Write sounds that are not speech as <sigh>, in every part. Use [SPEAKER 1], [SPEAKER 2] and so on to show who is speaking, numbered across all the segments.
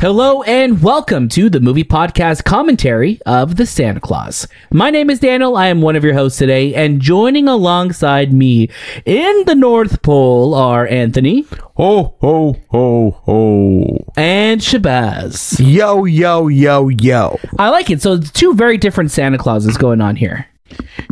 [SPEAKER 1] Hello and welcome to the movie podcast commentary of The Santa Claus. My name is Daniel. I am one of your hosts today, and joining alongside me in the North Pole are Anthony
[SPEAKER 2] Ho, ho, ho, ho.
[SPEAKER 1] and Shabazz.
[SPEAKER 2] Yo, yo, yo, yo.
[SPEAKER 1] I like it. So, it's two very different Santa Clauses going on here.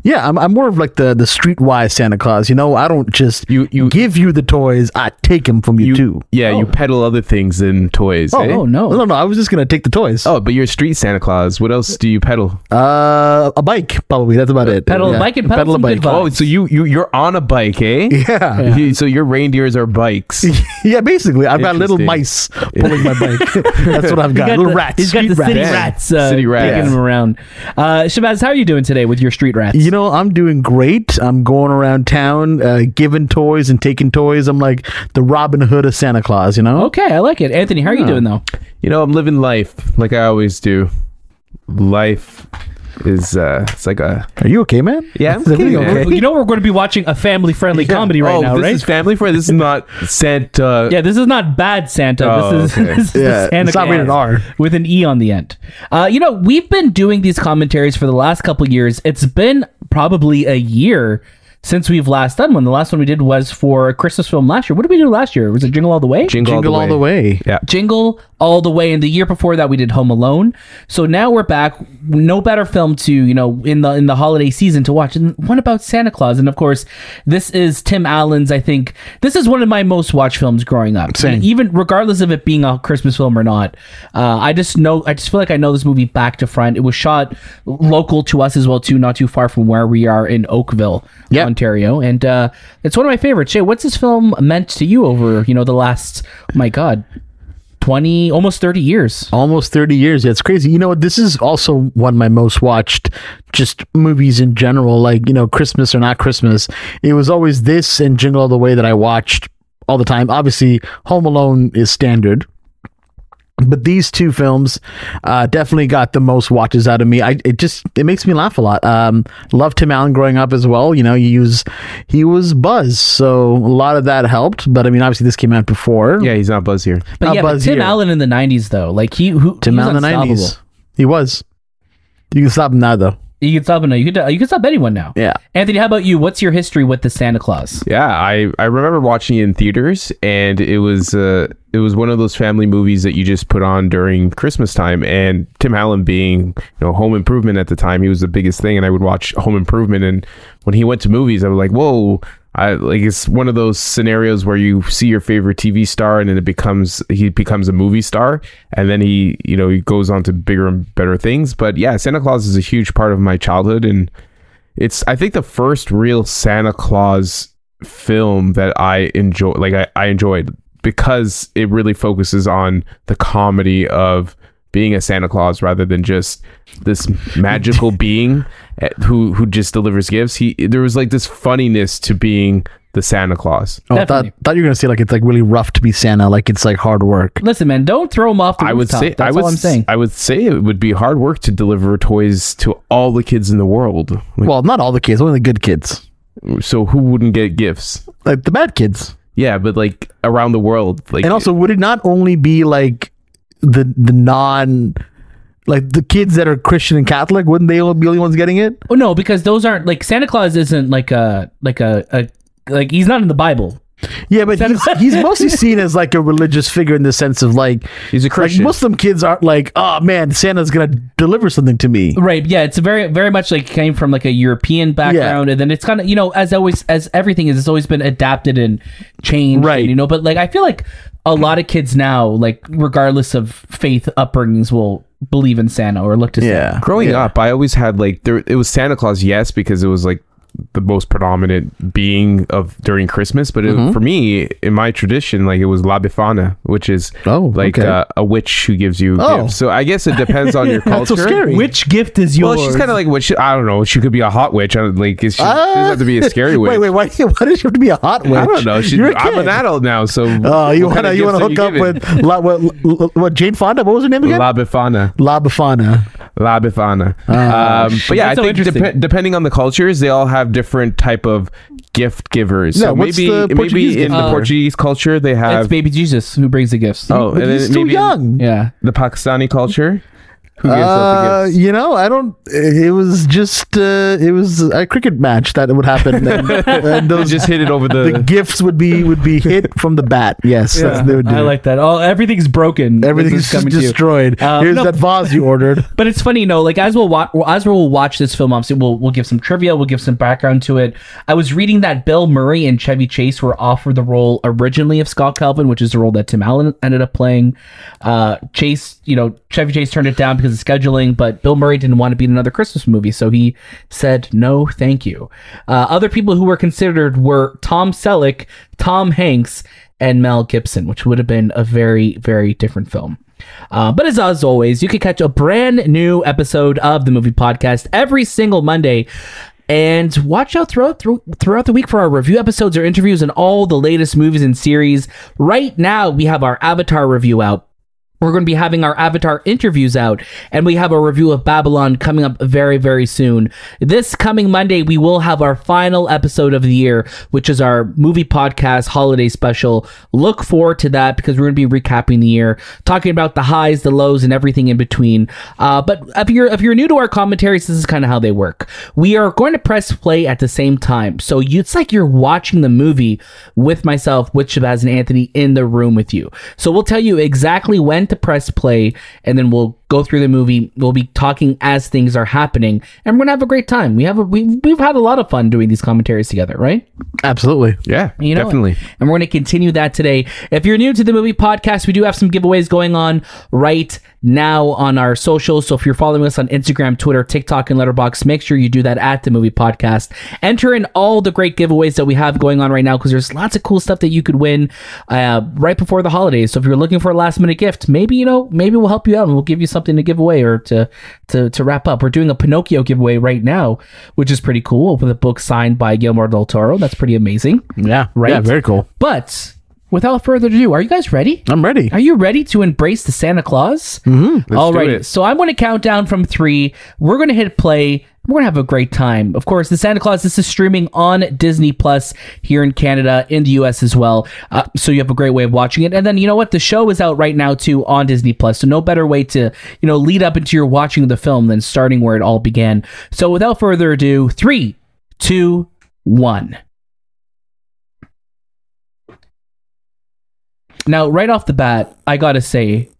[SPEAKER 3] Yeah, I'm, I'm more of like the the streetwise Santa Claus. You know, I don't just
[SPEAKER 2] You- you-
[SPEAKER 3] give you the toys, I take them from you, too.
[SPEAKER 2] Yeah, you peddle other things than toys. eh?
[SPEAKER 1] Oh, no.
[SPEAKER 3] no, no, I was just gonna take the toys.
[SPEAKER 2] Oh, but you're a street Santa Claus. What else do you peddle?
[SPEAKER 3] Uh, a bike probably. That's about it.
[SPEAKER 1] pedal a bike and pedal
[SPEAKER 3] Pedal a
[SPEAKER 1] some good
[SPEAKER 3] bike.
[SPEAKER 1] vibes.
[SPEAKER 2] Oh, so you you you're on a bike, eh?
[SPEAKER 3] Yeah.
[SPEAKER 2] You- So your reindeers are
[SPEAKER 3] <laughs>
[SPEAKER 2] bikes.
[SPEAKER 3] <laughs> yeah, basically, I've got little
[SPEAKER 2] Interesting.
[SPEAKER 3] mice pulling
[SPEAKER 2] <laughs>
[SPEAKER 3] my bike. That's what I've got.
[SPEAKER 1] got
[SPEAKER 3] little
[SPEAKER 1] the-
[SPEAKER 3] rats.
[SPEAKER 1] He's got
[SPEAKER 3] street
[SPEAKER 1] the
[SPEAKER 3] rats.
[SPEAKER 1] city
[SPEAKER 2] rats.
[SPEAKER 1] rats. Uh,
[SPEAKER 2] City rats.
[SPEAKER 1] Taking them around. Uh, Shabazz, how are you doing today with your street rats?
[SPEAKER 3] You know, I'm doing great. I'm going around town, uh, giving toys and taking toys. I'm like the Robin Hood of Santa Claus. You know.
[SPEAKER 1] okay, I like it. Anthony, how are you doing though?
[SPEAKER 2] You know, I'm living life like I always do. Life is uh it's like a
[SPEAKER 3] Are you okay, man?
[SPEAKER 2] Yeah, I'm
[SPEAKER 3] Is everything
[SPEAKER 2] okay, man.
[SPEAKER 1] You know we're going to be watching a
[SPEAKER 2] <laughs>
[SPEAKER 1] family-friendly <laughs> comedy right
[SPEAKER 2] oh,
[SPEAKER 1] now,
[SPEAKER 2] this
[SPEAKER 1] right?
[SPEAKER 2] is family friendly. This is not Santa.
[SPEAKER 1] Yeah, this is not bad Santa.
[SPEAKER 2] Oh,
[SPEAKER 1] this is, <laughs>
[SPEAKER 2] okay.
[SPEAKER 1] this is
[SPEAKER 3] Yeah,
[SPEAKER 1] the Santa
[SPEAKER 3] it's not rated
[SPEAKER 1] Claus
[SPEAKER 3] R.
[SPEAKER 1] with an E on the end. Uh, you know, we've been doing these commentaries for the last couple years. It's been probably a year since we've last done one. The last one we did was for a Christmas film last year. What did we do last year? Was it Jingle All the Way?
[SPEAKER 2] Jingle,
[SPEAKER 3] Jingle all the way.
[SPEAKER 2] Yeah.
[SPEAKER 1] Jingle all the way, and the year before that we did Home Alone. So now we're back. No better film to you know in the in the holiday season to watch. And what about Santa Claus? And of course, this is Tim Allen's. I think this is one of my most watched films growing up.
[SPEAKER 3] Same.
[SPEAKER 1] Even regardless of it being a Christmas film or not, uh, I just know I just feel like I know this movie back to front. It was shot local to us as well too, not too far from where we are in Oakville,
[SPEAKER 3] Yep.
[SPEAKER 1] Ontario, and uh, it's one of my favorites. Jay, what's this film meant to you over you know the last? my God. 20 almost 30 years
[SPEAKER 3] Almost 30 years. Yeah, it's crazy. You know, this is also one of my most watched just movies in general, like, you know, Christmas or not Christmas. It was always this and Jingle All the Way that I watched all the time. Obviously, Home Alone is standard. But these two films uh, definitely got the most watches out of me. I it just it makes me laugh a lot. Um, loved Tim Allen growing up as well. You know, he was he was Buzz, so a lot of that helped. But I mean, obviously, this came out before.
[SPEAKER 2] Yeah, he's not Buzz here.
[SPEAKER 1] but
[SPEAKER 3] Uh,
[SPEAKER 1] yeah but
[SPEAKER 3] Buzz
[SPEAKER 1] tim
[SPEAKER 3] here.
[SPEAKER 1] allen in the 90s though like he who
[SPEAKER 3] Tim
[SPEAKER 1] he was
[SPEAKER 3] Allen in the nineties.
[SPEAKER 1] unstoppable.
[SPEAKER 3] He was. You can stop him now, though.
[SPEAKER 1] you can stop him now you could you can stop anyone now
[SPEAKER 3] Yeah.
[SPEAKER 1] anthony how about you what's your history with the santa claus
[SPEAKER 2] Yeah, I, I remember watching it in theaters, and it was uh, it was one of those family movies that you just put on during Christmas time. And Tim Allen being you know Home Improvement at the time, he was the biggest thing, and I would watch Home Improvement. And when he went to movies, I was like, whoa. I, like it's one of those scenarios where you see your favorite TV star and then it becomes he becomes a movie star and then he you know he goes on to bigger and better things but yeah Santa Claus is a huge part of my childhood and it's I think the first real Santa Claus film that I enjoy like I, I enjoyed because it really focuses on the comedy of being a Santa Claus rather than just this
[SPEAKER 1] <laughs>
[SPEAKER 2] magical being eh, who who just delivers gifts. He there was like this funniness to being the Santa Claus.
[SPEAKER 3] Oh, I thought,
[SPEAKER 1] Definitely.
[SPEAKER 3] thought you were gonna say like it's like really rough to be Santa, like it's like hard work.
[SPEAKER 1] listen man don't throw him off the
[SPEAKER 2] I would
[SPEAKER 1] rooftop.
[SPEAKER 2] say
[SPEAKER 1] that's
[SPEAKER 2] I would
[SPEAKER 1] all i'm
[SPEAKER 2] s-
[SPEAKER 1] saying
[SPEAKER 2] I would say it would be hard work to deliver toys to all the kids in the world. Like,
[SPEAKER 3] Well, not all the kids, only the good kids,
[SPEAKER 2] so who wouldn't get gifts?
[SPEAKER 3] like the bad kids.
[SPEAKER 2] Yeah, but like around the world, like
[SPEAKER 3] And also, would it not only be like the the non, like the kids that are Christian and Catholic? Wouldn't they all be the only ones getting it?
[SPEAKER 1] oh no because those aren't like santa claus isn't like a like a, a like he's not in the bible
[SPEAKER 3] Yeah, but he's, he's mostly seen as like a religious figure in the sense of like
[SPEAKER 2] He's a Christian.
[SPEAKER 3] Like Muslim kids aren't like, oh man, Santa's gonna deliver something to me.
[SPEAKER 1] right yeah it's very very much like came from like a european background and then it's kind of you know as always as everything is it's always been adapted and changed
[SPEAKER 3] Right.
[SPEAKER 1] and, you know but like i feel like a lot of kids now like regardless of faith upbringings will believe in santa or look to
[SPEAKER 3] Yeah,
[SPEAKER 2] Growing
[SPEAKER 3] Yeah.
[SPEAKER 2] up, I always had like there. It was Santa Claus, yes, because it was like the most predominant being of during Christmas. But it,
[SPEAKER 3] Mm-hmm.
[SPEAKER 2] for me, in my tradition, like it was La Befana, which is
[SPEAKER 3] Oh,
[SPEAKER 2] like
[SPEAKER 3] okay.
[SPEAKER 2] uh, a witch who gives you.
[SPEAKER 3] Oh.
[SPEAKER 2] Gifts. So I guess it depends on
[SPEAKER 3] <laughs>
[SPEAKER 2] your
[SPEAKER 3] Not
[SPEAKER 2] culture.
[SPEAKER 3] so scary.
[SPEAKER 1] santa which gift is
[SPEAKER 2] Well,
[SPEAKER 1] yours
[SPEAKER 2] she's kind of like witch. I don't know. She could be a hot witch. I don't- Like is she, she doesn't have to be a scary witch.
[SPEAKER 3] Ah. <laughs> Wait, wait, why, why does she have to be a hot witch?
[SPEAKER 2] I don't know. She,
[SPEAKER 3] You're a
[SPEAKER 2] I'm
[SPEAKER 3] kid.
[SPEAKER 2] an adult now, so
[SPEAKER 3] Oh, you
[SPEAKER 2] what
[SPEAKER 3] want
[SPEAKER 2] kind
[SPEAKER 3] to
[SPEAKER 2] of gifts
[SPEAKER 3] you want to
[SPEAKER 2] are
[SPEAKER 3] hook up
[SPEAKER 2] giving?
[SPEAKER 3] with La, what, what Jane Fonda? What was her name again? La,
[SPEAKER 2] La Befana?
[SPEAKER 3] Befana.
[SPEAKER 2] La Befana.
[SPEAKER 3] Ah,
[SPEAKER 2] um, but yeah, I
[SPEAKER 1] That's so
[SPEAKER 2] think
[SPEAKER 1] interesting.
[SPEAKER 2] depe- depending on the cultures, they all have different type of gift givers.
[SPEAKER 3] Yeah,
[SPEAKER 2] so
[SPEAKER 3] what's
[SPEAKER 2] maybe
[SPEAKER 3] the Portuguese
[SPEAKER 2] maybe in
[SPEAKER 3] gift
[SPEAKER 2] the
[SPEAKER 1] giver?
[SPEAKER 2] Portuguese culture they
[SPEAKER 1] It's
[SPEAKER 2] have
[SPEAKER 1] baby Jesus who brings the gifts.
[SPEAKER 2] oh,
[SPEAKER 3] but
[SPEAKER 2] and
[SPEAKER 3] he's
[SPEAKER 2] then
[SPEAKER 3] too
[SPEAKER 2] maybe in
[SPEAKER 3] young.
[SPEAKER 1] yeah.
[SPEAKER 2] the Pakistani culture. Who gives out
[SPEAKER 3] Uh,
[SPEAKER 2] the gifts?
[SPEAKER 3] you know, I don't. It was just uh, it was a cricket match that would happen,
[SPEAKER 2] <laughs>
[SPEAKER 3] and, and
[SPEAKER 2] They
[SPEAKER 3] those
[SPEAKER 2] just hit it over the.
[SPEAKER 3] the gifts would be would be hit from the bat. Yes, that's what they would do.
[SPEAKER 1] I like that. All everything's broken.
[SPEAKER 3] Oh, Everything's
[SPEAKER 1] This is
[SPEAKER 3] just
[SPEAKER 1] to you.
[SPEAKER 3] destroyed.
[SPEAKER 2] Uh,
[SPEAKER 1] Um,
[SPEAKER 3] Here's
[SPEAKER 1] no.
[SPEAKER 3] that vase you ordered.
[SPEAKER 2] <laughs>
[SPEAKER 1] But it's funny, you know, like as we'll watch, as we'll watch this film, obviously we'll we'll give some trivia, we'll give some background to it. I was reading that Bill Murray and Chevy Chase were offered the role originally of Scott Calvin, which is the role that Tim Allen ended up playing. Uh, Chase, you know, Chevy Chase turned it down because of scheduling, but Bill Murray didn't want to be in another Christmas movie, so he said no, thank you. Uh, other people who were considered were Tom Selleck, Tom Hanks, and Mel Gibson, which would have been a very very different film. Uh, but as, as always, you can catch a brand new episode of the Movie Podcast every single Monday. And watch out throughout through, throughout the week for our review episodes or interviews and all the latest movies and series. Right now, we have our Avatar review out. We're going to be having our Avatar interviews out, and we have a review of Babylon coming up very, very soon. This coming Monday, we will have our final episode of the year, which is our movie podcast holiday special. Look forward to that because we're going to be recapping the year, talking about the highs, the lows, and everything in between. Uh, but if you're if you're new to our commentaries, this is kind of how they work. We are going to press play at the same time, so you, it's like you're watching the movie with myself, with Shabazz and Anthony in the room with you. So we'll tell you exactly when to press play, and then we'll go through the movie. We'll be talking as things are happening, and we're gonna have a great time. We have a, we, we've had a lot of fun doing these commentaries together, right?
[SPEAKER 3] Absolutely.
[SPEAKER 2] <laughs> yeah,
[SPEAKER 1] You know,
[SPEAKER 2] definitely.
[SPEAKER 1] And we're going to continue that today. If you're new to the movie podcast, we do have some giveaways going on right now on our socials. So if you're following us on Instagram, Twitter, TikTok, and Letterbox, make sure you do that at the movie podcast. Enter in all the great giveaways that we have going on right now because there's lots of cool stuff that you could win uh, right before the holidays. So if you're looking for a last minute gift, maybe you know, maybe we'll help you out and we'll give you something to give away or to to to wrap up. We're doing a Pinocchio giveaway right now, which is pretty cool with a book signed by Guillermo del Toro. That's pretty amazing.
[SPEAKER 3] Yeah.
[SPEAKER 1] Right?
[SPEAKER 3] Yeah. Very cool.
[SPEAKER 1] But without further ado, are you guys ready?
[SPEAKER 3] I'm ready.
[SPEAKER 1] Are you ready to embrace the Santa Claus? Mm-hmm. All right.
[SPEAKER 2] it.
[SPEAKER 1] So I'm going to count down from three. We're going to hit play. We're going to have a great time. Of course, the Santa Claus, this is streaming on Disney Plus here in Canada, in the US as well. Uh, so you have a great way of watching it. And then, you know what? The show is out right now too on Disney Plus. So no better way to, you know, lead up into your watching the film than starting where it all began. So without further ado, three, two, one. Now, right off the bat, I gotta say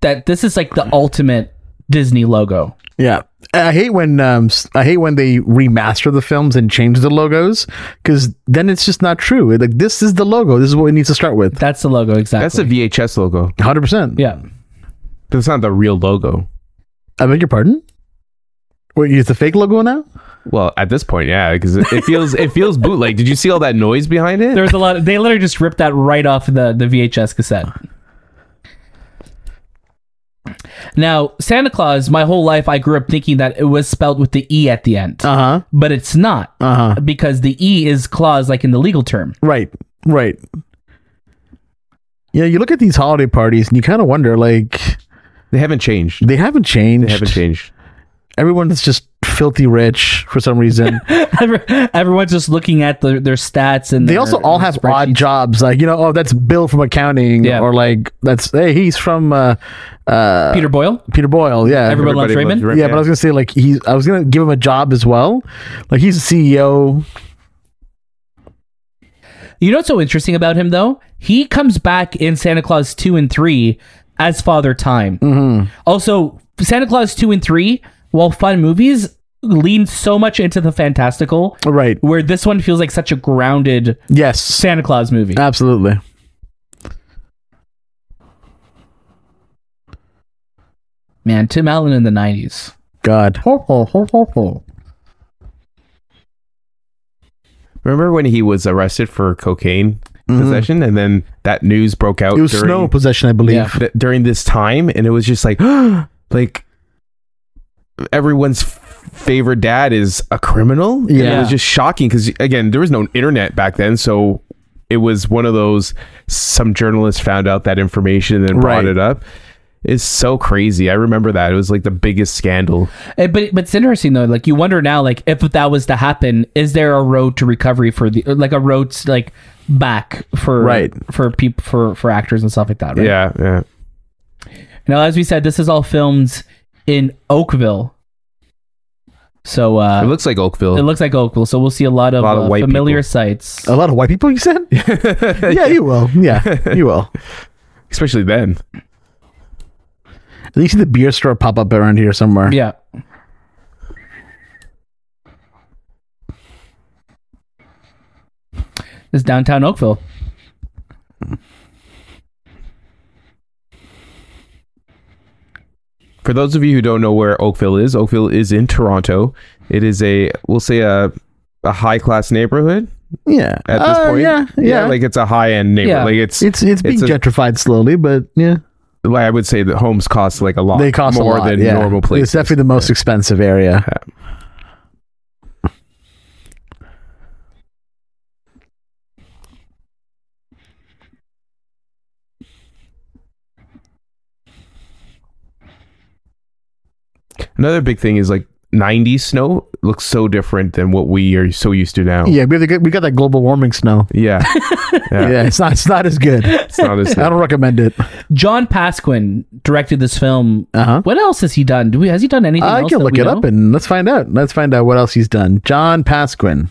[SPEAKER 1] that this is like the ultimate Disney logo.
[SPEAKER 3] Yeah. I hate when um, s- I hate when they remaster the films and change the logos because then it's just not true. Like this is the logo. This is what it needs to start with.
[SPEAKER 1] That's the logo exactly.
[SPEAKER 2] That's a VHS logo.
[SPEAKER 3] 100. percent
[SPEAKER 1] yeah.
[SPEAKER 2] That's not the real logo.
[SPEAKER 3] I beg your pardon. Wait, is the fake logo now?
[SPEAKER 2] Well, at this point, yeah, because it, it feels it feels bootleg. Did you see all that noise behind it?
[SPEAKER 1] There's a lot. they literally just ripped that right off the the VHS cassette. Now, Santa Claus. My whole life, I grew up thinking that it was spelled with the e at the end,
[SPEAKER 3] Uh huh.
[SPEAKER 1] but it's not
[SPEAKER 3] Uh huh.
[SPEAKER 1] because the e is clause, like in the legal term. <laughs>
[SPEAKER 3] Right. Right. Yeah. You look at these holiday parties and you kind of wonder like
[SPEAKER 2] They haven't changed.
[SPEAKER 3] they haven't changed.
[SPEAKER 2] They haven't changed.
[SPEAKER 3] Everyone's just filthy rich for some reason.
[SPEAKER 1] Every- Everyone's just looking at the, their stats and
[SPEAKER 3] they
[SPEAKER 1] their-
[SPEAKER 3] also all
[SPEAKER 1] their
[SPEAKER 3] have odd
[SPEAKER 1] spreadsheets.
[SPEAKER 3] jobs like you know oh that's bill from accounting
[SPEAKER 1] Yeah.
[SPEAKER 3] or like that's hey he's from uh uh
[SPEAKER 1] Peter Boyle.
[SPEAKER 3] peter boyle yeah
[SPEAKER 1] Everybody loves Raymond?
[SPEAKER 2] Ra-
[SPEAKER 3] yeah, but i was gonna say like he's i was gonna give him a job as well like he's a E ceo
[SPEAKER 1] You know what's so interesting about him though? He comes back in Santa Claus two and three as Father Time. Also, Santa Claus two and three, while fun movies, lean so much into the fantastical,
[SPEAKER 3] right
[SPEAKER 1] where this one feels like such a grounded
[SPEAKER 3] yes
[SPEAKER 1] Santa Claus movie.
[SPEAKER 3] Uh, absolutely
[SPEAKER 1] Man, Tim Allen in the nineties.
[SPEAKER 3] god
[SPEAKER 2] Remember when he was arrested for cocaine possession, and then that news broke out
[SPEAKER 3] Mm-hmm. it was
[SPEAKER 2] during
[SPEAKER 3] snow possession i believe
[SPEAKER 1] Yeah.
[SPEAKER 2] th- during this time, and it was just like, <gasps> like everyone's f- favorite dad is a criminal. And it
[SPEAKER 1] Yeah.
[SPEAKER 2] was just shocking because again, there was no internet back then, so it was one of those some journalists found out that information and then brought
[SPEAKER 3] Right.
[SPEAKER 2] it up. It's so crazy. I remember that. It was like the biggest scandal.
[SPEAKER 1] Eh, But but it's interesting though. Like you wonder now, like if that was to happen, is there a road to recovery for the like a road to, like back for
[SPEAKER 3] Right.
[SPEAKER 1] for people for for actors and stuff like that? Right?
[SPEAKER 2] Yeah, yeah.
[SPEAKER 1] Now, as we said, this is all filmed in Oakville. So uh,
[SPEAKER 2] It looks like Oakville.
[SPEAKER 1] it looks like Oakville. So we'll see a lot of,
[SPEAKER 2] lot of
[SPEAKER 1] uh,
[SPEAKER 2] white
[SPEAKER 1] familiar
[SPEAKER 2] people.
[SPEAKER 1] sites.
[SPEAKER 3] A lot of white people, you said?
[SPEAKER 1] <laughs>
[SPEAKER 3] yeah, you will. Yeah, you will.
[SPEAKER 2] Especially then.
[SPEAKER 3] At least the beer store pop up around here somewhere.
[SPEAKER 1] Yeah. This is downtown Oakville.
[SPEAKER 2] For those of you who don't know where Oakville is, Oakville is in Toronto. It is a we'll say a a high class neighborhood
[SPEAKER 3] Yeah.
[SPEAKER 2] at this
[SPEAKER 3] Uh,
[SPEAKER 2] point.
[SPEAKER 3] Yeah, yeah.
[SPEAKER 2] like it's a high end neighborhood.
[SPEAKER 1] Yeah.
[SPEAKER 2] Like it's,
[SPEAKER 3] it's it's being
[SPEAKER 2] it's a-
[SPEAKER 3] gentrified slowly, but yeah,
[SPEAKER 2] like I would say that homes cost like a lot.
[SPEAKER 3] they cost
[SPEAKER 2] more
[SPEAKER 3] a lot,
[SPEAKER 2] than
[SPEAKER 3] yeah.
[SPEAKER 2] normal
[SPEAKER 3] It's
[SPEAKER 2] places.
[SPEAKER 3] definitely the most expensive area.
[SPEAKER 2] Another big thing is like 90s snow looks so different than what we are so used to now.
[SPEAKER 3] Yeah, we, have the, good- we got that global warming snow.
[SPEAKER 2] Yeah.
[SPEAKER 3] Yeah.
[SPEAKER 2] Yeah.
[SPEAKER 3] it's not it's not as good. I
[SPEAKER 2] It's not
[SPEAKER 3] <laughs>
[SPEAKER 2] as
[SPEAKER 3] don't recommend it.
[SPEAKER 1] John Pasquin directed this film.
[SPEAKER 3] Uh huh.
[SPEAKER 1] What else has he done? Do we has he done anything?
[SPEAKER 3] I
[SPEAKER 1] else
[SPEAKER 3] can
[SPEAKER 1] that
[SPEAKER 3] look
[SPEAKER 1] we
[SPEAKER 3] it
[SPEAKER 1] know?
[SPEAKER 3] up and let's find out. Let's find out what else he's done. John Pasquin.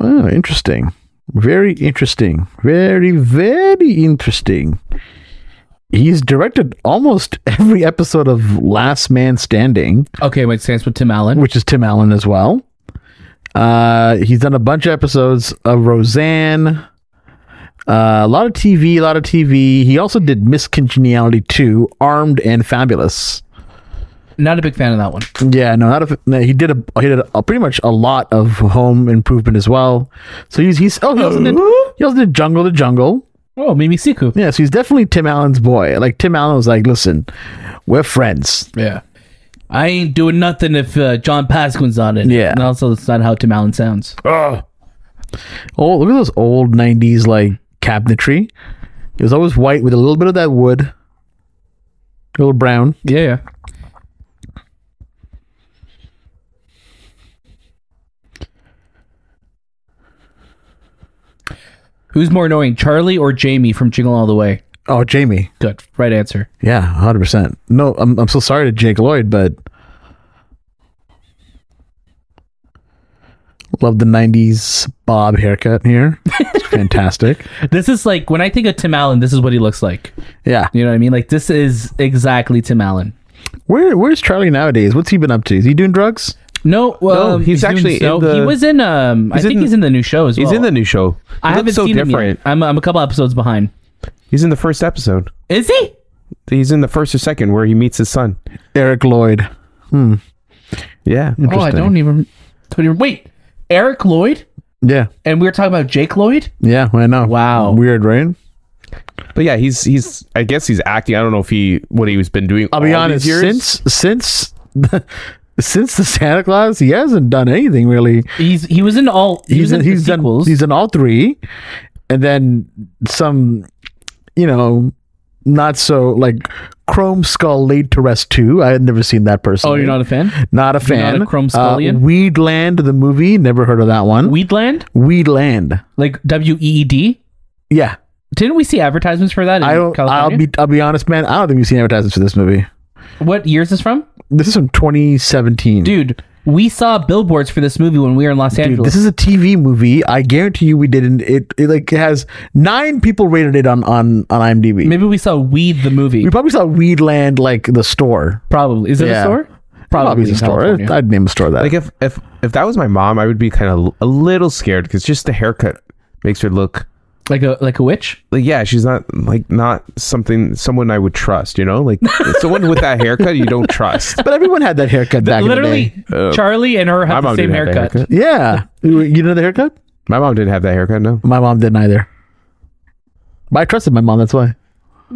[SPEAKER 3] Oh, interesting. Very interesting. Very, very interesting. He's directed almost <laughs> every episode of Last Man Standing
[SPEAKER 1] okay, wait, stands with Tim Allen.
[SPEAKER 3] which is Tim Allen as well. Uh, he's done a bunch of episodes of Roseanne, uh, a lot of TV, a lot of TV. He also did Miss Congeniality 2, Armed and Fabulous.
[SPEAKER 1] Not a big fan of that one.
[SPEAKER 3] Yeah, no, not a, no, he did a he did a, pretty much a lot of home improvement as well. So he's he's oh he also did he also did Jungle to Jungle.
[SPEAKER 1] Oh, Mimi Siku.
[SPEAKER 3] Yeah, so he's definitely Tim Allen's boy. Like Tim Allen was like, listen, we're friends.
[SPEAKER 1] Yeah. I ain't doing nothing if uh, John Pasquin's on it.
[SPEAKER 3] Yeah.
[SPEAKER 1] And also, that's not how Tim Allen sounds.
[SPEAKER 3] Oh, look at those old '90s like cabinetry. It was always white with a little bit of that wood, a little brown.
[SPEAKER 1] Yeah, yeah. Who's more annoying, Charlie or Jamie from Jingle All the Way?
[SPEAKER 3] Oh, Jamie.
[SPEAKER 1] Good, right answer.
[SPEAKER 3] Yeah, hundred percent. No, I'm I'm so sorry to Jake Lloyd, but love the '90s bob haircut here. It's <laughs> fantastic.
[SPEAKER 1] This is like when I think of Tim Allen, this is what he looks like.
[SPEAKER 3] Yeah.
[SPEAKER 1] You know what I mean? Like this is exactly Tim Allen.
[SPEAKER 3] Where Where's Charlie nowadays? What's he been up to? Is he doing drugs?
[SPEAKER 1] No, um, well,
[SPEAKER 2] he's actually in the-
[SPEAKER 1] he was in. Um, I
[SPEAKER 2] He's
[SPEAKER 1] think
[SPEAKER 2] in-
[SPEAKER 1] he's in the new show as well.
[SPEAKER 2] He's in the new show. He
[SPEAKER 1] I
[SPEAKER 2] looks
[SPEAKER 1] haven't
[SPEAKER 2] so
[SPEAKER 1] seen him
[SPEAKER 2] different.
[SPEAKER 1] yet. I'm, I'm a couple episodes behind.
[SPEAKER 2] He's in the first episode.
[SPEAKER 1] Is he?
[SPEAKER 2] He's in the first or second where he meets his son.
[SPEAKER 3] Eric Lloyd.
[SPEAKER 2] Yeah.
[SPEAKER 1] Oh, I don't even. don't even- Wait, Eric Lloyd,
[SPEAKER 3] Yeah.
[SPEAKER 1] and we were talking about Jake Lloyd.
[SPEAKER 3] Yeah. I know.
[SPEAKER 1] Wow.
[SPEAKER 3] Weird, right?
[SPEAKER 2] But yeah, he's he's I guess he's acting. I don't know if he what he's been doing.
[SPEAKER 3] I'll be
[SPEAKER 2] all
[SPEAKER 3] honest.
[SPEAKER 2] these years.
[SPEAKER 3] Since since <laughs> since the Santa Claus, he hasn't done anything really.
[SPEAKER 1] He's he was in all. He
[SPEAKER 3] He's
[SPEAKER 1] was in
[SPEAKER 3] in, he's
[SPEAKER 1] the
[SPEAKER 3] done
[SPEAKER 1] sequels.
[SPEAKER 3] he's in all three, and then some, you know, not so like Chrome Skull laid to rest two. I had never seen that person.
[SPEAKER 1] oh, you're not a fan?
[SPEAKER 3] not a
[SPEAKER 1] you're not
[SPEAKER 3] fan.
[SPEAKER 1] a Chrome
[SPEAKER 3] Uh,
[SPEAKER 1] Skullian?
[SPEAKER 3] Weedland, the movie. Never heard of that one.
[SPEAKER 1] Weedland,
[SPEAKER 3] Weedland.
[SPEAKER 1] like W E E D.
[SPEAKER 3] Yeah,
[SPEAKER 1] Didn't we see advertisements for that? In
[SPEAKER 3] I don't.
[SPEAKER 1] California?
[SPEAKER 3] I'll be. I'll be honest, man. I don't think we've seen advertisements for this movie.
[SPEAKER 1] What year is this from,
[SPEAKER 3] This is from 2017.
[SPEAKER 1] dude? We saw billboards for this movie when we were in Los
[SPEAKER 3] Dude,
[SPEAKER 1] Angeles.
[SPEAKER 3] this is a TV movie. I guarantee you, we didn't. It, it like it has nine people rated it on on on IMDb.
[SPEAKER 1] Maybe we saw Weed the movie.
[SPEAKER 3] we probably saw Weedland like the store.
[SPEAKER 1] Probably is it a
[SPEAKER 3] Yeah.
[SPEAKER 1] store?
[SPEAKER 3] Probably,
[SPEAKER 1] in
[SPEAKER 3] the store.
[SPEAKER 1] California.
[SPEAKER 3] I'd name a store that.
[SPEAKER 2] Like if if if that was my mom, I would be kind of a little scared because just the haircut makes her look
[SPEAKER 1] like a like a witch.
[SPEAKER 2] like yeah, she's not like not something someone I would trust. You
[SPEAKER 1] <laughs>
[SPEAKER 2] know, like someone with that haircut you don't trust.
[SPEAKER 3] but everyone had that
[SPEAKER 1] <laughs>
[SPEAKER 3] haircut back in
[SPEAKER 1] Literally, Charlie and her
[SPEAKER 2] My
[SPEAKER 1] have the
[SPEAKER 2] mom
[SPEAKER 1] same
[SPEAKER 2] didn't have that
[SPEAKER 1] haircut.
[SPEAKER 2] haircut.
[SPEAKER 3] the day.
[SPEAKER 1] <laughs>
[SPEAKER 3] Yeah, you you know the haircut.
[SPEAKER 2] My mom didn't have that haircut. No.
[SPEAKER 3] My mom didn't either. But I trusted my mom. That's why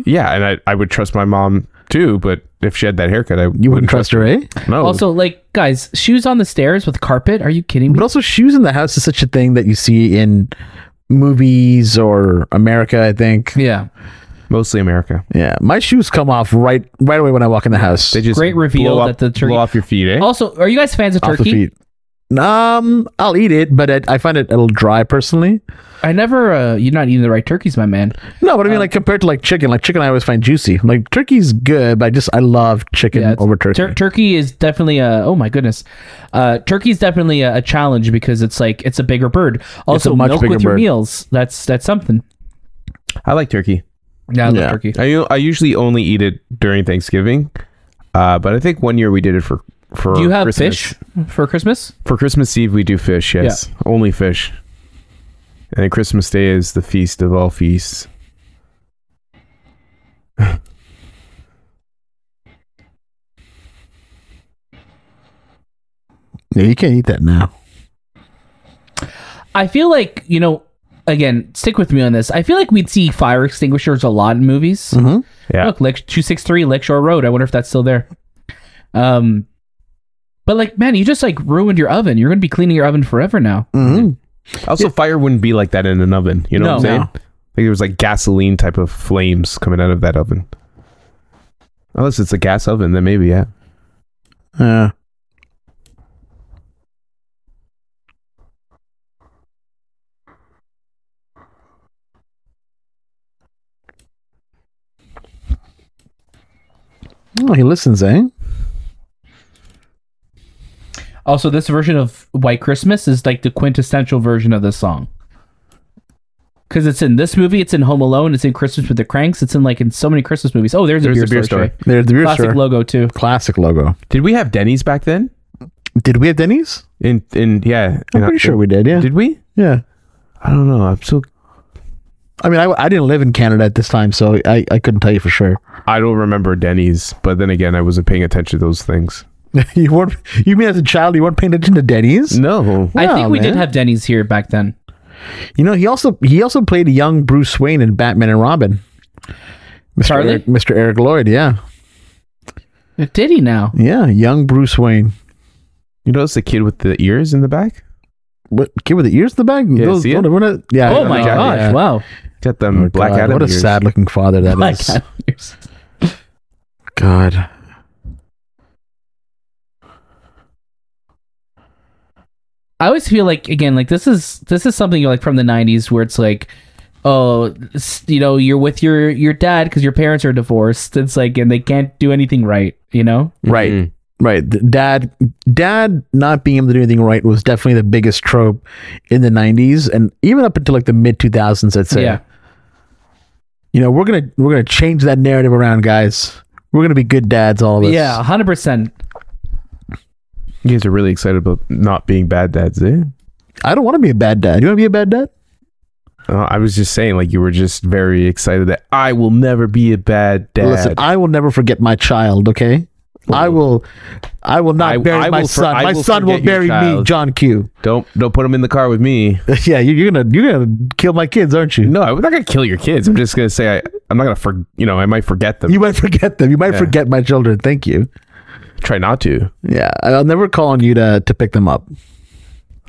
[SPEAKER 2] Yeah, and I I would trust my mom too, but if she had that haircut, I
[SPEAKER 3] you wouldn't trust her, eh?
[SPEAKER 2] No.
[SPEAKER 1] Also, like guys, shoes on the stairs with carpet? Are you kidding me?
[SPEAKER 3] But also, shoes in the house is such a thing that you see in movies or America. I think.
[SPEAKER 1] Yeah,
[SPEAKER 2] Mostly America.
[SPEAKER 3] Yeah, my shoes come off right right away when I walk in the house.
[SPEAKER 2] They just
[SPEAKER 1] Great reveal
[SPEAKER 2] blow
[SPEAKER 1] that
[SPEAKER 2] up-
[SPEAKER 1] the turkey- Oh.
[SPEAKER 2] blow off your feet, eh?
[SPEAKER 1] Also, are you guys fans of
[SPEAKER 3] off the
[SPEAKER 1] turkey?
[SPEAKER 3] feet. Um, I'll eat it, but it, I find it a little dry personally.
[SPEAKER 1] I never. Uh, you're not eating the right turkeys, my man.
[SPEAKER 3] No,
[SPEAKER 1] Oh.
[SPEAKER 3] but I mean, like compared to like chicken, like chicken, I always find juicy. Like turkey's good, but I just I love chicken
[SPEAKER 1] Yeah, it's-
[SPEAKER 3] over turkey.
[SPEAKER 1] Tur- turkey is definitely a. Oh my goodness, uh, turkey is definitely a, a challenge because it's like it's a bigger bird. Also,
[SPEAKER 3] much
[SPEAKER 1] milk
[SPEAKER 3] bigger
[SPEAKER 1] with your
[SPEAKER 3] bird.
[SPEAKER 1] meals. That's that's something.
[SPEAKER 2] I like turkey.
[SPEAKER 1] Yeah, I love
[SPEAKER 3] Yeah.
[SPEAKER 1] turkey.
[SPEAKER 2] I u- I usually only eat it during Thanksgiving, uh, but I think one year we did it for for.
[SPEAKER 1] Do you have
[SPEAKER 2] Christmas.
[SPEAKER 1] fish for Christmas?
[SPEAKER 2] for Christmas Eve? We do fish. Yes, only fish. And then Christmas Day is the feast of all feasts.
[SPEAKER 3] yeah, you can't eat that now.
[SPEAKER 1] I feel like you know. Again, stick with me on this. I feel like we'd see fire extinguishers a lot in movies.
[SPEAKER 3] Mm-hmm.
[SPEAKER 2] Yeah.
[SPEAKER 1] Look, Lake two six three Lakeshore Road. I wonder if that's still there. Um, but like, man, you just like ruined your oven. You're gonna be cleaning your oven forever now.
[SPEAKER 3] Mm-hmm.
[SPEAKER 2] Also, fire wouldn't be like that in an oven. You know what I'm
[SPEAKER 1] No.
[SPEAKER 2] saying?
[SPEAKER 3] No.
[SPEAKER 2] Like there was like gasoline type of flames coming out of that oven. Unless it's a gas oven, then maybe yeah.
[SPEAKER 3] Yeah. Oh, he listens, eh?
[SPEAKER 1] Also, this version of White Christmas is like the quintessential version of this song. Because it's in this movie, it's in Home Alone, it's in Christmas with the Cranks, it's in like in so many Christmas movies. Oh, there's, a beer, store. Shay.
[SPEAKER 3] There's the beer
[SPEAKER 1] Classic
[SPEAKER 3] store.
[SPEAKER 1] logo too.
[SPEAKER 3] Classic logo.
[SPEAKER 2] Did we have Denny's back then?
[SPEAKER 3] Did we have Denny's?
[SPEAKER 2] In in yeah,
[SPEAKER 3] I'm pretty sure we did. Yeah.
[SPEAKER 2] Did we?
[SPEAKER 3] yeah.
[SPEAKER 2] I don't know. I'm so
[SPEAKER 3] I mean, I, I didn't live in Canada at this time, so I, I couldn't tell you for sure. <laughs>
[SPEAKER 2] I don't remember Denny's, but then again, I wasn't paying attention to those things.
[SPEAKER 3] you weren't. You mean as a child you weren't paying attention to Denny's?
[SPEAKER 2] No,
[SPEAKER 1] I
[SPEAKER 3] Wow,
[SPEAKER 1] think we did
[SPEAKER 3] man.
[SPEAKER 1] have Denny's here back then.
[SPEAKER 3] You know, he also he also played young Bruce Wayne in Batman and Robin. Mr.
[SPEAKER 1] Charlie?
[SPEAKER 3] Eric, Mr. Eric Lloyd, yeah,
[SPEAKER 1] Did he now?
[SPEAKER 3] yeah, young Bruce Wayne.
[SPEAKER 2] you notice the kid with the ears in the back?
[SPEAKER 3] What kid with the ears in the back?
[SPEAKER 2] Yeah, see it?
[SPEAKER 3] we're not- yeah,
[SPEAKER 1] oh
[SPEAKER 2] don't
[SPEAKER 1] my
[SPEAKER 2] know.
[SPEAKER 1] gosh!
[SPEAKER 3] yeah.
[SPEAKER 1] Wow.
[SPEAKER 2] Got them
[SPEAKER 3] Oh,
[SPEAKER 2] Black
[SPEAKER 3] God,
[SPEAKER 2] Adam.
[SPEAKER 3] What a
[SPEAKER 2] ears.
[SPEAKER 3] sad looking father that is.
[SPEAKER 1] Black Adam's.
[SPEAKER 3] God.
[SPEAKER 1] I always feel like again, like this is this is something like from the '90s where it's like, oh, s- you know, you're with your your dad because your parents are divorced. It's like, and they can't do anything right. You know,
[SPEAKER 3] Right.
[SPEAKER 2] Mhm.
[SPEAKER 3] Right. Th- Dad dad not being able to do anything right was definitely the biggest trope in the 90s and even up until like the mid 2000s I'd say.
[SPEAKER 1] yeah.
[SPEAKER 3] You know, we're going to we're going to change that narrative around, guys. We're going to be good dads all of us.
[SPEAKER 1] Yeah, hundred percent.
[SPEAKER 2] You guys are really excited about not being bad dads, eh?
[SPEAKER 3] I don't want to be a bad dad. You want to be a bad dad?
[SPEAKER 2] Uh, I was just saying, like you were just very excited that I will never be a bad dad.
[SPEAKER 3] Listen, I will never forget my child, okay? I will I will not
[SPEAKER 2] I-
[SPEAKER 3] bury
[SPEAKER 2] I
[SPEAKER 3] my
[SPEAKER 2] will for-
[SPEAKER 3] son.
[SPEAKER 2] I
[SPEAKER 3] my
[SPEAKER 2] will
[SPEAKER 3] son will
[SPEAKER 2] forget your
[SPEAKER 3] bury me,
[SPEAKER 2] child.
[SPEAKER 3] John Q. <laughs>
[SPEAKER 2] don't don't put them in the car with me.
[SPEAKER 3] yeah, you- you're going to you're going to kill my kids, aren't you?
[SPEAKER 2] No, I'm not gonna kill your kids. I'm just gonna say I, I'm not gonna for you know I might forget them.
[SPEAKER 3] You might forget them. You might forget my children. Thank you.
[SPEAKER 2] Try not to.
[SPEAKER 3] Yeah, I'll never call on you to to pick them up.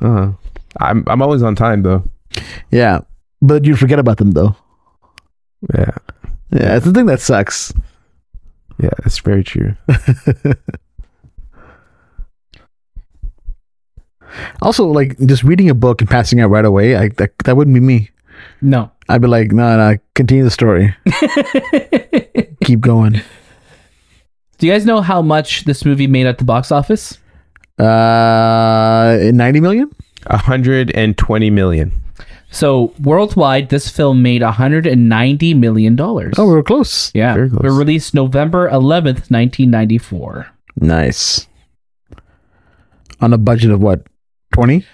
[SPEAKER 2] Uh-huh. I'm I'm always on time though.
[SPEAKER 3] Yeah, but you forget about them though.
[SPEAKER 2] Yeah,
[SPEAKER 3] Yeah, it's the thing that sucks.
[SPEAKER 2] yeah, that's very true.
[SPEAKER 3] Also, like just reading a book and passing out right away, I, that that wouldn't be me.
[SPEAKER 1] No,
[SPEAKER 3] I'd be like, no, no, continue the <laughs> story. Keep going.
[SPEAKER 1] do you guys know how much this movie made at the box office?
[SPEAKER 3] Uh, ninety million.
[SPEAKER 2] 120 million.
[SPEAKER 1] So worldwide, this film made 190 million dollars.
[SPEAKER 3] Oh, we were close.
[SPEAKER 1] yeah,
[SPEAKER 2] very close.
[SPEAKER 1] it released November 11th, 1994.
[SPEAKER 3] Nice. On a budget of what? Twenty.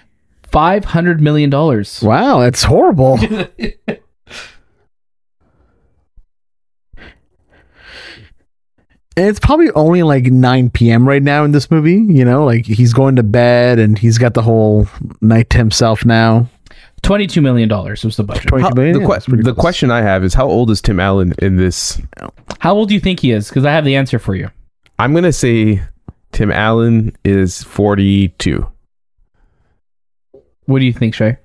[SPEAKER 1] Five hundred million dollars.
[SPEAKER 3] Wow,
[SPEAKER 2] <laughs>
[SPEAKER 3] that's horrible. And it's probably only like 9 p.m. right now in this movie. You know, like he's going to bed and he's got the whole night to himself now.
[SPEAKER 1] 22 million dollars was the budget.
[SPEAKER 2] How-
[SPEAKER 3] 22 million,
[SPEAKER 2] the
[SPEAKER 3] yeah,
[SPEAKER 2] que-
[SPEAKER 3] that's pretty
[SPEAKER 2] the
[SPEAKER 3] close.
[SPEAKER 2] question I have is how old is Tim Allen in this?
[SPEAKER 1] How old do you think he is? Because I have the answer for you.
[SPEAKER 2] I'm gonna say Tim Allen is 42.
[SPEAKER 1] What do you think, Shay?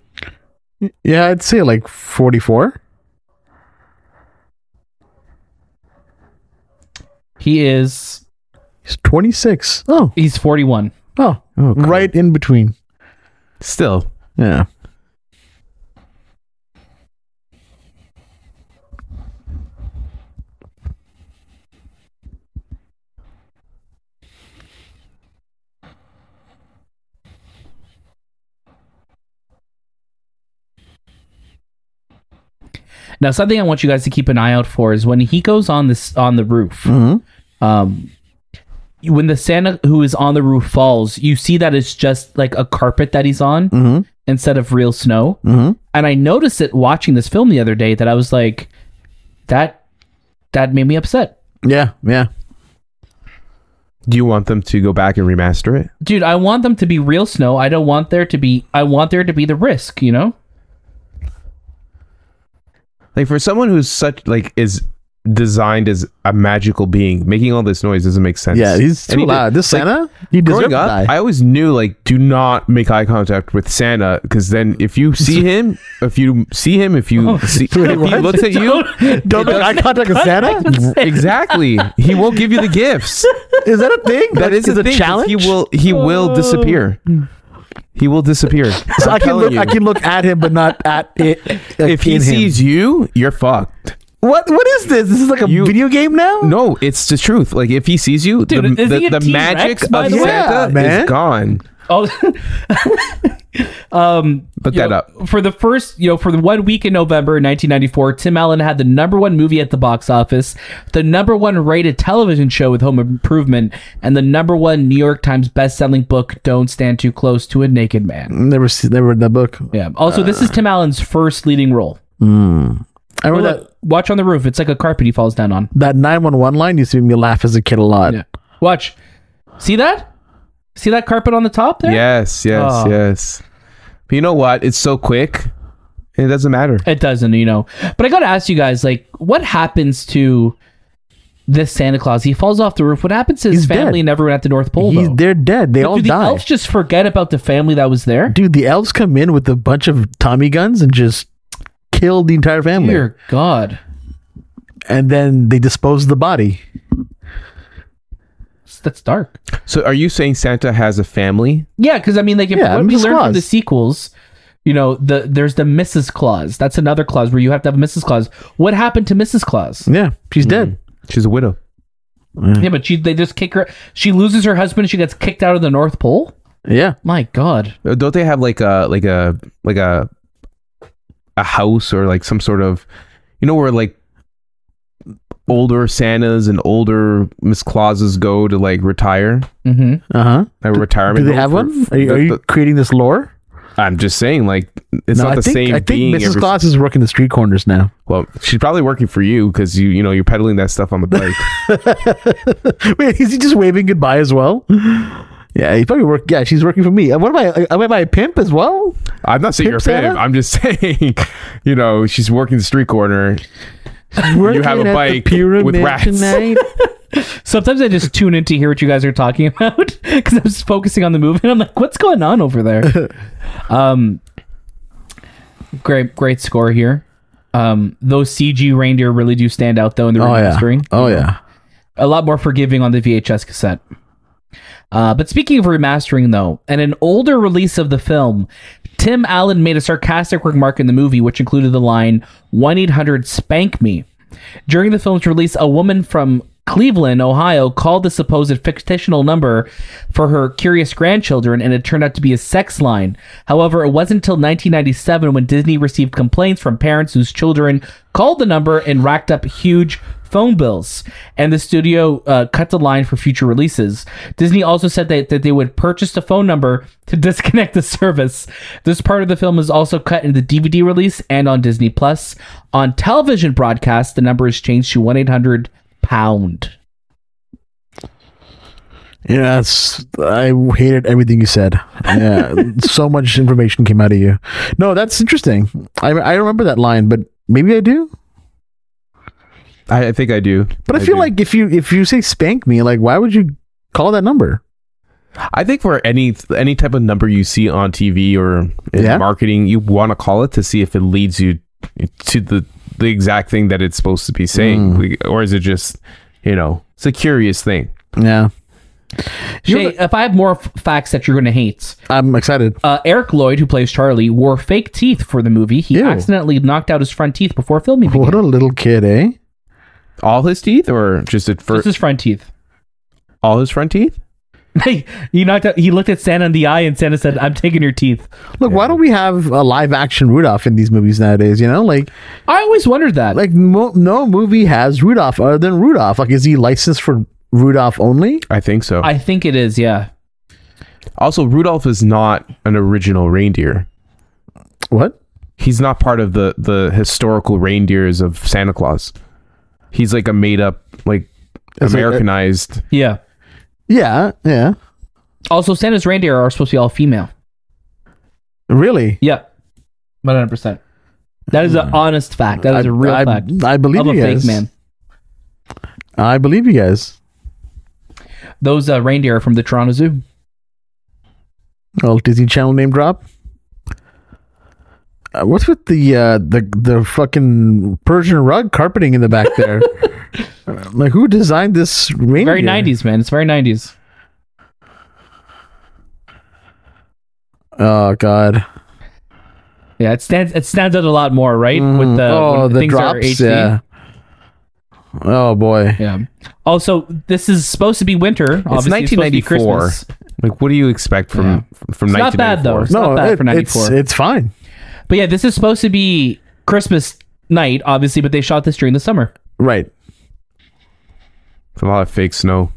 [SPEAKER 3] Yeah, I'd say like 44.
[SPEAKER 1] He is
[SPEAKER 3] He's 26. Oh,
[SPEAKER 1] he's 41.
[SPEAKER 3] oh,
[SPEAKER 2] Oh, crap.
[SPEAKER 3] right in between.
[SPEAKER 2] Still,
[SPEAKER 3] Yeah.
[SPEAKER 1] Now, something I want you guys to keep an eye out for is when he goes on this on the roof.
[SPEAKER 3] Mm-hmm.
[SPEAKER 1] Um, when the Santa who is on the roof falls, you see that it's just like a carpet that he's on
[SPEAKER 3] Mm-hmm.
[SPEAKER 1] instead of real snow.
[SPEAKER 3] Mm-hmm.
[SPEAKER 1] And I noticed it watching this film the other day that I was like, that that made me upset,
[SPEAKER 3] Yeah. Yeah.
[SPEAKER 2] do you want them to go back and remaster it?
[SPEAKER 1] dude. I want them to be real snow. I don't want there to be. I want there to be the risk, you know.
[SPEAKER 2] Like for someone who's such like is designed as a magical being, making all this noise doesn't make sense.
[SPEAKER 3] Yeah. He's
[SPEAKER 2] And
[SPEAKER 3] too
[SPEAKER 2] he did-
[SPEAKER 3] loud. This
[SPEAKER 2] like,
[SPEAKER 3] Santa, he deserves
[SPEAKER 2] Growing
[SPEAKER 3] to
[SPEAKER 2] up, <laughs>
[SPEAKER 3] die.
[SPEAKER 2] I always knew like do not make eye contact with Santa because then if you
[SPEAKER 3] <laughs>
[SPEAKER 2] see him, if you see him, if you see if he
[SPEAKER 3] Oh, what?
[SPEAKER 2] looks at
[SPEAKER 3] <laughs>
[SPEAKER 2] you,
[SPEAKER 3] Don't make eye contact with Santa.
[SPEAKER 2] exactly, he won't give you the
[SPEAKER 3] <laughs>
[SPEAKER 2] gifts.
[SPEAKER 3] Is that a thing?
[SPEAKER 2] That is
[SPEAKER 3] Is
[SPEAKER 2] the
[SPEAKER 3] it
[SPEAKER 2] thing. 'cause
[SPEAKER 3] a challenge.
[SPEAKER 2] He will he will disappear. He will disappear.
[SPEAKER 3] So
[SPEAKER 2] I'm
[SPEAKER 3] I can
[SPEAKER 2] telling
[SPEAKER 3] look.
[SPEAKER 2] you.
[SPEAKER 3] I can look at him, but not at it. like,
[SPEAKER 2] if he
[SPEAKER 3] in him.
[SPEAKER 2] sees you, you're fucked.
[SPEAKER 3] what, what is this? This is like a
[SPEAKER 2] You-
[SPEAKER 3] video game now.
[SPEAKER 2] No, it's the truth. Like if he sees you,
[SPEAKER 1] Dude,
[SPEAKER 2] the,
[SPEAKER 1] is he
[SPEAKER 2] the,
[SPEAKER 1] a
[SPEAKER 2] the
[SPEAKER 1] T-Rex,
[SPEAKER 2] magic
[SPEAKER 1] by
[SPEAKER 2] of
[SPEAKER 1] the
[SPEAKER 3] way? Yeah,
[SPEAKER 2] Santa
[SPEAKER 3] man.
[SPEAKER 2] is gone.
[SPEAKER 1] Oh, <laughs> um,
[SPEAKER 2] Look
[SPEAKER 1] you
[SPEAKER 2] that
[SPEAKER 1] know,
[SPEAKER 2] up.
[SPEAKER 1] For the first, you know, for the one week in November 1994, Tim Allen had the number one movie at the box office, the number one rated television show with Home Improvement, and the number one New York Times best-selling book, Don't Stand Too Close to a Naked Man.
[SPEAKER 3] Never, see, never read that book.
[SPEAKER 1] Yeah. Also, this is Tim Allen's first leading role.
[SPEAKER 3] I remember that
[SPEAKER 1] Look, watch on the roof. It's like a carpet he falls down on.
[SPEAKER 3] that nine one one line used to make me laugh as a kid a lot.
[SPEAKER 1] Yeah. Watch. See that? See that carpet on the top there?
[SPEAKER 2] Yes, yes,
[SPEAKER 1] Oh.
[SPEAKER 2] yes. But you know what? It's so quick. It doesn't matter.
[SPEAKER 1] It doesn't, you know. But I got to ask you guys, like, what happens to this Santa Claus? He falls off the roof. What happens to his
[SPEAKER 3] He's
[SPEAKER 1] family
[SPEAKER 3] dead.
[SPEAKER 1] and everyone at the North Pole?
[SPEAKER 3] He's,
[SPEAKER 1] though?
[SPEAKER 3] they're dead. They all
[SPEAKER 1] Do the
[SPEAKER 3] die.
[SPEAKER 1] elves just forget about the family that was there?
[SPEAKER 3] Dude, the elves come in with a bunch of Tommy guns and just kill the entire family,
[SPEAKER 1] Dear God.
[SPEAKER 3] and then they dispose of the body.
[SPEAKER 1] That's dark.
[SPEAKER 2] So are you saying Santa has a family?
[SPEAKER 1] Yeah, because I mean, like, if
[SPEAKER 3] Yeah,
[SPEAKER 1] what we learned
[SPEAKER 3] Mrs.
[SPEAKER 1] from
[SPEAKER 3] Claus.
[SPEAKER 1] the sequels, you know, the there's the Mrs. Claus. That's another clause where you have to have a Mrs. Claus. What happened to Mrs. Claus?
[SPEAKER 3] Yeah, she's dead.
[SPEAKER 2] She's a widow.
[SPEAKER 1] Yeah, but she they just kick her. She loses her husband. She gets kicked out of the North Pole.
[SPEAKER 3] Yeah,
[SPEAKER 1] My God.
[SPEAKER 2] Uh, Don't they have like a like a like a a house or like some sort of you know where like older Santas and older Miss Clauses go to like retire?
[SPEAKER 1] Mm-hmm.
[SPEAKER 3] uh huh.
[SPEAKER 2] A retirement.
[SPEAKER 3] Do they
[SPEAKER 2] home
[SPEAKER 3] have
[SPEAKER 2] for-
[SPEAKER 3] one?
[SPEAKER 2] for
[SPEAKER 3] Are you,
[SPEAKER 2] the-
[SPEAKER 3] are you
[SPEAKER 2] the-
[SPEAKER 3] creating this lore?
[SPEAKER 2] I'm just saying, like it's
[SPEAKER 3] No,
[SPEAKER 2] not
[SPEAKER 3] I
[SPEAKER 2] the
[SPEAKER 3] think,
[SPEAKER 2] same
[SPEAKER 3] I think
[SPEAKER 2] being.
[SPEAKER 3] Mrs.
[SPEAKER 2] every-
[SPEAKER 3] Claus is working the street corners now. <laughs>
[SPEAKER 2] Well, she's probably working for you because you you know you're peddling that stuff on the
[SPEAKER 3] <laughs>
[SPEAKER 2] bike.
[SPEAKER 3] Wait, is he just waving goodbye as well? Yeah, he probably work. Yeah, she's working for me. Uh, What am I? uh, Am I a pimp as well?
[SPEAKER 2] I'm not saying
[SPEAKER 3] Pimp
[SPEAKER 2] you're a fan.
[SPEAKER 3] Santa?
[SPEAKER 2] I'm just <laughs> saying, you know, she's working the street corner.
[SPEAKER 3] Working
[SPEAKER 2] have a
[SPEAKER 3] at the
[SPEAKER 2] bike
[SPEAKER 3] pyramid
[SPEAKER 2] with rats. <laughs>
[SPEAKER 3] tonight.
[SPEAKER 1] Sometimes I just tune in to hear what you guys are talking <laughs> about because I'm just focusing on the movie. And I'm like, what's going on over
[SPEAKER 3] <laughs>
[SPEAKER 1] there? um, great, great score here. Um, those CG reindeer really do stand out though in the
[SPEAKER 3] oh yeah.
[SPEAKER 1] remastering.
[SPEAKER 3] Oh yeah.
[SPEAKER 1] A lot more forgiving on the VHS cassette. Uh, but speaking of remastering though, and an older release of the film, Tim Allen made a sarcastic remark in the movie, which included the line "1 800 spank me." During the film's release, a woman from Cleveland, Ohio, called the supposed fictional number for her curious grandchildren, and it turned out to be a sex line. However, it wasn't until 1997 when Disney received complaints from parents whose children called the number and racked up huge phone bills, and the studio uh, cut the line for future releases. Disney also said that, that they would purchase the phone number <laughs> to disconnect the service. This part of the film is also cut in the DVD release and on Disney Plus. On television broadcast, the number is changed to 1 800 pound.
[SPEAKER 3] Yes, I hated everything you said. Yeah, <laughs> so much information came out of you. No, that's interesting. I I remember that line, but maybe I do.
[SPEAKER 2] I, I think I do.
[SPEAKER 3] But I, feel
[SPEAKER 2] do.
[SPEAKER 3] like if you if you say spank me, like why would you call that number?
[SPEAKER 2] I think for any any type of number you see on TV or in
[SPEAKER 3] Yeah.
[SPEAKER 2] marketing, you want to call it to see if it leads you to the the exact thing that it's supposed to be saying,
[SPEAKER 3] Mm.
[SPEAKER 2] Like, or is it just you know it's a curious thing.
[SPEAKER 3] Yeah,
[SPEAKER 1] Shay, if I have more f- facts that you're going to hate,
[SPEAKER 3] I'm excited.
[SPEAKER 1] uh, Eric Lloyd, who plays Charlie, wore fake teeth for the movie. He
[SPEAKER 3] Ew.
[SPEAKER 1] accidentally knocked out his front teeth before filming. Began.
[SPEAKER 3] <laughs> What a little kid, eh?
[SPEAKER 2] All his teeth, or just at
[SPEAKER 1] Just
[SPEAKER 2] first,
[SPEAKER 1] his front teeth. <laughs>
[SPEAKER 2] all his front teeth.
[SPEAKER 1] he knocked out. He looked at Santa in the eye, and Santa said, "I'm taking your teeth."
[SPEAKER 3] Look, why don't we have a live action Rudolph in these movies nowadays? You know, like
[SPEAKER 1] I always wondered that.
[SPEAKER 3] like mo- no movie has Rudolph other than Rudolph. Like, is he licensed for Rudolph only?
[SPEAKER 2] I think so.
[SPEAKER 1] I think it is. Yeah.
[SPEAKER 2] also, Rudolph is not an original reindeer.
[SPEAKER 3] What?
[SPEAKER 2] He's not part of the the historical reindeers of Santa Claus. He's like a made up, like
[SPEAKER 3] Is it-
[SPEAKER 2] Americanized.
[SPEAKER 1] Yeah.
[SPEAKER 3] Yeah, yeah.
[SPEAKER 1] Also, Santa's reindeer are supposed to be all female.
[SPEAKER 3] Really?
[SPEAKER 1] Yeah. One hundred percent. That is an honest fact. That is a real
[SPEAKER 3] Hmm. I,
[SPEAKER 1] fact.
[SPEAKER 3] I believe
[SPEAKER 1] Of a
[SPEAKER 3] you
[SPEAKER 1] fake
[SPEAKER 3] guys.
[SPEAKER 1] man.
[SPEAKER 3] I believe you guys.
[SPEAKER 1] Those uh, reindeer are from the Toronto Zoo.
[SPEAKER 3] Well, Disney Channel name drop. Uh, what's with the uh, the the fucking Persian rug carpeting in the back
[SPEAKER 1] <laughs>
[SPEAKER 3] there? Uh, like, who designed this reindeer?
[SPEAKER 1] Very nineties, man. It's very nineties.
[SPEAKER 3] Oh God.
[SPEAKER 1] Yeah, it stands it stands out a lot more, right? With the
[SPEAKER 3] oh
[SPEAKER 1] Uh, when
[SPEAKER 3] the
[SPEAKER 1] things are
[SPEAKER 3] drops.
[SPEAKER 1] HD.
[SPEAKER 3] Yeah. Oh boy.
[SPEAKER 1] Yeah. Also, this is supposed to be winter. Obviously, it's 1994.
[SPEAKER 2] 1994.
[SPEAKER 1] It's, supposed to be Christmas.
[SPEAKER 2] Like, what do you expect from from
[SPEAKER 1] It's not bad, though.
[SPEAKER 2] 1994?
[SPEAKER 1] It's not bad for
[SPEAKER 3] it's
[SPEAKER 1] 94.
[SPEAKER 3] it's fine.
[SPEAKER 1] but yeah, this is supposed to be Christmas night, obviously. But they shot this during the summer.
[SPEAKER 3] Right.
[SPEAKER 2] It's a lot of fake snow.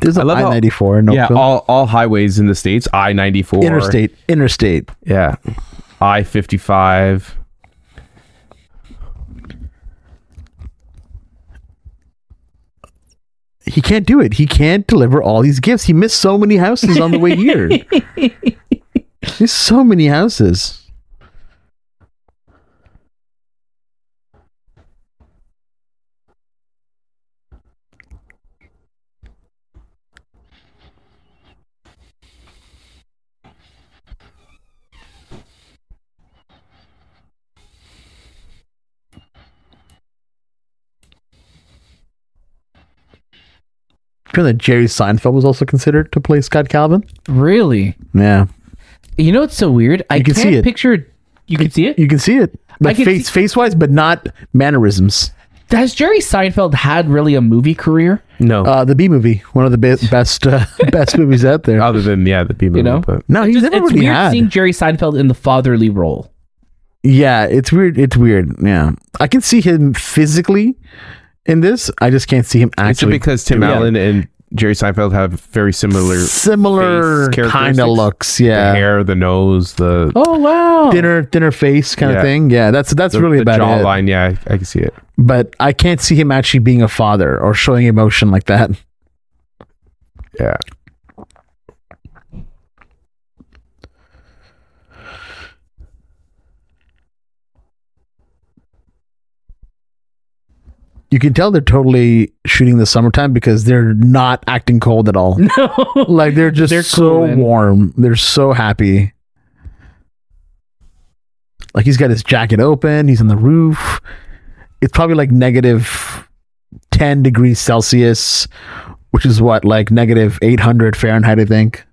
[SPEAKER 3] There's
[SPEAKER 2] I
[SPEAKER 3] an
[SPEAKER 2] love how-
[SPEAKER 3] I ninety four. No
[SPEAKER 2] yeah,
[SPEAKER 3] film.
[SPEAKER 2] all all highways in the states. I ninety four.
[SPEAKER 3] interstate. Interstate.
[SPEAKER 2] Yeah, I fifty five.
[SPEAKER 3] He can't do it. He can't deliver all these gifts. He missed so many houses on the
[SPEAKER 1] <laughs>
[SPEAKER 3] way here. There's so many houses. You know that Jerry Seinfeld was also considered to play Scott Calvin.
[SPEAKER 1] Really?
[SPEAKER 3] Yeah,
[SPEAKER 1] You know what's so weird? I
[SPEAKER 3] You can
[SPEAKER 1] can't
[SPEAKER 3] see it.
[SPEAKER 1] picture. You can see it.
[SPEAKER 3] you can see it, like
[SPEAKER 1] can
[SPEAKER 3] face
[SPEAKER 1] see-
[SPEAKER 3] face wise, but not mannerisms.
[SPEAKER 1] Has Jerry Seinfeld had really a movie career?
[SPEAKER 2] No,
[SPEAKER 3] Uh, the B movie, one of the be- best uh, <laughs> best movies out
[SPEAKER 2] <laughs>
[SPEAKER 3] there.
[SPEAKER 2] other than yeah, the people.
[SPEAKER 1] you know?
[SPEAKER 2] but
[SPEAKER 3] no, he's
[SPEAKER 1] Just-
[SPEAKER 3] never
[SPEAKER 1] it's
[SPEAKER 3] really
[SPEAKER 1] weird
[SPEAKER 3] had.
[SPEAKER 1] seeing Jerry Seinfeld in the fatherly role.
[SPEAKER 3] yeah, it's weird. It's weird. Yeah, I can see him physically in this. I just can't see him
[SPEAKER 2] it's
[SPEAKER 3] actually.
[SPEAKER 2] because Tim Allen and Jerry Seinfeld have very similar
[SPEAKER 3] similar
[SPEAKER 2] face
[SPEAKER 3] kind of
[SPEAKER 2] characteristics.
[SPEAKER 3] looks.
[SPEAKER 2] the
[SPEAKER 3] Yeah,
[SPEAKER 2] hair, the nose, the
[SPEAKER 1] Oh wow!
[SPEAKER 3] dinner dinner face kind
[SPEAKER 2] Yeah.
[SPEAKER 3] of thing. Yeah, that's that's
[SPEAKER 2] the,
[SPEAKER 3] really
[SPEAKER 2] the
[SPEAKER 3] about it.
[SPEAKER 2] jawline. Yeah, I, I can see it.
[SPEAKER 3] But I can't see him actually being a father or showing emotion like that.
[SPEAKER 2] Yeah.
[SPEAKER 3] you can tell they're totally shooting the summertime because they're not acting cold at all.
[SPEAKER 1] <laughs> No.
[SPEAKER 3] like they're just
[SPEAKER 1] They're
[SPEAKER 3] so
[SPEAKER 1] cool, man.
[SPEAKER 3] warm. They're so happy. Like he's got his jacket open, he's on the roof. It's probably like negative 10 degrees Celsius, which is what like negative 800 Fahrenheit, I think.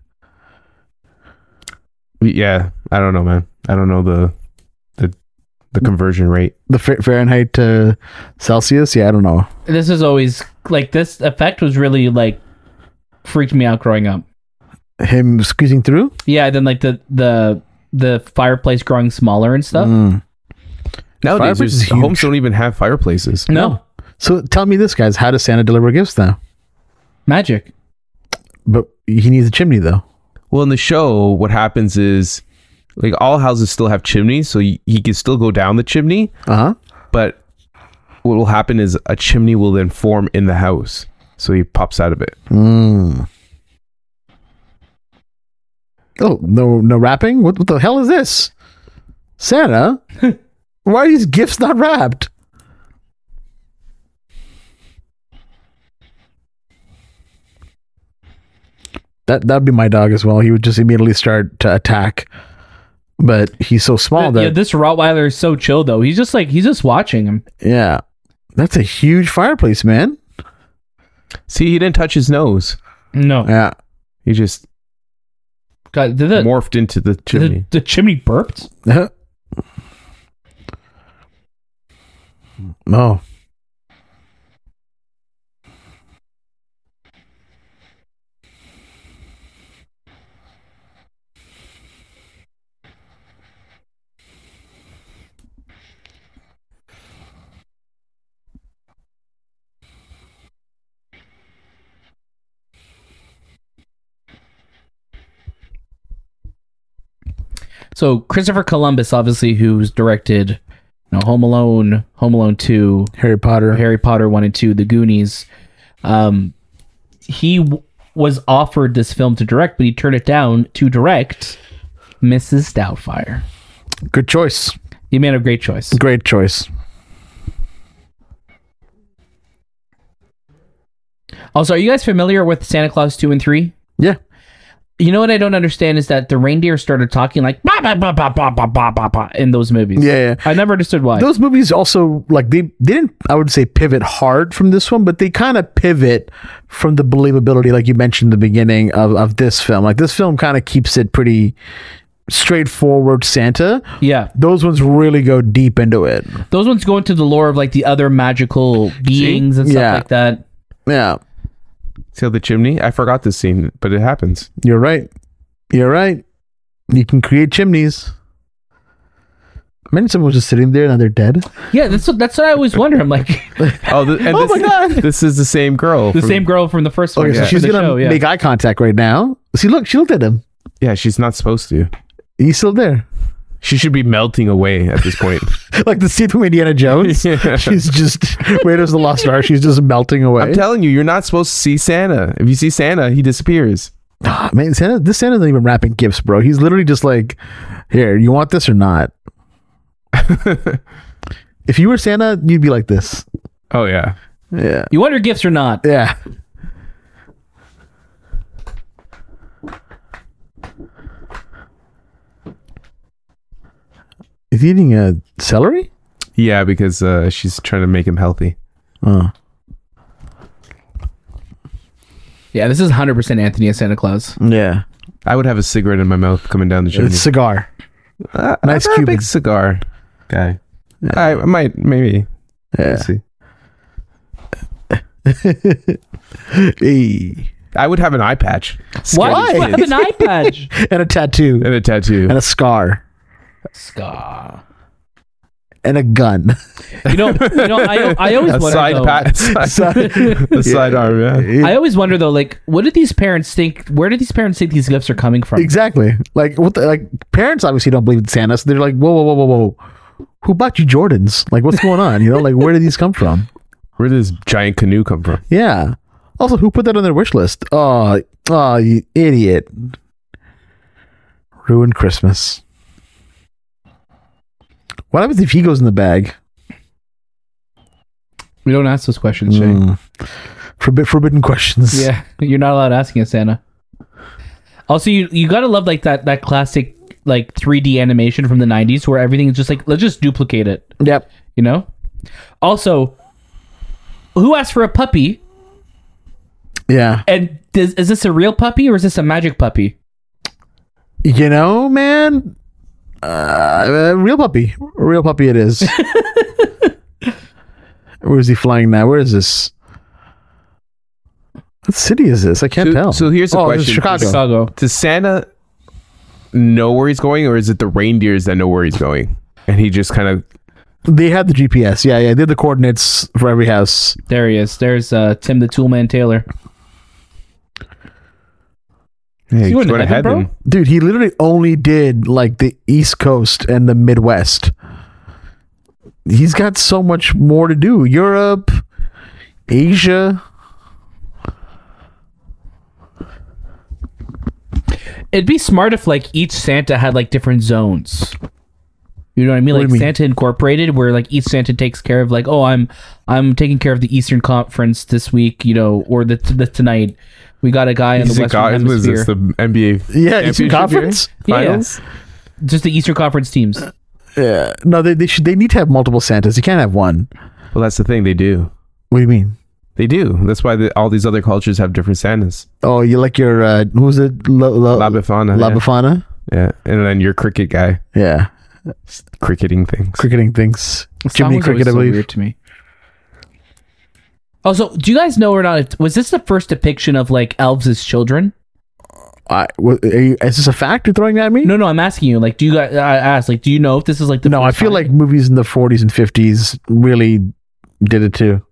[SPEAKER 2] Yeah, I don't know, man. I don't know the the the conversion rate.
[SPEAKER 3] The Fa- Fahrenheit to Celsius, yeah, I don't know.
[SPEAKER 1] this is always like this effect was really like freaked me out growing up.
[SPEAKER 3] Him squeezing through?
[SPEAKER 1] Yeah, then like the the the fireplace growing smaller and stuff.
[SPEAKER 3] Mm.
[SPEAKER 2] Nowadays,
[SPEAKER 3] Fireplace is
[SPEAKER 2] there's-
[SPEAKER 3] huge.
[SPEAKER 2] homes don't even have fireplaces.
[SPEAKER 1] No
[SPEAKER 3] So tell me this, guys, how does Santa deliver gifts now?
[SPEAKER 1] magic.
[SPEAKER 3] But he needs a chimney though.
[SPEAKER 2] Well, in the show, what happens is like all houses still have chimneys, so y- he can still go down the chimney.
[SPEAKER 3] Uh huh.
[SPEAKER 2] But what will happen is a chimney will then form in the house, so he pops out of it.
[SPEAKER 3] Mm. Oh no, no rapping! What, what the hell is this?
[SPEAKER 1] <laughs>
[SPEAKER 3] Santa, why are these gifts not wrapped? That that'd be my dog as well. He would just immediately start to attack. But he's so small
[SPEAKER 1] yeah,
[SPEAKER 3] that
[SPEAKER 1] this Rottweiler is so chill though. He's just like he's just watching him.
[SPEAKER 3] yeah. That's a huge fireplace, man.
[SPEAKER 2] See, he didn't touch his nose.
[SPEAKER 1] No,
[SPEAKER 3] Yeah.
[SPEAKER 2] He just
[SPEAKER 1] God, did the,
[SPEAKER 2] morphed into the
[SPEAKER 1] the
[SPEAKER 2] chimney.
[SPEAKER 1] the chimney burped?
[SPEAKER 3] no.
[SPEAKER 1] So Christopher Columbus, obviously, who's directed, you know, Home Alone, Home Alone Two,
[SPEAKER 3] Harry Potter.
[SPEAKER 1] Harry Potter One and Two, The Goonies. Um, he w- was offered this film to direct, but he turned it down to direct Mrs. Doubtfire.
[SPEAKER 3] Good choice.
[SPEAKER 1] He made a great choice.
[SPEAKER 3] Great choice.
[SPEAKER 1] Also, are you guys familiar with Santa Claus Two and Three?
[SPEAKER 3] Yeah.
[SPEAKER 1] You know what I don't understand is that the reindeer started talking like bah, bah, bah, bah, bah, bah, bah, bah, bah, in those movies.
[SPEAKER 3] Yeah, yeah.
[SPEAKER 1] I never understood why.
[SPEAKER 3] Those movies also like they, they didn't I would say pivot hard from this one, but they kind of pivot from the believability like you mentioned in the beginning of, of this film. Like this film kind of keeps it pretty straightforward Santa.
[SPEAKER 1] yeah,
[SPEAKER 3] Those ones really go deep into it.
[SPEAKER 1] those ones go into the lore of like the other magical beings and stuff
[SPEAKER 3] Yeah.
[SPEAKER 1] like that.
[SPEAKER 3] Yeah.
[SPEAKER 2] See how the chimney? I forgot this scene, but it happens.
[SPEAKER 3] You're right. You're right. You can create chimneys. Imagine someone was just sitting there and they're dead.
[SPEAKER 1] Yeah, that's what, that's what I always wonder. I'm like <laughs>
[SPEAKER 2] Oh, th- and
[SPEAKER 3] Oh
[SPEAKER 2] this,
[SPEAKER 3] my God.
[SPEAKER 2] This is the same girl.
[SPEAKER 1] the
[SPEAKER 2] from-
[SPEAKER 1] same girl from the first one.
[SPEAKER 3] Okay, so
[SPEAKER 1] Oh, yeah,
[SPEAKER 3] she's
[SPEAKER 1] from the
[SPEAKER 3] gonna
[SPEAKER 1] show, yeah.
[SPEAKER 3] make eye contact right now. See, look, she looked at him.
[SPEAKER 2] Yeah, she's not supposed to.
[SPEAKER 3] He's still there. <laughs>
[SPEAKER 2] She should be melting away at this point. <laughs>
[SPEAKER 3] like the scene from
[SPEAKER 1] <laughs>
[SPEAKER 3] Indiana Jones.
[SPEAKER 2] Yeah.
[SPEAKER 3] She's just Raiders of the Lost Ark. She's just melting away.
[SPEAKER 2] I'm telling you, you're not supposed to see Santa. If you see Santa, he disappears.
[SPEAKER 3] Ah, man, Santa, this Santa's not even wrapping gifts, bro. He's literally just like, here, you want this
[SPEAKER 1] <laughs>
[SPEAKER 3] or not? if you were Santa, you'd be like this.
[SPEAKER 2] Oh yeah.
[SPEAKER 3] Yeah.
[SPEAKER 1] you want her gifts or not?
[SPEAKER 3] Yeah. Is he eating a celery?
[SPEAKER 2] Yeah, because uh, she's trying to make him healthy.
[SPEAKER 3] Oh.
[SPEAKER 1] Yeah, this is 100 percent Anthony as Santa Claus.
[SPEAKER 3] Yeah.
[SPEAKER 2] I would have a cigarette in my mouth coming down the chimney.
[SPEAKER 3] It's cigar.
[SPEAKER 2] Uh,
[SPEAKER 3] nice
[SPEAKER 2] I'm not a
[SPEAKER 3] Cuban.
[SPEAKER 2] big cigar guy. I, I might maybe. We'll
[SPEAKER 3] Yeah.
[SPEAKER 2] see.
[SPEAKER 3] <laughs> Hey.
[SPEAKER 2] I would have an eye patch.
[SPEAKER 1] Why?
[SPEAKER 2] Scary
[SPEAKER 1] Why?
[SPEAKER 2] shit.
[SPEAKER 1] You have an eye patch?
[SPEAKER 3] And a tattoo.
[SPEAKER 2] And a <laughs> tattoo.
[SPEAKER 3] and a scar
[SPEAKER 1] Scar.
[SPEAKER 3] and a gun. <laughs>
[SPEAKER 1] You know, you know, I, I always
[SPEAKER 2] a
[SPEAKER 1] wonder.
[SPEAKER 2] side
[SPEAKER 1] though-
[SPEAKER 2] pat. <laughs> Side, the sidearm. Yeah.
[SPEAKER 1] I always wonder though, like, what did these parents think? Where did these parents think these gifts are coming from?
[SPEAKER 3] exactly. Like what? The, like parents obviously don't believe in Santa, so they're like, whoa, whoa, whoa, whoa, whoa. Who bought you Jordans? Like, what's going on? You know, like, where did these come from?
[SPEAKER 2] Where did this giant canoe come from?
[SPEAKER 3] Yeah. Also, who put that on their wish list? Oh, oh, you idiot. Ruined Christmas. What happens if he goes in the bag?
[SPEAKER 1] We don't ask those questions, Shay.
[SPEAKER 3] Mm. Forbid, forbidden questions.
[SPEAKER 1] Yeah, <laughs> you're not allowed asking it, Santa. Also, you you gotta love like that that classic like 3D animation from the 90s where everything is just like let's just duplicate it,
[SPEAKER 3] <laughs> Yep.
[SPEAKER 1] you know. Also, who asked for a puppy?
[SPEAKER 3] Yeah.
[SPEAKER 1] And does, is this a real puppy or is this a magic puppy?
[SPEAKER 3] You know, man. Uh, uh, real puppy, real puppy.
[SPEAKER 2] <laughs>
[SPEAKER 3] It is. Where is he flying now? Where is this? What city is this? I can't
[SPEAKER 2] So-
[SPEAKER 3] tell.
[SPEAKER 2] so here's a
[SPEAKER 3] Oh, this
[SPEAKER 2] question.
[SPEAKER 3] is Chicago.
[SPEAKER 1] Chicago.
[SPEAKER 2] Does Santa know where he's going, or is it the reindeers that know where he's going, and he just kind of
[SPEAKER 3] They had the GPS. Yeah, yeah. They had the coordinates for every house.
[SPEAKER 1] There he is. There's uh, Tim the Toolman Taylor.
[SPEAKER 2] hey,
[SPEAKER 1] you in
[SPEAKER 2] went
[SPEAKER 1] heaven,
[SPEAKER 2] ahead
[SPEAKER 1] bro?
[SPEAKER 2] and-
[SPEAKER 3] Dude, he literally only did like the East Coast and the Midwest. He's got so much more to do. Europe, Asia.
[SPEAKER 1] It'd be smart if like each Santa had like different zones. You know what I mean?
[SPEAKER 3] What do
[SPEAKER 1] like
[SPEAKER 3] you mean?
[SPEAKER 1] Santa Incorporated, where like each Santa takes care of like, oh, I'm I'm taking care of the Eastern Conference this week, you know, or the the tonight. We got a guy in the
[SPEAKER 2] Is it
[SPEAKER 1] Western
[SPEAKER 2] God-
[SPEAKER 1] Hemisphere.
[SPEAKER 2] was this the NBA?
[SPEAKER 3] Yeah, it's in
[SPEAKER 2] championship
[SPEAKER 3] conference.
[SPEAKER 2] year?
[SPEAKER 1] Yeah.
[SPEAKER 2] Finals?
[SPEAKER 1] Just the Eastern Conference teams.
[SPEAKER 3] Yeah. No, they, they should they need to have multiple Santas. You can't have one.
[SPEAKER 2] Well, that's the thing. They do.
[SPEAKER 3] What do you mean?
[SPEAKER 2] They do. That's why the, all these other cultures have different Santas.
[SPEAKER 3] Oh, you like your uh who's it? Lo, lo,
[SPEAKER 2] Labafana.
[SPEAKER 3] Labafana?
[SPEAKER 2] yeah. yeah. And then your cricket guy,
[SPEAKER 3] Yeah.
[SPEAKER 2] cricketing things.
[SPEAKER 3] Cricketing things. Jimmy
[SPEAKER 1] Sound was always
[SPEAKER 3] Cricket, I
[SPEAKER 1] so
[SPEAKER 3] believe.
[SPEAKER 1] Weird to me. Also, do you guys know or not? if- Was this the first depiction of like elves as children?
[SPEAKER 3] I, wha- are you, is this a fact you're throwing at me?
[SPEAKER 1] No, no, I'm asking you. Like, do you guys? I asked. Like, do you know if this is like the?
[SPEAKER 3] No, I
[SPEAKER 1] first
[SPEAKER 3] feel
[SPEAKER 1] time
[SPEAKER 3] like movies in the 40s and 50s really did it too.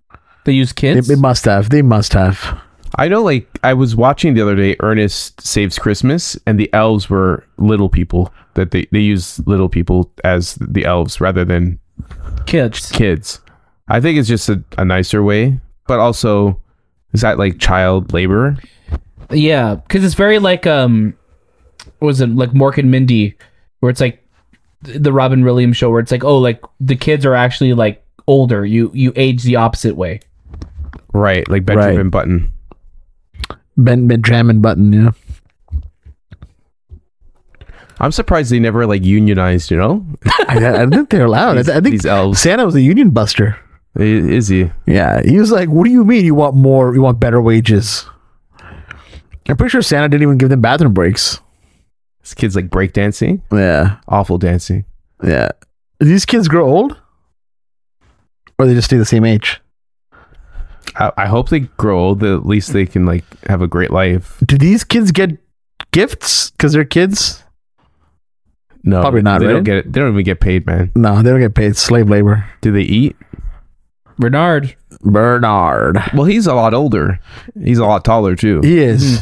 [SPEAKER 1] they use
[SPEAKER 3] They,
[SPEAKER 1] kids.
[SPEAKER 3] they must have. They must have.
[SPEAKER 2] I know, like, I was watching the other day Ernest Saves Christmas, and the elves were little people. That they, they use little people as the elves rather than
[SPEAKER 1] kids.
[SPEAKER 2] kids. I think it's just a, a nicer way, but also, is that like child labor?
[SPEAKER 1] Yeah, because it's very like um, what was it like Mork and Mindy, where it's like th- the Robin Williams show, where it's like oh, like the kids are actually like older. You you age the opposite way.
[SPEAKER 2] Right, like Benjamin Button.
[SPEAKER 3] Ben Benjamin Button, you know.
[SPEAKER 2] I'm surprised they never like unionized, you know?
[SPEAKER 3] I, I don't think they're allowed. I,
[SPEAKER 2] These,
[SPEAKER 3] th- I think
[SPEAKER 2] these elves.
[SPEAKER 3] Santa was a union buster.
[SPEAKER 2] I- Is he?
[SPEAKER 3] Yeah, he was like, "What do you mean you want more? You want better wages?" I'm pretty sure Santa didn't even give them bathroom breaks.
[SPEAKER 2] This kid's like breakdancing?
[SPEAKER 3] Yeah,
[SPEAKER 2] Awful dancing.
[SPEAKER 3] yeah. Do these kids grow old, or they just stay the same age?
[SPEAKER 2] I, I hope they grow old. At least they can like have a great life.
[SPEAKER 3] Do these kids get gifts because they're kids?
[SPEAKER 2] No,
[SPEAKER 3] Probably not,
[SPEAKER 2] They
[SPEAKER 3] right?
[SPEAKER 2] don't get it. They don't even get paid, man.
[SPEAKER 3] No, they don't get paid. It's slave labor.
[SPEAKER 2] Do they eat?
[SPEAKER 1] Bernard,
[SPEAKER 3] Bernard,
[SPEAKER 2] Well, he's a lot older. He's a lot taller too.
[SPEAKER 3] he is.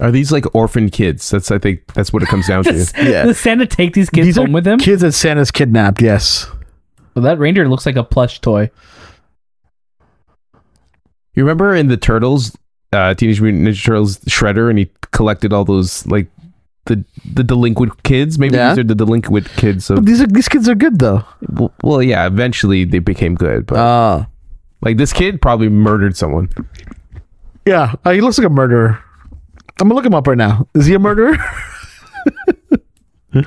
[SPEAKER 2] Are these like orphan kids? That's I think that's what it comes <laughs> down to.
[SPEAKER 3] Yeah.
[SPEAKER 1] does <laughs> Santa take these kids
[SPEAKER 3] These are
[SPEAKER 1] home with him?
[SPEAKER 3] kids that Santa's kidnapped. Yes.
[SPEAKER 1] Well, that reindeer looks like a plush toy.
[SPEAKER 2] You remember in the Turtles, uh, Teenage Mutant Ninja Turtles, Shredder, and he collected all those like the the delinquent kids. Maybe
[SPEAKER 3] Yeah.
[SPEAKER 2] these are the delinquent kids.
[SPEAKER 3] But
[SPEAKER 2] Of,
[SPEAKER 3] these are, these kids are good though.
[SPEAKER 2] well, well, yeah. Eventually, they became good. But
[SPEAKER 3] Uh,
[SPEAKER 2] like this kid probably murdered someone.
[SPEAKER 3] yeah. Uh, he looks like a murderer. I'm gonna look him up right now. Is he a murderer? <laughs>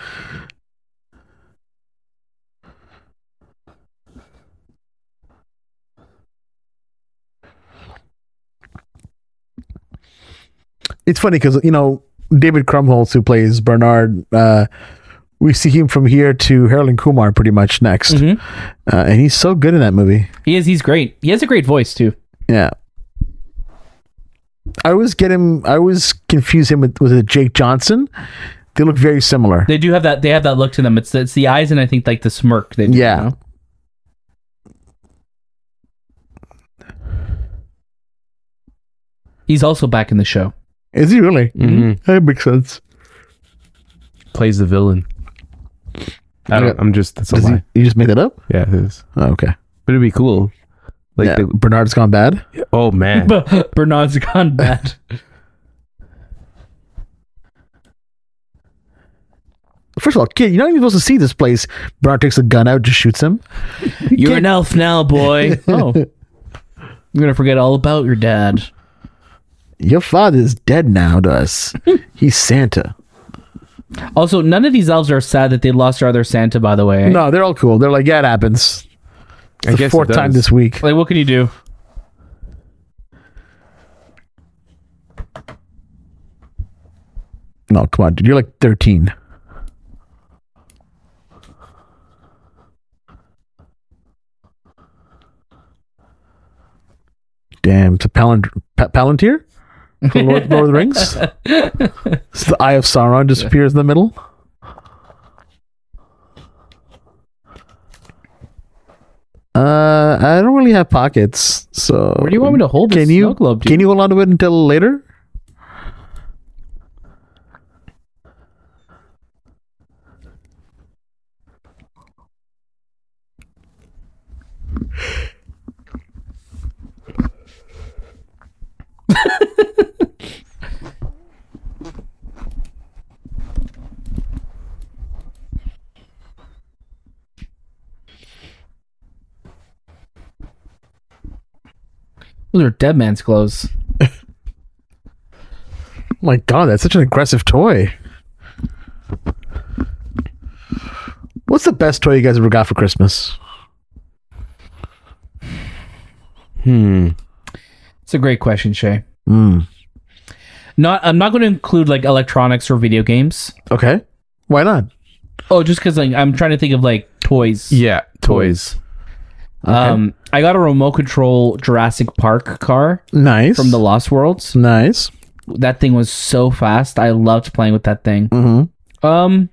[SPEAKER 3] it's funny because you know David Krumholtz, who plays Bernard, uh, we see him from here to Harold and Kumar pretty much next,
[SPEAKER 1] Mhm.
[SPEAKER 3] uh, and he's so good in that movie.
[SPEAKER 1] He is. He's great. He has a great voice too.
[SPEAKER 3] Yeah, I always get him. I always confuse him with was it Jake Johnson? They look very similar.
[SPEAKER 1] They do have that. They have that look to them. It's the, it's the eyes and I think like the smirk. They do,
[SPEAKER 3] Yeah.
[SPEAKER 1] you know? He's also back in the show.
[SPEAKER 3] Is he really?
[SPEAKER 2] Mm-hmm.
[SPEAKER 3] That makes sense.
[SPEAKER 2] Plays the villain. I don't.
[SPEAKER 3] Yeah.
[SPEAKER 2] I'm just. That's a
[SPEAKER 3] Does
[SPEAKER 2] lie.
[SPEAKER 3] he, you just made that up?
[SPEAKER 2] Yeah, it is.
[SPEAKER 3] Oh, okay.
[SPEAKER 2] But it'd be cool. Like,
[SPEAKER 3] Yeah. Bernard's gone bad.
[SPEAKER 2] the, oh man,
[SPEAKER 1] <laughs> Bernard's gone bad.
[SPEAKER 3] First of all, kid, you're not even supposed to see this place. Bernard takes a gun out, just shoots him.
[SPEAKER 1] You're an elf now,
[SPEAKER 3] <laughs>
[SPEAKER 1] boy. Oh. You're gonna forget all about your dad.
[SPEAKER 3] Your father's dead now to
[SPEAKER 2] <laughs>
[SPEAKER 3] us. He's Santa.
[SPEAKER 1] Also, none of these elves are sad that they lost their other Santa, by the way.
[SPEAKER 3] No, they're all cool. They're like, yeah, it happens.
[SPEAKER 2] I
[SPEAKER 3] It's the
[SPEAKER 2] guess it
[SPEAKER 3] fourth time
[SPEAKER 2] does.
[SPEAKER 3] this week.
[SPEAKER 1] Like what can you do?
[SPEAKER 3] No, come on, dude. You're like 13. Damn, it's a palant-
[SPEAKER 1] <laughs>
[SPEAKER 3] pa- Palantir? From Lord, Lord of the Rings? It's the Eye of Sauron disappears in the middle. Uh, I don't really have pockets, so.
[SPEAKER 1] Where do you want me to hold this
[SPEAKER 3] Can you
[SPEAKER 1] snow globe, dude?
[SPEAKER 3] can you hold on to it until later?
[SPEAKER 1] Those are dead man's clothes.
[SPEAKER 3] my god, that's such an aggressive toy. What's the best toy you guys ever got for Christmas?
[SPEAKER 2] Hmm.
[SPEAKER 1] It's a great question, Shay.
[SPEAKER 3] Mm.
[SPEAKER 1] Not I'm not going to include like electronics or video games.
[SPEAKER 3] Okay. Why not?
[SPEAKER 1] Oh, just because like I'm trying to think of like toys.
[SPEAKER 2] Yeah, toys.
[SPEAKER 1] Um, I got a remote control Jurassic Park car
[SPEAKER 3] Nice.
[SPEAKER 1] from the Lost Worlds.
[SPEAKER 3] nice.
[SPEAKER 1] That thing was so fast. I loved playing with that thing.
[SPEAKER 3] Mm-hmm.
[SPEAKER 1] Um,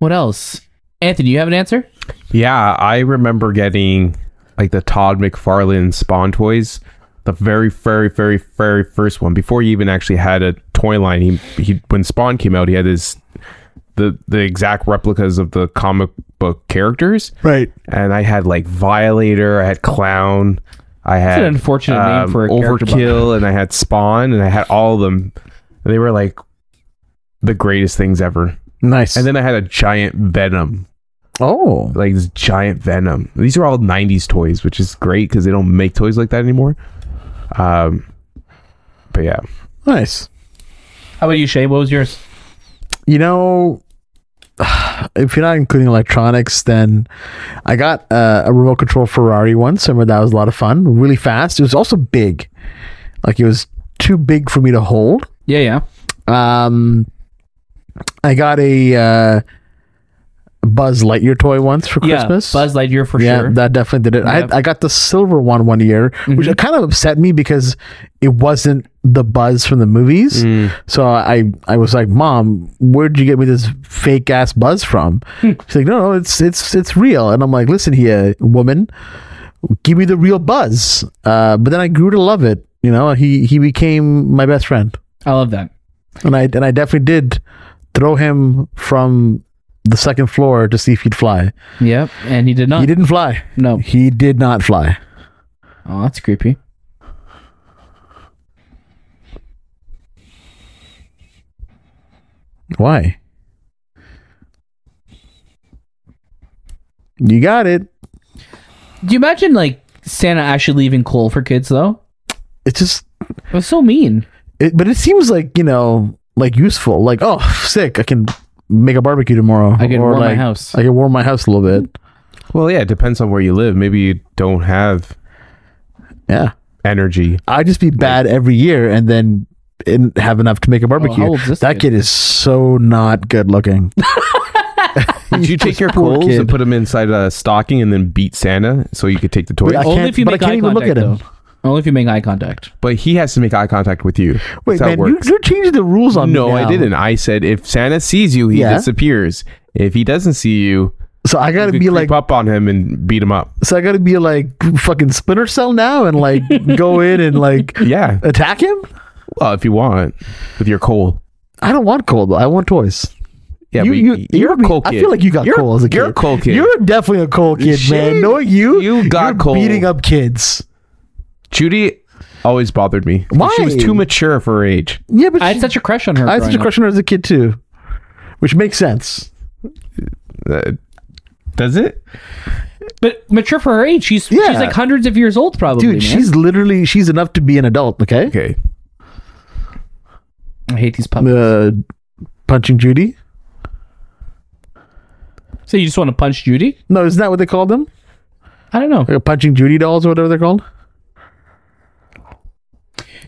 [SPEAKER 1] what else? Anthony, you have an answer?
[SPEAKER 2] Yeah, I remember getting like the Todd McFarlane Spawn toys, the very, very, very, very first one before he even actually had a toy line. He, he when Spawn came out, he had his the the exact replicas of the comic book characters,
[SPEAKER 3] Right.
[SPEAKER 2] and I had like Violator, I had Clown, I had um,
[SPEAKER 1] an unfortunate name for a character, but-
[SPEAKER 2] Overkill, and I had Spawn, and I had all of them. And they were like the greatest things ever.
[SPEAKER 3] Nice.
[SPEAKER 2] And then I had a giant Venom
[SPEAKER 3] oh,
[SPEAKER 2] like this giant venom. These are all '90s toys, which is great because they don't make toys like that anymore. Um, but yeah,
[SPEAKER 3] nice.
[SPEAKER 1] How about you, Shay? What was yours?
[SPEAKER 3] You know, <sighs> if you're not including electronics, then I got uh, a remote control Ferrari once. I remember that was a lot of fun. Really fast. It was also big. Like it was too big for me to hold.
[SPEAKER 1] Yeah, yeah.
[SPEAKER 3] Um, I got a uh, Buzz Lightyear toy once for Christmas.
[SPEAKER 1] Yeah, Buzz Lightyear for
[SPEAKER 3] yeah,
[SPEAKER 1] sure. Mm-hmm.
[SPEAKER 3] that definitely did it.
[SPEAKER 1] Yep.
[SPEAKER 3] I, I got the silver one one year, which kind of upset me because it wasn't the Buzz from the movies.
[SPEAKER 1] Mm.
[SPEAKER 3] So I I was like, Mom, where'd you get me this fake ass Buzz from?
[SPEAKER 1] Hmm.
[SPEAKER 3] She's like, No, no, it's it's it's real. And I'm like, Listen here, woman, give me the real Buzz. Uh, but then I grew to love it. You know, he he became my best friend
[SPEAKER 1] I love that.
[SPEAKER 3] and I and I definitely did throw him from the second floor to see if he'd fly.
[SPEAKER 1] Yep, and he did not.
[SPEAKER 3] He didn't fly.
[SPEAKER 1] No.
[SPEAKER 3] He did not fly.
[SPEAKER 1] Oh, that's creepy.
[SPEAKER 3] Why? You got it.
[SPEAKER 1] Do you imagine like Santa actually leaving coal for kids though?
[SPEAKER 3] It's just
[SPEAKER 1] It was so mean.
[SPEAKER 3] it, but it seems like, you know, like useful. Like, oh, sick, I can make a barbecue tomorrow.
[SPEAKER 1] I can warm my
[SPEAKER 3] like,
[SPEAKER 1] house.
[SPEAKER 3] I can warm my house a little bit.
[SPEAKER 2] well, yeah, it depends on where you live. Maybe you don't have
[SPEAKER 3] Yeah.
[SPEAKER 2] energy.
[SPEAKER 3] I'd just be bad every year and then and have enough to make a barbecue.
[SPEAKER 1] old's this
[SPEAKER 3] that
[SPEAKER 1] kid?
[SPEAKER 3] kid is so not good looking.
[SPEAKER 2] Would you take your
[SPEAKER 3] poor
[SPEAKER 2] coals
[SPEAKER 3] kid.
[SPEAKER 2] and put them inside a stocking and then beat Santa so you could take the toys?
[SPEAKER 3] But I
[SPEAKER 1] Only
[SPEAKER 3] can't-
[SPEAKER 1] if you
[SPEAKER 3] but I
[SPEAKER 1] make
[SPEAKER 3] can't
[SPEAKER 1] eye
[SPEAKER 3] even
[SPEAKER 1] contact.
[SPEAKER 3] look at him.
[SPEAKER 1] though. Only if you make eye contact.
[SPEAKER 2] But he has to make eye contact with you. That's
[SPEAKER 3] Wait,
[SPEAKER 2] how
[SPEAKER 3] man,
[SPEAKER 2] it
[SPEAKER 3] you,
[SPEAKER 2] works.
[SPEAKER 3] you're changing the rules on
[SPEAKER 2] no,
[SPEAKER 3] me.
[SPEAKER 2] I
[SPEAKER 3] now.
[SPEAKER 2] didn't. I said if Santa sees you, he
[SPEAKER 3] Yeah.
[SPEAKER 2] disappears. If he doesn't see you,
[SPEAKER 3] So I gotta
[SPEAKER 2] you
[SPEAKER 3] be
[SPEAKER 2] creep
[SPEAKER 3] like,
[SPEAKER 2] up on him and beat him up.
[SPEAKER 3] so I gotta be like fucking Splinter Cell now and like go in and like
[SPEAKER 2] Yeah,
[SPEAKER 3] attack him.
[SPEAKER 2] well, if you want, with your coal.
[SPEAKER 3] I don't want cold. I want toys.
[SPEAKER 2] Yeah,
[SPEAKER 3] you,
[SPEAKER 2] but
[SPEAKER 3] you,
[SPEAKER 2] you're
[SPEAKER 3] be-
[SPEAKER 2] a coal kid.
[SPEAKER 3] I feel like you got
[SPEAKER 2] you're,
[SPEAKER 3] cold as a kid.
[SPEAKER 2] You're a coal kid.
[SPEAKER 3] You're definitely a cold kid, man.
[SPEAKER 2] Shit.
[SPEAKER 3] Knowing you,
[SPEAKER 2] You got
[SPEAKER 3] you're
[SPEAKER 2] cold.
[SPEAKER 3] beating up kids.
[SPEAKER 2] Judy always bothered me.
[SPEAKER 3] Why?
[SPEAKER 2] She was too mature for her age.
[SPEAKER 3] Yeah, but
[SPEAKER 1] I had such a crush on her.
[SPEAKER 3] I had such
[SPEAKER 1] growing
[SPEAKER 3] a
[SPEAKER 1] up.
[SPEAKER 3] crush on her as a kid too, which makes sense.
[SPEAKER 2] Uh, does it?
[SPEAKER 1] But mature for her age. She's
[SPEAKER 3] Yeah.
[SPEAKER 1] she's like hundreds of years old probably.
[SPEAKER 3] Dude,
[SPEAKER 1] man.
[SPEAKER 3] she's literally she's enough to be an adult. Okay,
[SPEAKER 2] Okay.
[SPEAKER 1] I hate these pups.
[SPEAKER 3] uh, punching Judy.
[SPEAKER 1] So you just want to punch Judy?
[SPEAKER 3] No, isn't that what they called them?
[SPEAKER 1] I don't know.
[SPEAKER 3] Like a punching Judy dolls or whatever they're called.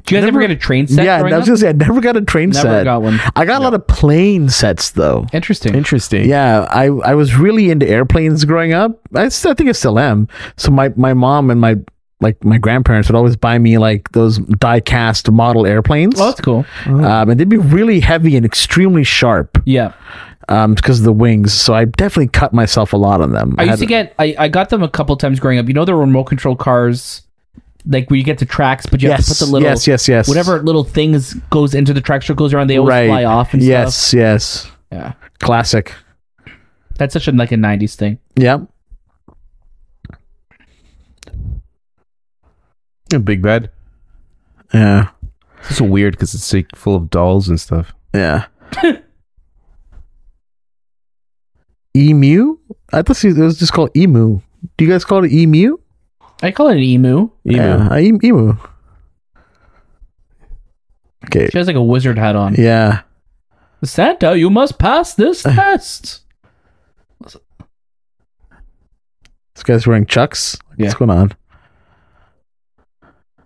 [SPEAKER 1] Do you guys ever
[SPEAKER 3] Never-
[SPEAKER 1] get a train set?
[SPEAKER 3] yeah,
[SPEAKER 1] growing
[SPEAKER 3] I was
[SPEAKER 1] up?
[SPEAKER 3] gonna say I never got a train
[SPEAKER 1] Never
[SPEAKER 3] set.
[SPEAKER 1] got one.
[SPEAKER 3] I got a lot of plane sets though.
[SPEAKER 1] Interesting.
[SPEAKER 2] Interesting.
[SPEAKER 3] Yeah, I, I was really into airplanes growing up. I, s- I think I still am. So my, my mom and my like my grandparents would always buy me like those die cast model airplanes.
[SPEAKER 1] Oh, that's cool.
[SPEAKER 3] Um, and they'd be really heavy and extremely sharp
[SPEAKER 1] Yeah.
[SPEAKER 3] um, because of the wings. So I definitely cut myself a lot on them.
[SPEAKER 1] I
[SPEAKER 3] had-
[SPEAKER 1] used to get I, I got them a couple times growing up. You know the remote control cars like where you get the tracks but you have
[SPEAKER 3] yes,
[SPEAKER 1] to put the little
[SPEAKER 3] yes, yes, yes.
[SPEAKER 1] whatever little thing is, goes into the track circles around they always
[SPEAKER 3] Right.
[SPEAKER 1] fly off and
[SPEAKER 3] yes,
[SPEAKER 1] stuff.
[SPEAKER 3] yes.
[SPEAKER 1] Yeah.
[SPEAKER 3] Classic.
[SPEAKER 1] That's such a like a 90s thing.
[SPEAKER 3] Yeah.
[SPEAKER 2] A big bed.
[SPEAKER 3] Yeah.
[SPEAKER 2] It's so weird because it's like full of dolls and stuff.
[SPEAKER 3] <laughs> Yeah. Emu? I thought it was just called emu. Do you guys call it emu?
[SPEAKER 1] I call it an emu.
[SPEAKER 2] Emu.
[SPEAKER 3] Yeah, a em- emu. Okay.
[SPEAKER 1] She has like a wizard hat on.
[SPEAKER 3] Yeah.
[SPEAKER 1] Santa, you must pass
[SPEAKER 3] <laughs>
[SPEAKER 1] this test.
[SPEAKER 3] This guy's wearing chucks.
[SPEAKER 1] Yeah.
[SPEAKER 3] What's going on?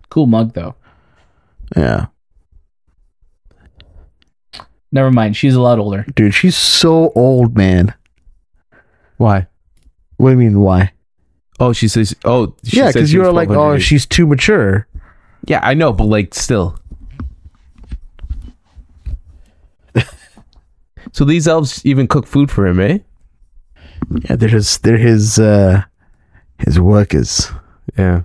[SPEAKER 1] Cool mug though.
[SPEAKER 3] Yeah.
[SPEAKER 1] Never mind. She's a lot older.
[SPEAKER 3] Dude, she's so old, man.
[SPEAKER 2] Why?
[SPEAKER 3] What do you mean, why?
[SPEAKER 2] Oh, she says. Oh, she
[SPEAKER 3] yeah,
[SPEAKER 2] said
[SPEAKER 3] because
[SPEAKER 2] she
[SPEAKER 3] you
[SPEAKER 2] was
[SPEAKER 3] were like,
[SPEAKER 2] 1200
[SPEAKER 3] oh,
[SPEAKER 2] years-
[SPEAKER 3] she's too mature.
[SPEAKER 2] Yeah, I know, but like, still. <laughs> so these elves even cook food for him, eh?
[SPEAKER 3] Yeah, they're his, they're his, uh, his workers.
[SPEAKER 2] Yeah.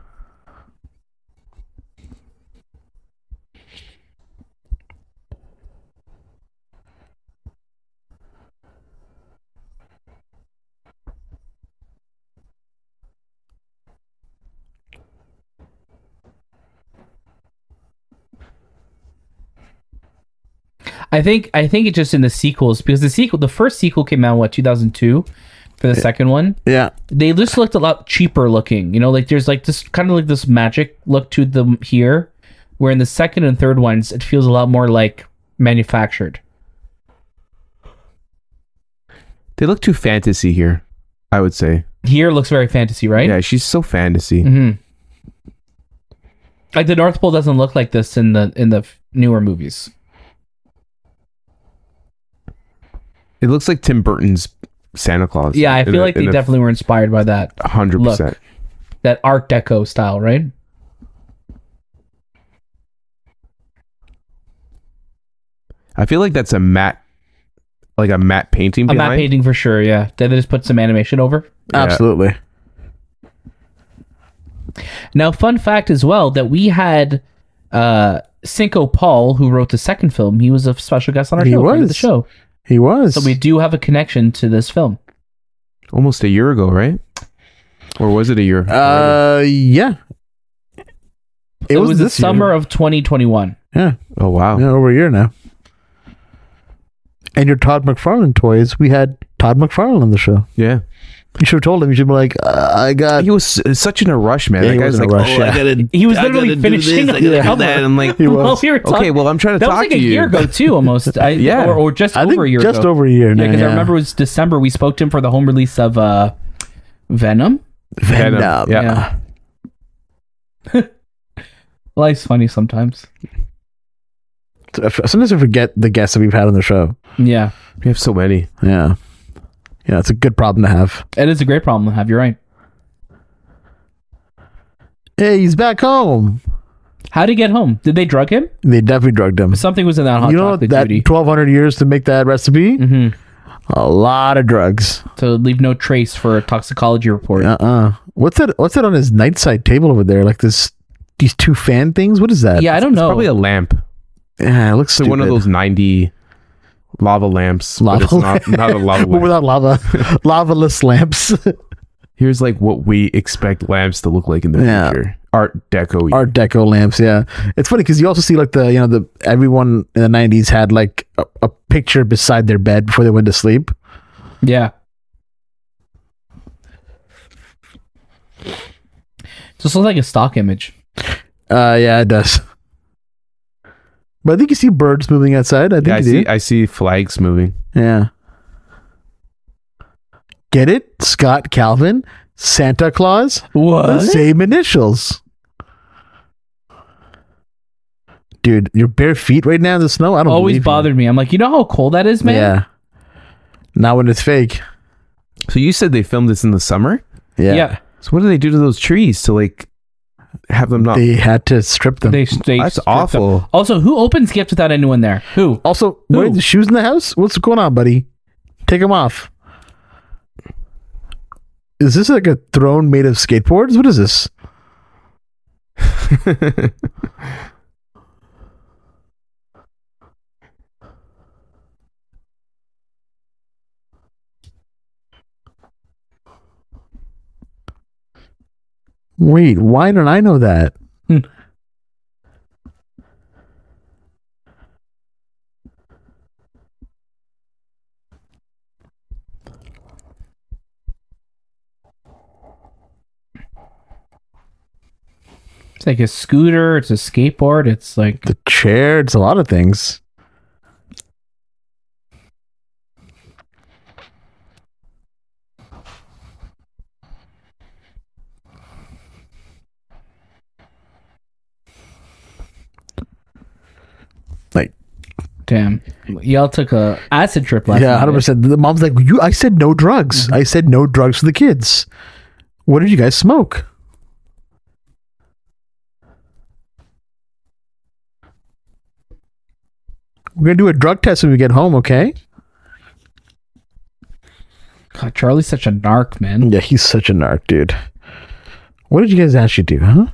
[SPEAKER 1] I think I think it just in the sequels because the sequel the first sequel came out what 2002 for the second one.
[SPEAKER 3] Yeah.
[SPEAKER 1] They just looked a lot cheaper looking. You know, like there's like this kind of like this magic look to them here where in the second and third ones it feels a lot more like manufactured.
[SPEAKER 2] They look too fantasy here, I would say.
[SPEAKER 1] Here looks very fantasy, right?
[SPEAKER 2] Yeah, she's so fantasy.
[SPEAKER 1] Mhm. Like the North Pole doesn't look like this in the in the f- newer movies.
[SPEAKER 2] It looks like Tim Burton's Santa Claus.
[SPEAKER 1] Yeah, I
[SPEAKER 2] in
[SPEAKER 1] feel
[SPEAKER 2] a-
[SPEAKER 1] like they
[SPEAKER 2] in a
[SPEAKER 1] definitely were inspired by that
[SPEAKER 2] 100%.
[SPEAKER 1] look. that Art Deco style, right?
[SPEAKER 2] I feel like that's a matte, like a matte painting
[SPEAKER 1] A
[SPEAKER 2] behind.
[SPEAKER 1] matte painting for sure. Yeah, they they just put some animation over.
[SPEAKER 2] Yeah.
[SPEAKER 3] Absolutely.
[SPEAKER 1] Now, fun fact as well that we had uh Cinco Paul, who wrote the second film. He was a special guest on our
[SPEAKER 3] He
[SPEAKER 1] show. friend of the
[SPEAKER 3] was.
[SPEAKER 1] show.
[SPEAKER 3] He was.
[SPEAKER 1] So we do have a connection to this film.
[SPEAKER 2] Almost a year ago, right? Or was it a year?
[SPEAKER 3] uh, yeah.
[SPEAKER 1] It, was, the
[SPEAKER 3] this year.
[SPEAKER 1] summer of 2021.
[SPEAKER 3] Yeah.
[SPEAKER 2] oh, wow.
[SPEAKER 3] Yeah, over a year now. And your Todd McFarlane toys, we had Todd McFarlane on the show.
[SPEAKER 2] yeah.
[SPEAKER 3] You should have told him. You should be like, uh, I got.
[SPEAKER 2] he was s- such in a rush, man.
[SPEAKER 3] Yeah,
[SPEAKER 2] that
[SPEAKER 3] he
[SPEAKER 2] guy's
[SPEAKER 3] was in
[SPEAKER 2] like,
[SPEAKER 3] a rush,
[SPEAKER 2] oh, I
[SPEAKER 3] yeah.
[SPEAKER 1] <laughs>
[SPEAKER 2] gotta,
[SPEAKER 1] He was
[SPEAKER 2] I
[SPEAKER 1] literally
[SPEAKER 2] gotta do
[SPEAKER 1] finishing up
[SPEAKER 2] this, I gotta
[SPEAKER 1] the
[SPEAKER 2] do
[SPEAKER 1] cover.
[SPEAKER 2] that. I'm like,
[SPEAKER 3] <laughs> He
[SPEAKER 1] Well,
[SPEAKER 3] was.
[SPEAKER 1] we were talking-
[SPEAKER 2] okay, well, I'm trying to
[SPEAKER 1] that was
[SPEAKER 2] talk
[SPEAKER 1] like
[SPEAKER 2] to
[SPEAKER 1] a
[SPEAKER 2] you.
[SPEAKER 1] year <laughs> ago too,
[SPEAKER 2] <laughs>
[SPEAKER 1] almost. I,
[SPEAKER 2] Yeah.
[SPEAKER 1] or, or just
[SPEAKER 3] I think
[SPEAKER 1] over a year
[SPEAKER 3] just
[SPEAKER 1] ago.
[SPEAKER 3] over a year now.
[SPEAKER 1] Yeah, because
[SPEAKER 3] yeah.
[SPEAKER 1] I remember it was December. We spoke to him for the home release of uh, Venom.
[SPEAKER 2] Venom,
[SPEAKER 3] Venom.
[SPEAKER 2] yeah.
[SPEAKER 1] Yeah. <laughs> Life's funny sometimes.
[SPEAKER 3] Sometimes I forget the guests that we've had on the show.
[SPEAKER 1] Yeah,
[SPEAKER 2] We have so many.
[SPEAKER 3] Yeah. Yeah, it's a good problem to have.
[SPEAKER 1] it is a great problem to have. You're right.
[SPEAKER 3] Hey, he's back home.
[SPEAKER 1] How did he get home? Did they drug him?
[SPEAKER 3] They definitely drugged him.
[SPEAKER 1] Something was in that hot
[SPEAKER 3] You know
[SPEAKER 1] chocolate
[SPEAKER 3] that
[SPEAKER 1] duty.
[SPEAKER 3] 1,200 years to make that recipe?
[SPEAKER 1] hmm
[SPEAKER 3] A lot of drugs.
[SPEAKER 1] To leave no trace for a toxicology report.
[SPEAKER 3] Uh uh What's that? What's that on his nightside table over there? Like this, these two fan things? What is that?
[SPEAKER 1] Yeah, I don't know.
[SPEAKER 2] Probably a lamp.
[SPEAKER 3] Yeah, it looks
[SPEAKER 2] So
[SPEAKER 3] stupid.
[SPEAKER 2] one of those 90 lava lamps.
[SPEAKER 3] Lava
[SPEAKER 2] but it's not, not a
[SPEAKER 3] <laughs>
[SPEAKER 2] lava
[SPEAKER 3] but
[SPEAKER 2] lamp.
[SPEAKER 3] without lava,
[SPEAKER 2] <laughs>
[SPEAKER 3] <laughs> lavaless lamps, <laughs>
[SPEAKER 2] Here's like what we expect lamps to look like in the
[SPEAKER 3] Yeah.
[SPEAKER 2] future. Art Deco.
[SPEAKER 3] Art Deco lamps. Yeah, it's funny because you also see like the you know the everyone in the '90s had like a, a picture beside their bed before they went to sleep.
[SPEAKER 1] Yeah. Just looks like a stock image.
[SPEAKER 3] Uh, yeah, it does. But I think you see birds moving outside. I think
[SPEAKER 2] Yeah, I
[SPEAKER 3] you
[SPEAKER 2] see.
[SPEAKER 3] do.
[SPEAKER 2] I see flags moving.
[SPEAKER 3] Yeah. Get it, Scott Calvin, Santa Claus, the
[SPEAKER 1] What?
[SPEAKER 3] same initials. Dude, your bare feet right now in the snow. I don't
[SPEAKER 1] Always
[SPEAKER 3] believe you.
[SPEAKER 1] bothered me. I'm like, you know how cold that is, man.
[SPEAKER 3] Yeah. Not when it's fake.
[SPEAKER 2] So you said they filmed this in the summer.
[SPEAKER 3] Yeah.
[SPEAKER 1] Yeah.
[SPEAKER 2] So what do they do to those trees to like have them not?
[SPEAKER 3] They had to strip them.
[SPEAKER 1] They, they
[SPEAKER 2] That's
[SPEAKER 1] stripped
[SPEAKER 2] awful.
[SPEAKER 1] them. Also, who opens gifts without anyone there? Who?
[SPEAKER 3] also,
[SPEAKER 1] Who?
[SPEAKER 3] wait, the shoes in the house? What's going on, buddy? Take them off. Is this like a throne made of skateboards? What is this? Wait, why don't I know that?
[SPEAKER 1] Hmm. It's like a scooter. It's a skateboard. It's like
[SPEAKER 3] The chair. It's a lot of things. Like
[SPEAKER 1] damn. Y'all took a acid trip last.
[SPEAKER 3] yeah,
[SPEAKER 1] night.
[SPEAKER 3] hundred percent. The mom's like, "You, I said no drugs. I said no drugs for the kids. What did you guys smoke?" We're gonna do a drug test when we get home, okay?
[SPEAKER 1] God, Charlie's such a narc, man.
[SPEAKER 3] Yeah, he's such a narc, dude. What did you guys actually do, huh?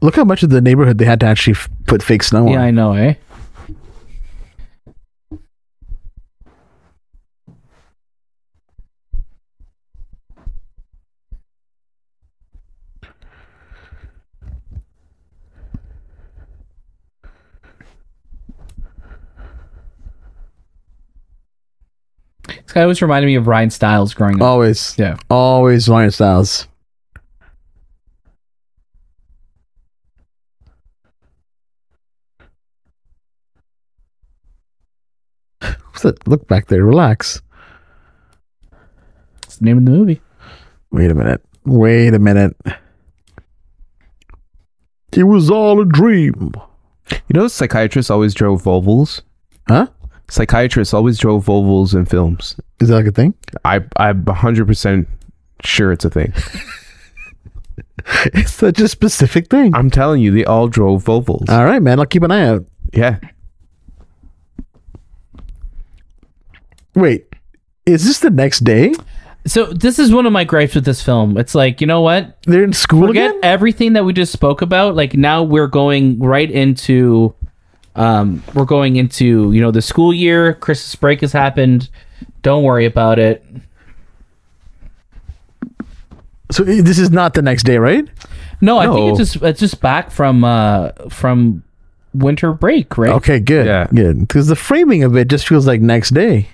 [SPEAKER 3] Look how much of the neighborhood they had to actually f- put fake snow on.
[SPEAKER 1] Yeah, I know, eh? This guy always reminded me of Ryan Stiles growing up.
[SPEAKER 3] Always.
[SPEAKER 1] Yeah.
[SPEAKER 3] Always Lauren Styles. What's that? <laughs> Look back there. Relax.
[SPEAKER 1] It's the name of the movie.
[SPEAKER 3] Wait a minute. Wait a minute. It was all a dream.
[SPEAKER 2] <laughs> You know, psychiatrists always drove Volvos.
[SPEAKER 3] Huh?
[SPEAKER 2] Psychiatrists always drove Volvos in films.
[SPEAKER 3] Is that like a thing?
[SPEAKER 2] I, I'm 100% sure it's a thing.
[SPEAKER 3] <laughs> It's such a specific thing.
[SPEAKER 2] I'm telling you, they all drove Volvos.
[SPEAKER 3] All right, man. I'll keep an eye out.
[SPEAKER 2] yeah.
[SPEAKER 3] Wait. Is this the next day?
[SPEAKER 1] So this is one of my gripes with this film. It's like, you know what?
[SPEAKER 3] They're in school
[SPEAKER 1] Forget
[SPEAKER 3] again?
[SPEAKER 1] everything that we just spoke about. Like now we're going right into um we're going into, you know, the school year, Christmas break has happened. Don't worry about it.
[SPEAKER 3] So eh, this is not the next day, right?
[SPEAKER 1] No, I think
[SPEAKER 2] No.
[SPEAKER 1] it's just it's just back from uh from winter break, right?
[SPEAKER 3] Okay, good.
[SPEAKER 2] Yeah.
[SPEAKER 3] Good. Because the framing of it just feels like next day.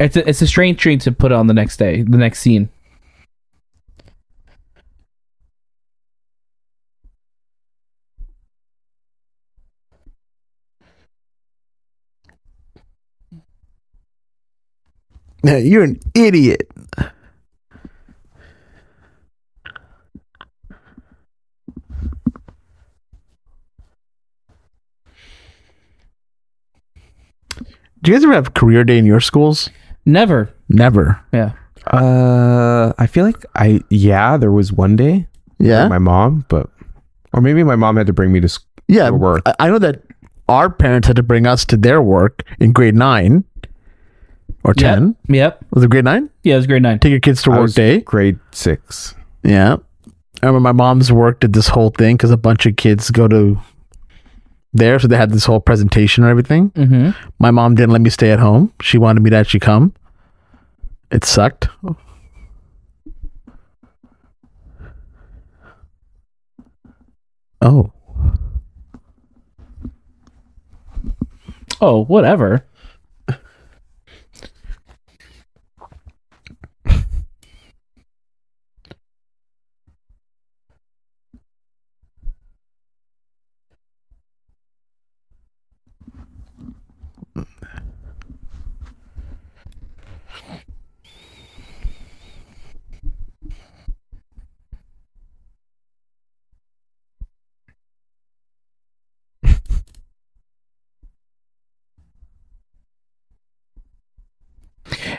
[SPEAKER 1] It's a, it's a strange thing to put on the next day, the next scene.
[SPEAKER 3] Yeah, <laughs> You're an idiot. Do you guys ever have career day in your schools?
[SPEAKER 1] Never.
[SPEAKER 3] Never.
[SPEAKER 1] Yeah.
[SPEAKER 2] Uh, I feel like I, yeah, there was one day,
[SPEAKER 3] Yeah.
[SPEAKER 2] my mom, but, or maybe my mom had to bring me to school.
[SPEAKER 3] yeah.
[SPEAKER 2] Or work.
[SPEAKER 3] I, I know that our parents had to bring us to their work in grade nine or 10.
[SPEAKER 1] Yep. Yep.
[SPEAKER 3] Was it grade nine?
[SPEAKER 1] Yeah, it was grade 9.
[SPEAKER 3] Take your kids to
[SPEAKER 2] I
[SPEAKER 3] work
[SPEAKER 2] was
[SPEAKER 3] day.
[SPEAKER 2] Grade six.
[SPEAKER 3] Yeah. I remember my mom's work did this whole thing because a bunch of kids go to there. So they had this whole presentation and everything.
[SPEAKER 1] Mhm.
[SPEAKER 3] My mom didn't let me stay at home. She wanted me to actually come. It sucked. Oh.
[SPEAKER 1] Oh, whatever.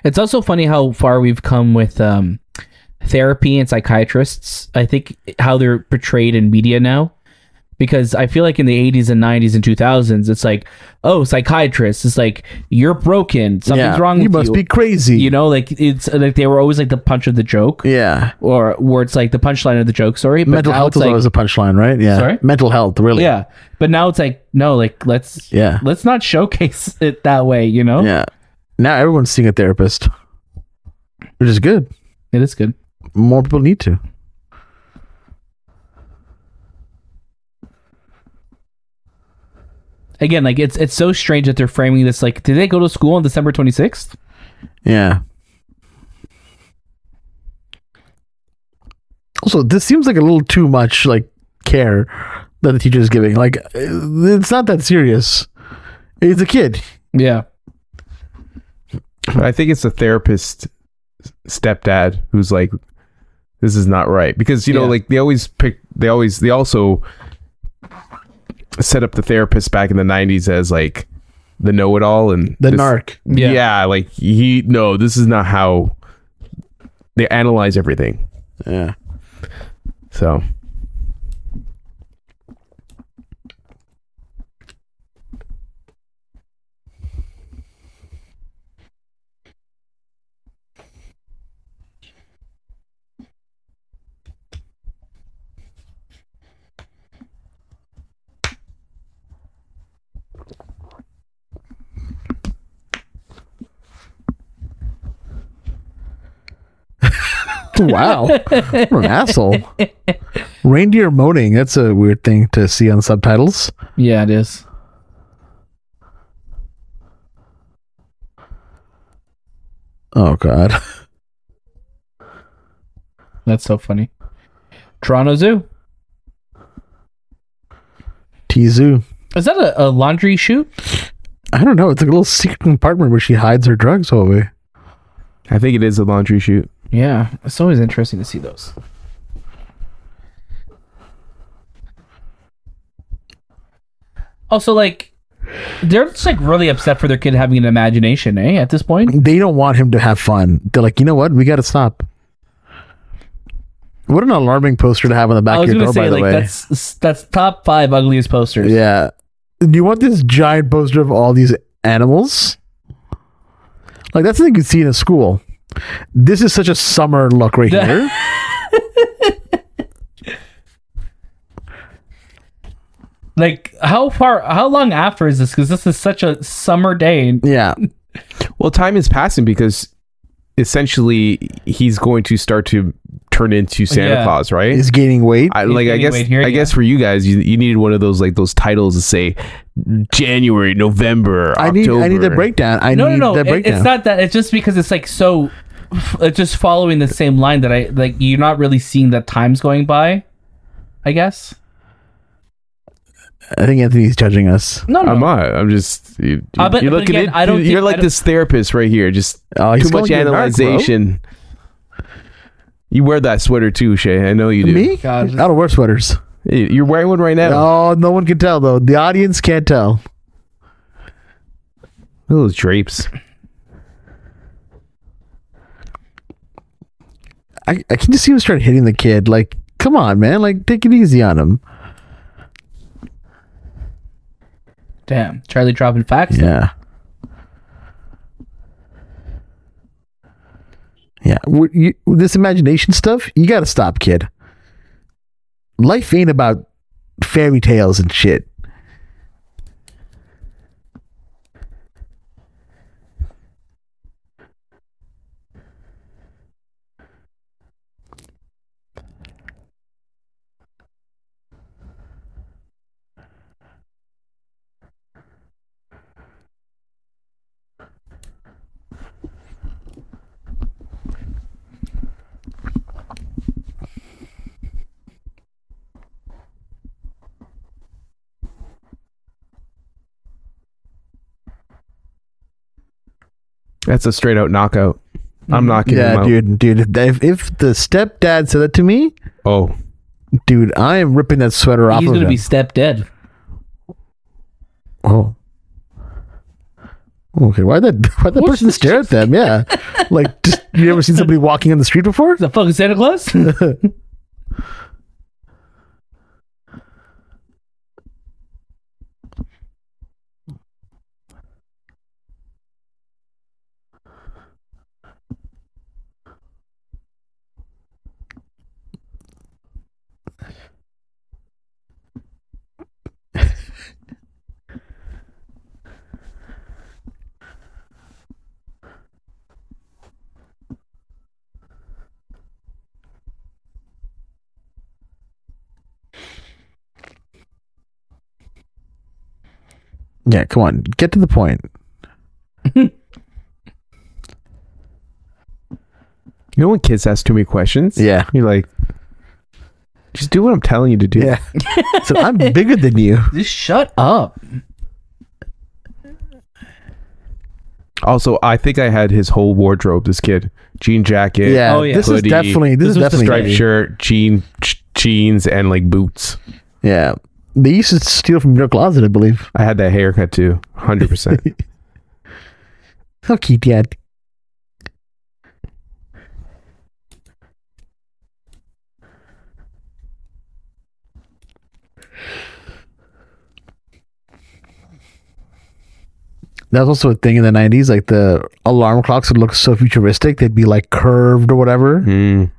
[SPEAKER 1] It's also funny how far we've come with um, therapy and psychiatrists. I think how they're portrayed in media now, because I feel like in the 80s and 90s and 2000s, it's like, oh, psychiatrists. It's like you're broken. Something's
[SPEAKER 3] yeah.
[SPEAKER 1] wrong
[SPEAKER 3] You
[SPEAKER 1] with
[SPEAKER 3] must
[SPEAKER 1] you.
[SPEAKER 3] be crazy.
[SPEAKER 1] you know, like it's like they were always like the punch of the joke,
[SPEAKER 3] yeah.
[SPEAKER 1] or where it's like the punchline of the joke. Sorry, but
[SPEAKER 3] Mental
[SPEAKER 1] now
[SPEAKER 3] health
[SPEAKER 1] it's
[SPEAKER 3] is
[SPEAKER 1] like,
[SPEAKER 3] always a punchline, right? Yeah.
[SPEAKER 1] Sorry?
[SPEAKER 3] Mental health, really.
[SPEAKER 1] yeah. But now it's like no, like let's
[SPEAKER 3] Yeah.
[SPEAKER 1] let's not showcase it that way. You know,
[SPEAKER 3] Yeah. Now everyone's seeing a therapist, which is good.
[SPEAKER 1] it is good.
[SPEAKER 3] more people need to.
[SPEAKER 1] Again, like it's it's so strange that they're framing this like, did they go to school on December 26th?
[SPEAKER 3] Yeah. Also, this seems like a little too much like care that the teacher is giving. Like, it's not that serious. It's a kid.
[SPEAKER 1] Yeah.
[SPEAKER 2] But I think it's the therapist stepdad who's like, this is not right because you know,
[SPEAKER 1] Yeah.
[SPEAKER 2] like they always pick, they always, they also set up the therapist back in the '90s as like the know-it-all and
[SPEAKER 3] The
[SPEAKER 2] this-
[SPEAKER 3] narc.
[SPEAKER 1] Yeah.
[SPEAKER 2] Yeah. like he no, this is not how they analyze everything.
[SPEAKER 3] Yeah.
[SPEAKER 2] So
[SPEAKER 3] <laughs> Wow. what an asshole. Reindeer moaning. That's a weird thing to see on subtitles.
[SPEAKER 1] Yeah, it is.
[SPEAKER 3] Oh, God.
[SPEAKER 1] That's so funny. Toronto Zoo.
[SPEAKER 3] Tizu.
[SPEAKER 1] Is that a, a laundry chute?
[SPEAKER 3] I don't know. It's like a little secret compartment where she hides her drugs all the way.
[SPEAKER 2] I think it is a laundry chute.
[SPEAKER 1] Yeah. It's always interesting to see those. Also, like, they're just like really upset for their kid having an imagination, eh? At this point,
[SPEAKER 3] They don't want him to have fun. They're like, you know what? We got to stop. What an alarming poster to have on the
[SPEAKER 1] I
[SPEAKER 3] back of
[SPEAKER 1] was gonna
[SPEAKER 3] your door, by
[SPEAKER 1] say
[SPEAKER 3] the
[SPEAKER 1] like
[SPEAKER 3] way.
[SPEAKER 1] that's that's top five ugliest posters.
[SPEAKER 3] Yeah. Do you want this giant poster of all these animals? Like that's something you'd see in a school. This is such a summer look
[SPEAKER 1] <laughs>
[SPEAKER 3] right here.
[SPEAKER 1] Like how far? How long after is this? Because this is such a summer day. and-
[SPEAKER 3] yeah.
[SPEAKER 2] Well, time is passing because essentially he's going to start to turn into Santa
[SPEAKER 1] Oh, Yeah.
[SPEAKER 2] Claus, right?
[SPEAKER 3] He's gaining weight.
[SPEAKER 2] I,
[SPEAKER 1] He's
[SPEAKER 2] like I
[SPEAKER 1] gaining
[SPEAKER 2] guess
[SPEAKER 1] weight here,
[SPEAKER 2] I
[SPEAKER 1] yeah.
[SPEAKER 2] guess for you guys, you, you needed one of those like those titles that say January, November,
[SPEAKER 3] I need I need the
[SPEAKER 2] October.
[SPEAKER 3] breakdown. I
[SPEAKER 1] no,
[SPEAKER 3] need
[SPEAKER 1] no, no.
[SPEAKER 3] that
[SPEAKER 1] it-
[SPEAKER 3] breakdown.
[SPEAKER 1] it's not that. It's just because it's like so. It's just following the same line that I like. You're not really seeing that time's going by. I guess.
[SPEAKER 3] I think Anthony's judging us.
[SPEAKER 1] No, no.
[SPEAKER 2] I'm not. I'm just. You,
[SPEAKER 1] Uh, but-
[SPEAKER 2] you're
[SPEAKER 1] but
[SPEAKER 2] looking
[SPEAKER 1] again,
[SPEAKER 2] at.
[SPEAKER 1] I don't
[SPEAKER 2] you're
[SPEAKER 1] think- I
[SPEAKER 2] like
[SPEAKER 1] don't-
[SPEAKER 2] this therapist right here. Just
[SPEAKER 3] Oh, he's
[SPEAKER 2] too much
[SPEAKER 3] calling you a narc, bro.
[SPEAKER 2] analyzation. You wear that sweater too, Shay. I know you do.
[SPEAKER 3] Me?
[SPEAKER 1] God, this-
[SPEAKER 3] I don't wear sweaters.
[SPEAKER 2] Hey, You're wearing one right now.
[SPEAKER 3] Oh, no one can tell though. The audience can't tell.
[SPEAKER 2] Look at Those drapes.
[SPEAKER 3] I, I can just see him start hitting the kid. Like, come on, man. Like, take it easy on him.
[SPEAKER 1] damn, Charlie dropping facts.
[SPEAKER 3] Yeah. Yeah. w- You, this imagination stuff, you got to stop, kid. Life ain't about fairy tales and shit.
[SPEAKER 2] That's a straight out knockout. I'm knocking him
[SPEAKER 3] Mm-hmm. Yeah,
[SPEAKER 2] out.
[SPEAKER 3] dude, dude. If, if the stepdad said that to me,
[SPEAKER 2] Oh,
[SPEAKER 3] dude, I am ripping that sweater off
[SPEAKER 1] He's
[SPEAKER 3] of
[SPEAKER 1] gonna
[SPEAKER 3] him.
[SPEAKER 1] be step dead.
[SPEAKER 3] oh. Okay, why that <laughs> why that person stare at them? Yeah, like just you ever seen somebody walking on the street before?
[SPEAKER 1] The fucking Santa Claus.
[SPEAKER 3] <laughs> Yeah, come on, get to the point.
[SPEAKER 2] You know when kids ask too many questions?
[SPEAKER 3] Yeah,
[SPEAKER 2] You're like, just do what I'm telling you to do.
[SPEAKER 3] yeah. so I'm bigger than you.
[SPEAKER 1] Just shut up.
[SPEAKER 2] Also, I think I had his whole wardrobe. This kid, jean jacket,
[SPEAKER 3] Yeah,
[SPEAKER 1] Oh, yeah.
[SPEAKER 3] this
[SPEAKER 2] Hoodie.
[SPEAKER 3] is definitely this,
[SPEAKER 2] this
[SPEAKER 3] is
[SPEAKER 2] was the
[SPEAKER 3] definitely
[SPEAKER 2] striped
[SPEAKER 3] gay.
[SPEAKER 2] shirt, jean ch- jeans, and like boots.
[SPEAKER 3] Yeah, they used to steal from your closet, I believe.
[SPEAKER 2] I had that haircut too, hundred
[SPEAKER 3] <laughs>
[SPEAKER 2] percent.
[SPEAKER 3] Okay, Dad. That was also a thing in the '90s. Like the alarm clocks would look so futuristic; they'd be like curved or whatever.
[SPEAKER 2] Mm.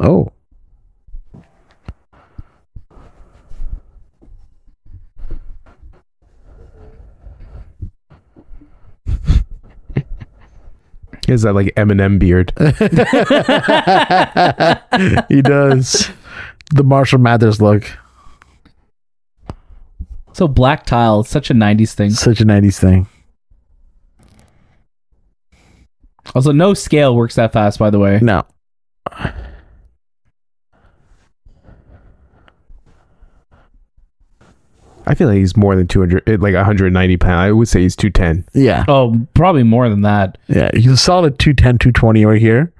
[SPEAKER 3] Oh,
[SPEAKER 2] Is that like Eminem beard?
[SPEAKER 3] Uh. <laughs> he does the Marshall Mathers look.
[SPEAKER 1] So black tile, such a '90s thing.
[SPEAKER 3] Such a '90s thing.
[SPEAKER 1] Also, no scale works that fast, by the way.
[SPEAKER 3] No,
[SPEAKER 2] I feel like he's more than two hundred, eh, like one hundred ninety pounds. I would say he's two ten.
[SPEAKER 3] yeah,
[SPEAKER 1] Oh, probably more than that.
[SPEAKER 3] yeah. He's a solid 210, 220 right here.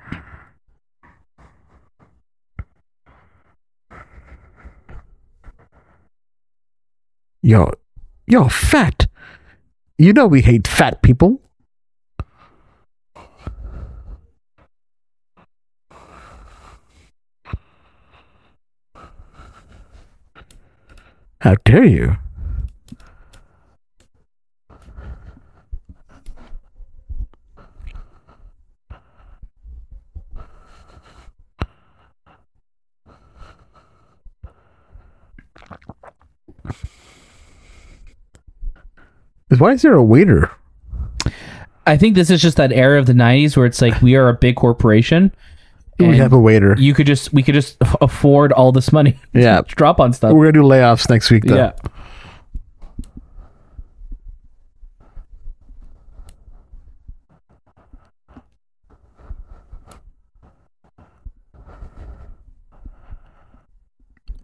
[SPEAKER 3] Yo, yo, fat. You know we hate fat people. How dare you? Why is there a waiter?
[SPEAKER 1] I think this is just that era of the '90s where it's like we are a big corporation.
[SPEAKER 3] we
[SPEAKER 1] and
[SPEAKER 3] have a waiter.
[SPEAKER 1] you could just we could just <laughs> aff- afford all this money. <laughs>
[SPEAKER 3] Yeah.
[SPEAKER 1] drop on stuff.
[SPEAKER 3] We're gonna do layoffs next week, though.
[SPEAKER 1] Yeah.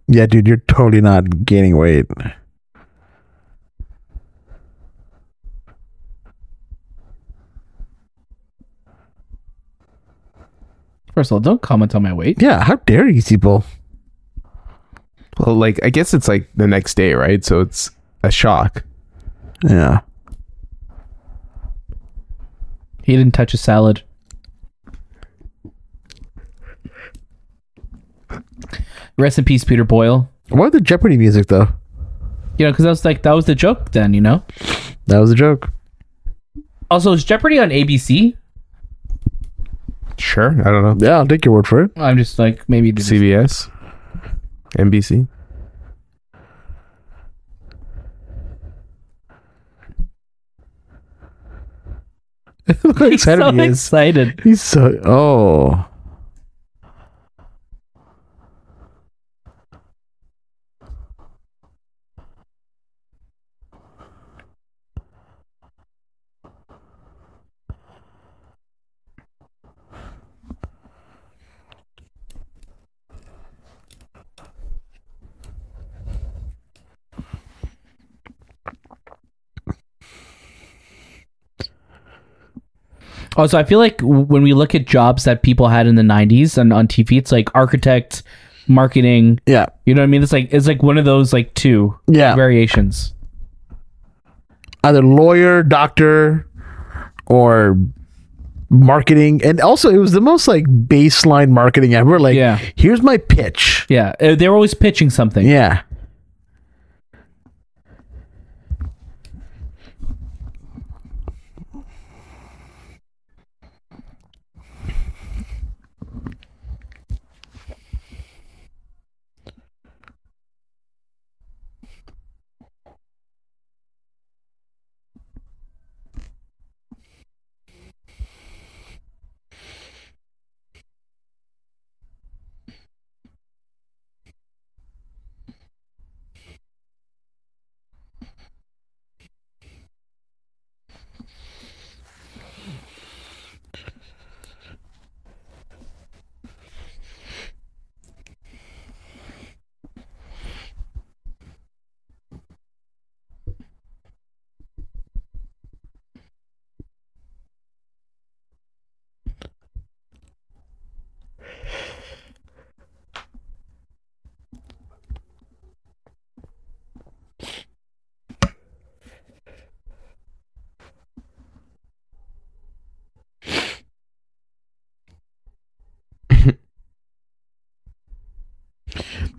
[SPEAKER 3] Yeah, dude, you're totally not gaining weight.
[SPEAKER 1] First of all, don't comment on my weight.
[SPEAKER 3] Yeah, how dare you people?
[SPEAKER 2] Well, like I guess it's like the next day, right? So it's a shock.
[SPEAKER 3] Yeah.
[SPEAKER 1] He didn't touch a salad. Rest in peace, Peter Boyle.
[SPEAKER 3] Why the Jeopardy music though?
[SPEAKER 1] You know, because that was like that was the joke then. You know.
[SPEAKER 3] That was a joke.
[SPEAKER 1] Also, is Jeopardy on ABC?
[SPEAKER 2] Sure, I don't know.
[SPEAKER 3] Yeah, I'll take your word <laughs> for it.
[SPEAKER 1] I'm just like maybe. it is.
[SPEAKER 2] CBS, NBC.
[SPEAKER 3] Look how <laughs>
[SPEAKER 1] He's <laughs> so
[SPEAKER 3] excited he is.
[SPEAKER 1] excited.
[SPEAKER 3] He's so oh.
[SPEAKER 1] Also, I feel like w- when we look at jobs that people had in the '90s and on TV, it's like architect, marketing.
[SPEAKER 3] Yeah.
[SPEAKER 1] You know what I mean? It's like it's like one of those like two
[SPEAKER 3] Yeah.
[SPEAKER 1] variations.
[SPEAKER 3] Either lawyer, doctor, or marketing. And also it was the most like baseline marketing ever. Like
[SPEAKER 1] Yeah.
[SPEAKER 3] here's my pitch.
[SPEAKER 1] Yeah, uh, they're always pitching something.
[SPEAKER 3] Yeah.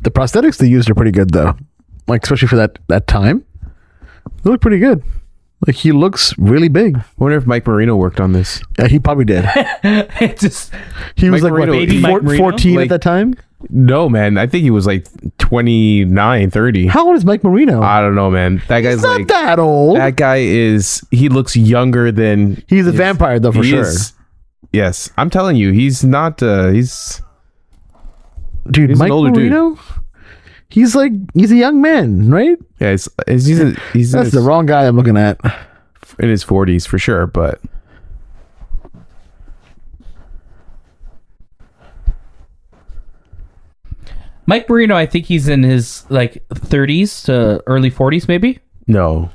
[SPEAKER 3] the prosthetics they used are pretty good though. Like especially for that that time, they look pretty good. Like he looks really big.
[SPEAKER 2] wonder if Mike Marino worked on this.
[SPEAKER 3] Yeah, he probably did.
[SPEAKER 1] <laughs> it just
[SPEAKER 3] He was
[SPEAKER 2] Mike
[SPEAKER 3] like what,
[SPEAKER 2] Marino- Baby
[SPEAKER 1] Mike
[SPEAKER 3] four-
[SPEAKER 1] Marino?
[SPEAKER 3] fourteen
[SPEAKER 2] Like-
[SPEAKER 3] at that time.
[SPEAKER 2] No, man. I think he was like 29, 30.
[SPEAKER 3] How old is Mike Marino?
[SPEAKER 2] I don't know, man. Uh, That guy's
[SPEAKER 3] He's not
[SPEAKER 2] like
[SPEAKER 3] that old.
[SPEAKER 2] that guy is he looks younger than
[SPEAKER 3] He's a vampire though Oh, for
[SPEAKER 2] he
[SPEAKER 3] sure.
[SPEAKER 2] is. Yes, I'm telling you, he's not uh he's
[SPEAKER 3] dude,
[SPEAKER 2] He's an
[SPEAKER 3] Mike
[SPEAKER 2] older dude.
[SPEAKER 3] Marino. He's like he's a young man, right?
[SPEAKER 2] yeah, he's he's he's, a, he's
[SPEAKER 3] That's
[SPEAKER 2] in,
[SPEAKER 3] the
[SPEAKER 2] his,
[SPEAKER 3] wrong guy I'm looking at.
[SPEAKER 2] in his 40s for sure, but
[SPEAKER 1] Mike Marino. I think he's in his like 30s to early 40s, maybe.
[SPEAKER 2] no.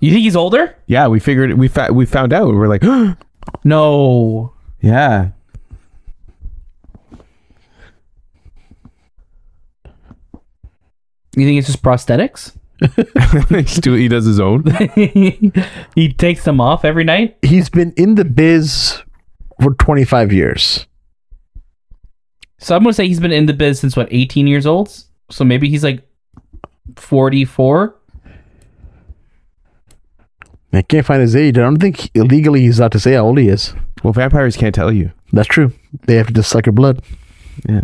[SPEAKER 1] You think he's older?
[SPEAKER 2] Yeah, we figured we fa- we found out. We were like, <gasps>
[SPEAKER 1] No.
[SPEAKER 2] yeah.
[SPEAKER 1] You think it's just prosthetics? <laughs>
[SPEAKER 2] He's do- <laughs> he does his
[SPEAKER 3] <laughs>
[SPEAKER 2] own.
[SPEAKER 1] he takes them off every night.
[SPEAKER 3] He's been in the biz for 25 years.
[SPEAKER 1] So I'm gonna say he's been in the biz since what 18 years old. So maybe he's like 44.
[SPEAKER 3] I can't find his age. I don't think illegally he's allowed to say how old he is.
[SPEAKER 2] Well, vampires can't tell you.
[SPEAKER 3] That's true. They have to just suck your blood.
[SPEAKER 2] Yeah.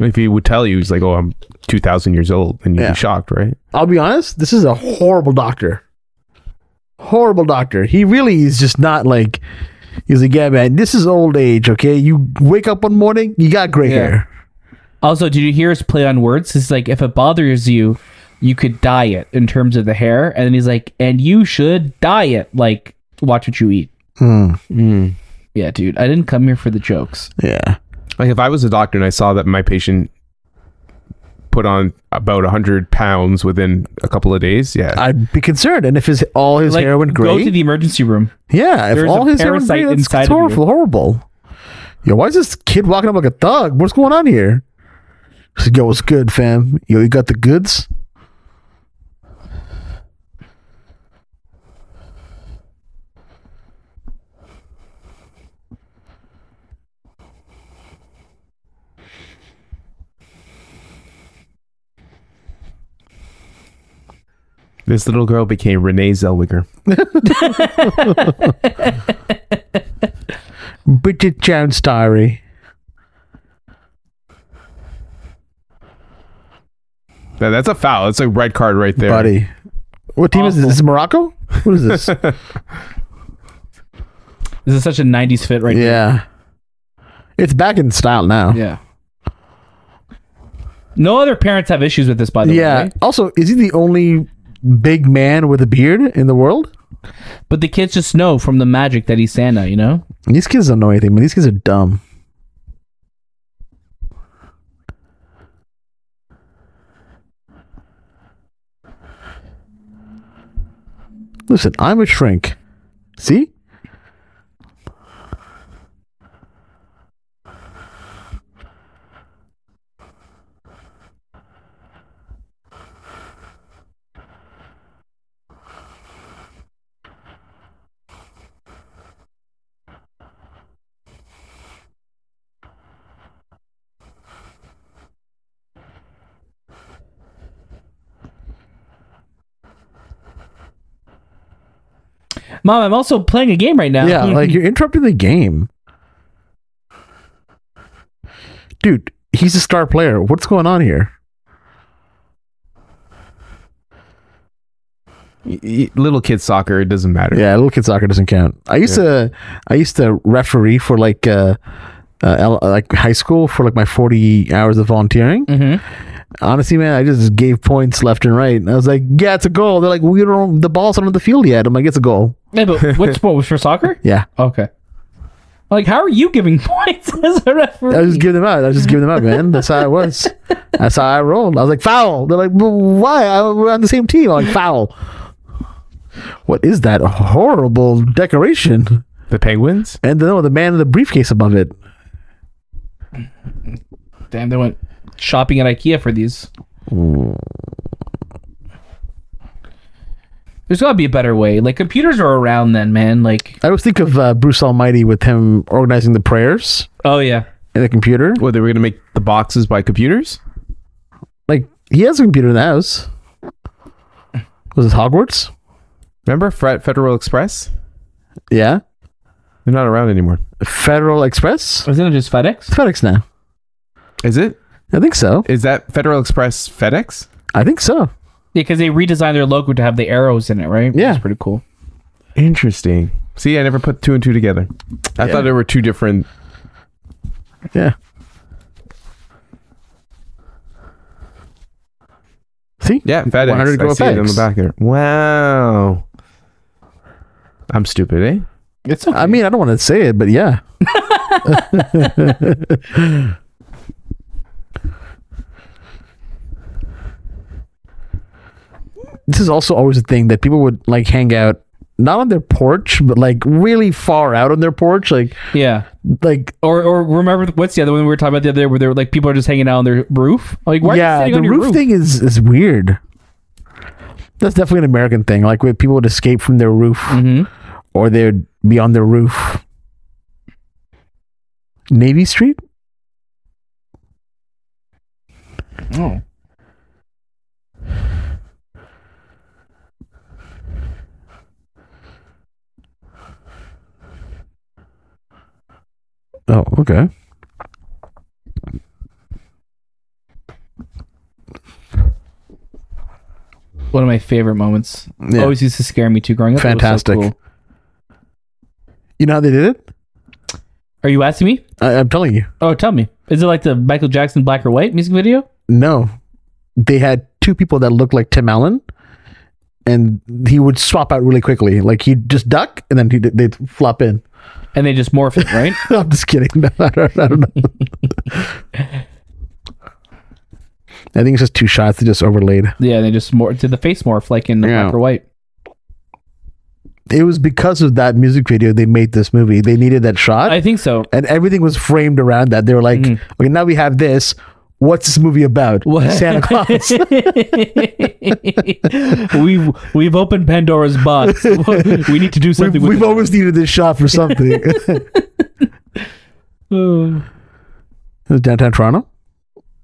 [SPEAKER 2] If he would tell you, he's like, "Oh, I'm 2,000 years old," and you'd
[SPEAKER 3] Yeah.
[SPEAKER 2] be shocked, right?
[SPEAKER 3] I'll be honest, this is a horrible doctor. Horrible doctor. He really is just not like he's like, yeah, man, this is old age, okay? You wake up one morning, you got gray
[SPEAKER 2] Yeah.
[SPEAKER 3] hair.
[SPEAKER 1] Also, did you hear his play on words? It's like if it bothers you, you could dye it in terms of the hair, and then he's like, and you should dye it. Like, watch what you eat.
[SPEAKER 3] Hmm.
[SPEAKER 1] Yeah, dude, I didn't come here for the jokes.
[SPEAKER 3] Yeah.
[SPEAKER 2] Like if I was a doctor and I saw that my patient put on about 100 pounds within a couple of days, yeah,
[SPEAKER 3] I'd be concerned. And if his all his
[SPEAKER 1] Like,
[SPEAKER 3] hair went
[SPEAKER 1] go
[SPEAKER 3] gray,
[SPEAKER 1] to the emergency room.
[SPEAKER 3] yeah, if
[SPEAKER 1] there's
[SPEAKER 3] all
[SPEAKER 1] a
[SPEAKER 3] his hair went
[SPEAKER 1] parasite
[SPEAKER 3] gray, that's,
[SPEAKER 1] inside
[SPEAKER 3] that's
[SPEAKER 1] of you.
[SPEAKER 3] horrible, horrible. Yo, why is this kid walking up like a thug? What's going on here? He's like, Yo, what's good, fam? Yo, you got the goods?
[SPEAKER 2] this little girl became Renee Zellweger.
[SPEAKER 3] Bridget Jones Diary.
[SPEAKER 2] Now, that's a foul. That's a red card right there.
[SPEAKER 3] buddy. What team is this?
[SPEAKER 1] Awful.
[SPEAKER 3] Is this Morocco? What is
[SPEAKER 1] <laughs>
[SPEAKER 3] this?
[SPEAKER 1] This is such a '90s fit, right?
[SPEAKER 3] yeah, it's back in style now.
[SPEAKER 1] Now. Yeah. No other parents have issues with this, by the
[SPEAKER 3] Yeah.
[SPEAKER 1] way. right?
[SPEAKER 3] Also, is he the only big man with a beard in the world?
[SPEAKER 1] But the kids just know from the magic that he's Santa, you know?
[SPEAKER 3] These kids don't know anything, man. These kids are dumb. Listen, I'm a shrink. See?
[SPEAKER 1] Mom, I'm also playing a game right now.
[SPEAKER 3] <laughs> Yeah, like you're interrupting the game. Dude, he's a star player. What's going on here?
[SPEAKER 2] Y- y- little kid soccer, it doesn't matter.
[SPEAKER 3] Yeah, little kid soccer doesn't count. I used to I used to referee for like uh, uh L- like high school for like my 40 hours of volunteering.
[SPEAKER 1] Mhm.
[SPEAKER 3] Honestly, man, I just gave points left and right. And I was like, "Yeah, it's a goal." They're like, "We don't the ball's not on the field yet." I'm like, "It's a goal."
[SPEAKER 1] Yeah,
[SPEAKER 3] <laughs>
[SPEAKER 1] but what sport was for soccer?
[SPEAKER 3] Yeah.
[SPEAKER 1] Okay. Like, how are you giving <laughs> points as a referee?
[SPEAKER 3] I was just giving them out. I was just giving them out, man. That's how it was. That's how I rolled. I was like, foul. They're like, well, why? I, we're on the same team. I'm like, foul. What is that horrible decoration?
[SPEAKER 2] The Penguins?
[SPEAKER 3] And then oh, the man in the briefcase above it.
[SPEAKER 1] Damn, they went shopping at IKEA for these. There's gotta be a better way. Like computers are around then, man. Like,
[SPEAKER 3] I always think of uh, Bruce Almighty with him organizing the prayers.
[SPEAKER 1] oh yeah,
[SPEAKER 3] in the computer.
[SPEAKER 2] Well, they were gonna make the boxes by computers.
[SPEAKER 3] Like he has a computer in the house. Was it Hogwarts?
[SPEAKER 2] Remember Fre- Federal Express?
[SPEAKER 3] Yeah.
[SPEAKER 2] They're not around anymore.
[SPEAKER 3] Federal Express?
[SPEAKER 1] Isn't it just
[SPEAKER 3] It's
[SPEAKER 1] FedEx?
[SPEAKER 3] FedEx now.
[SPEAKER 2] Is it?
[SPEAKER 3] I think so.
[SPEAKER 2] Is that Federal Express FedEx?
[SPEAKER 3] I think so.
[SPEAKER 1] Because they redesigned their logo to have the arrows in it, right?
[SPEAKER 3] Yeah.
[SPEAKER 1] It's pretty cool.
[SPEAKER 2] Interesting. See, I never put two and two together. I
[SPEAKER 3] Yeah.
[SPEAKER 2] thought there were two different.
[SPEAKER 3] Yeah. See?
[SPEAKER 2] Yeah, FedEx.
[SPEAKER 3] 100
[SPEAKER 2] I
[SPEAKER 3] go
[SPEAKER 2] see it on the
[SPEAKER 3] FedEx.
[SPEAKER 2] back there. Wow. I'm stupid, eh?
[SPEAKER 1] It's okay.
[SPEAKER 3] I mean, I don't want to say it, but yeah. <laughs> this is also always a thing that people would like hang out not on their porch, but like really far out on their porch, like
[SPEAKER 1] yeah.
[SPEAKER 3] like
[SPEAKER 1] Or or remember what's the other one we were talking about the other day where they were like people are just hanging out on their roof? Like why
[SPEAKER 3] yeah,
[SPEAKER 1] are you sitting
[SPEAKER 3] the
[SPEAKER 1] on your
[SPEAKER 3] roof, thing is is weird. That's definitely an American thing. Like when people would escape from their roof,
[SPEAKER 1] Mhm.
[SPEAKER 3] or they'd be on their roof. Navy Street.
[SPEAKER 1] Oh.
[SPEAKER 3] Oh, okay.
[SPEAKER 1] One of my favorite moments.
[SPEAKER 3] Yeah.
[SPEAKER 1] Always used to scare me too growing up. It was so
[SPEAKER 3] Fantastic.
[SPEAKER 1] cool.
[SPEAKER 3] You know how they did it?
[SPEAKER 1] Are you asking me?
[SPEAKER 3] I, I'm telling you.
[SPEAKER 1] Oh, tell me. Is it like the Michael Jackson black or white music video?
[SPEAKER 3] No, they had two people that looked like Tim Allen, and he would swap out really quickly. Like he'd just duck, and then he'd, they'd flop in. <laughs>
[SPEAKER 1] And they just morph it, right?
[SPEAKER 3] I'm just kidding. <laughs> No, I, don't, I don't know. <laughs> I think it's just two shots that just overlaid.
[SPEAKER 1] yeah, they just morph did the face morph like in the
[SPEAKER 3] Yeah.
[SPEAKER 1] black or white.
[SPEAKER 3] It was because of that music video they made this movie. They needed that shot,
[SPEAKER 1] I think so. <laughs>
[SPEAKER 3] and everything was framed around that. They were like, "Okay, now we have this. What's this movie about?
[SPEAKER 1] What? <laughs>
[SPEAKER 3] Santa Claus."
[SPEAKER 1] we've we've opened Pandora's box. <laughs> we need to do something
[SPEAKER 3] we've, we've
[SPEAKER 1] with
[SPEAKER 3] always needed this shot for
[SPEAKER 1] <laughs>
[SPEAKER 3] something. <laughs> it
[SPEAKER 1] it.
[SPEAKER 3] was downtown Toronto.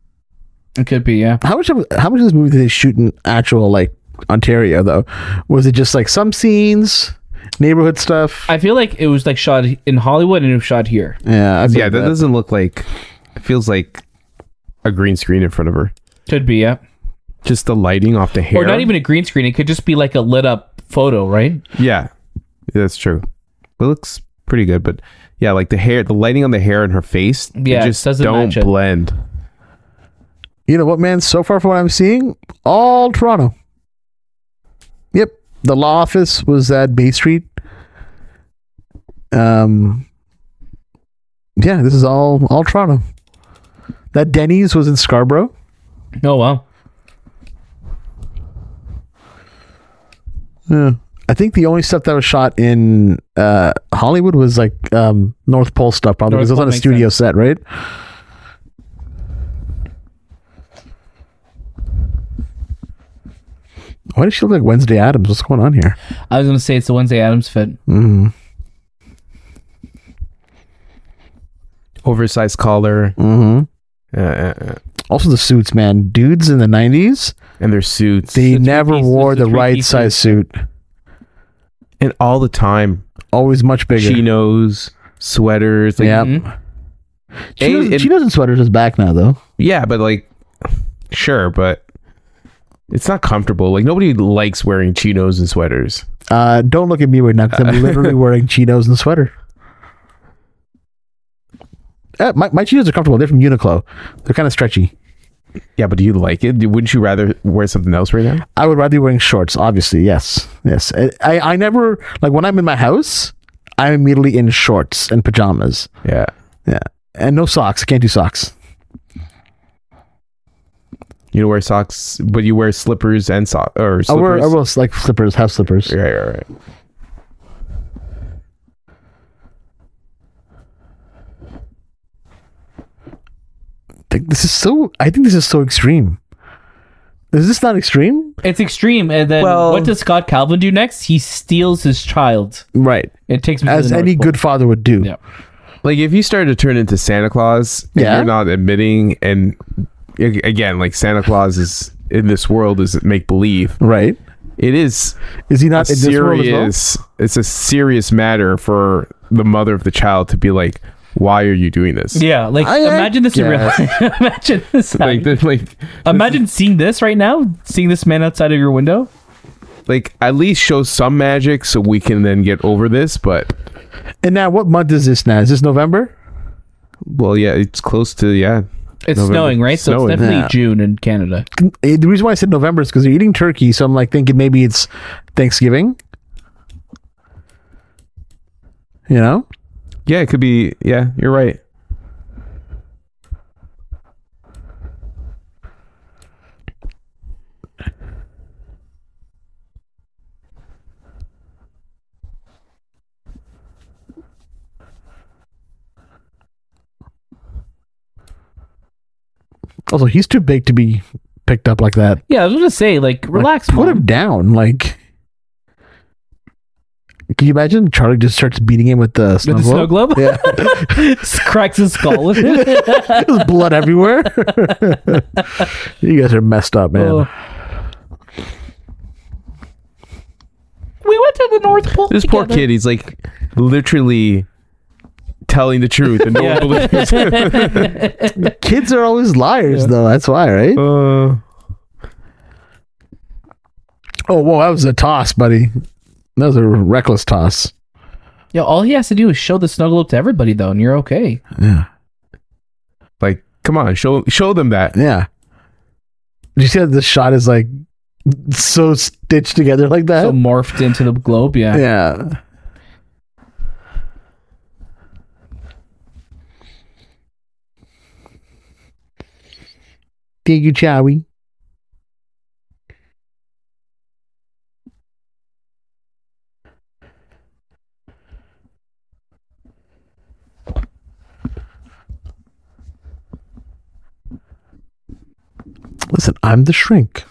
[SPEAKER 1] <sighs> it could be, yeah.
[SPEAKER 3] How much of how much of this movie did they shoot in actual like Ontario though? Was it just like some scenes, neighborhood stuff?
[SPEAKER 1] I feel like it was like shot in Hollywood and it was shot here.
[SPEAKER 3] yeah, I feel
[SPEAKER 2] Yeah, that doesn't look like. It feels like a green screen in front of her.
[SPEAKER 1] Could be, yeah.
[SPEAKER 2] Just the lighting off the hair.
[SPEAKER 1] Or not even a green screen. It could just be like a lit up photo, right?
[SPEAKER 2] Yeah, that's true. It looks pretty good, but yeah, like the hair, the lighting on the hair and her face, they
[SPEAKER 1] Yeah, it
[SPEAKER 2] just
[SPEAKER 1] doesn't
[SPEAKER 2] don't
[SPEAKER 1] match it.
[SPEAKER 2] blend.
[SPEAKER 3] You know what, man? So far from what I'm seeing, all Toronto. Yep, the law office was at Bay Street. Um, yeah, this is all all Toronto. That Denny's was in Scarborough.
[SPEAKER 1] Oh wow.
[SPEAKER 3] Yeah. I think the only stuff that was shot in uh, Hollywood was like um, North Pole stuff, probably
[SPEAKER 1] North
[SPEAKER 3] because it was
[SPEAKER 1] Pole
[SPEAKER 3] on a
[SPEAKER 1] makes
[SPEAKER 3] studio set, right? Why does she look like Wednesday Adams? What's going on here?
[SPEAKER 1] I was gonna say it's the Wednesday Adams fit.
[SPEAKER 2] Oversized collar,
[SPEAKER 1] Mm.
[SPEAKER 3] Mm-hmm.
[SPEAKER 2] uh, uh, uh,
[SPEAKER 3] Also, the suits, man. Dudes in the '90s,
[SPEAKER 2] and their suits,
[SPEAKER 3] they
[SPEAKER 1] The
[SPEAKER 3] never
[SPEAKER 1] three-piece-
[SPEAKER 3] wore
[SPEAKER 1] the
[SPEAKER 3] the, right
[SPEAKER 1] three-piece
[SPEAKER 3] size suit.
[SPEAKER 2] and all the time
[SPEAKER 3] Always much bigger.
[SPEAKER 2] chinos, sweaters. Like,
[SPEAKER 3] yeah,
[SPEAKER 1] Mhm.
[SPEAKER 2] A-
[SPEAKER 3] chinos,
[SPEAKER 2] it-
[SPEAKER 3] chinos and sweaters is back now, though.
[SPEAKER 2] yeah, but like, sure, but it's not comfortable. Like nobody likes wearing chinos and sweaters.
[SPEAKER 3] Uh, don't look at me right now
[SPEAKER 2] <laughs>
[SPEAKER 3] because I'm literally wearing chinos and sweater. Uh, my, my chinos are comfortable. They're from Uniqlo. They're kind of stretchy.
[SPEAKER 2] Yeah, but do you like it? Wouldn't you rather wear something else right now?
[SPEAKER 3] I would rather be wearing shorts, obviously. Yes. Yes. I, I, I never, like, when I'm in my house, I'm immediately in shorts and pajamas.
[SPEAKER 2] Yeah.
[SPEAKER 3] Yeah. And no socks. I can't do socks.
[SPEAKER 2] You don't wear socks, but you wear slippers and socks or
[SPEAKER 3] I
[SPEAKER 2] slippers.
[SPEAKER 3] wear, I wear, like, slippers, house slippers.
[SPEAKER 2] Right, right, right.
[SPEAKER 3] Like, this is so, I think this is so extreme. Is this not extreme?
[SPEAKER 1] It's extreme. And then
[SPEAKER 2] Well-
[SPEAKER 1] what does Scott Calvin do next? He steals his child.
[SPEAKER 3] Right.
[SPEAKER 1] It takes him to
[SPEAKER 3] As
[SPEAKER 1] the North
[SPEAKER 3] any
[SPEAKER 1] Pole.
[SPEAKER 3] good father would do.
[SPEAKER 1] Yeah.
[SPEAKER 2] Like if you started to turn into Santa Claus, and
[SPEAKER 3] Yeah.
[SPEAKER 2] you're not admitting, and a- again, like Santa Claus is in this world is make believe.
[SPEAKER 3] Right?
[SPEAKER 2] It is
[SPEAKER 3] Is he
[SPEAKER 2] a
[SPEAKER 3] not in this world as well?
[SPEAKER 2] serious. It's a serious matter for the mother of the child to be like, "Why are you doing this?"
[SPEAKER 1] Yeah, like
[SPEAKER 3] I- I
[SPEAKER 1] imagine this in real
[SPEAKER 3] guess.
[SPEAKER 1] life. <laughs> imagine this.
[SPEAKER 2] Like, <laughs>
[SPEAKER 1] happening.
[SPEAKER 2] they're like,
[SPEAKER 1] imagine seeing this right now, seeing this man outside of your window.
[SPEAKER 2] like at least show some magic so we can then get over this. But
[SPEAKER 3] And now, what month is this now? Is this November?
[SPEAKER 2] well, yeah, it's close to yeah.
[SPEAKER 1] It's
[SPEAKER 2] November.
[SPEAKER 1] snowing, right? So
[SPEAKER 2] Snowing.
[SPEAKER 1] it's definitely
[SPEAKER 3] Yeah.
[SPEAKER 1] June in Canada.
[SPEAKER 3] Eh, The reason why I said November is because they're eating turkey. So I'm like thinking maybe it's Thanksgiving. You know?
[SPEAKER 2] Yeah, it could be. Yeah, you're right.
[SPEAKER 3] Also, he's too big to be picked up like that.
[SPEAKER 1] Yeah, I was gonna say, like, relax,
[SPEAKER 3] Like, put
[SPEAKER 1] mom.
[SPEAKER 3] him down. Like, can you imagine? Charlie just starts beating him with the snow
[SPEAKER 1] with the
[SPEAKER 3] <laughs>
[SPEAKER 1] snow
[SPEAKER 3] globe.
[SPEAKER 1] globe.
[SPEAKER 3] Yeah.
[SPEAKER 1] <laughs> cracks his skull with it.
[SPEAKER 3] There's blood everywhere. <laughs> you guys are messed up, man.
[SPEAKER 1] Oh. We went to the North Pole.
[SPEAKER 2] This poor
[SPEAKER 1] together.
[SPEAKER 2] kid, he's like literally telling the truth and no one
[SPEAKER 1] Yeah.
[SPEAKER 3] <laughs>
[SPEAKER 2] believes.
[SPEAKER 3] Kids are always liars, though. That's why, right?
[SPEAKER 2] Uh,
[SPEAKER 3] Oh, whoa, that was a toss, buddy. That was a reckless toss.
[SPEAKER 1] Yeah, all he has to do is show the snow globe to everybody, though, and you're okay.
[SPEAKER 3] Yeah,
[SPEAKER 2] like, come on, show show them that.
[SPEAKER 3] yeah. Did you see how the shot is like so stitched together like that?
[SPEAKER 1] So morphed into the globe. Yeah.
[SPEAKER 3] Uh, yeah. Did you, Chowie? Listen, I'm the shrink.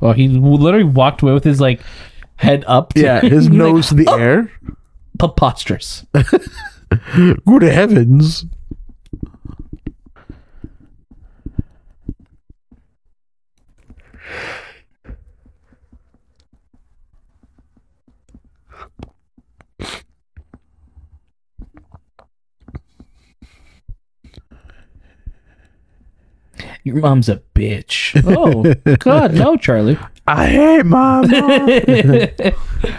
[SPEAKER 1] Well, he literally walked away with his like head up. <laughs>
[SPEAKER 3] Yeah, <laughs> his
[SPEAKER 1] Like,
[SPEAKER 3] nose to the air. <laughs>
[SPEAKER 1] preposterous.
[SPEAKER 3] Good heavens.
[SPEAKER 1] Your mom's a bitch. Oh God, no, Charlie.
[SPEAKER 2] I hate
[SPEAKER 3] <laughs>
[SPEAKER 2] mom.
[SPEAKER 1] <laughs>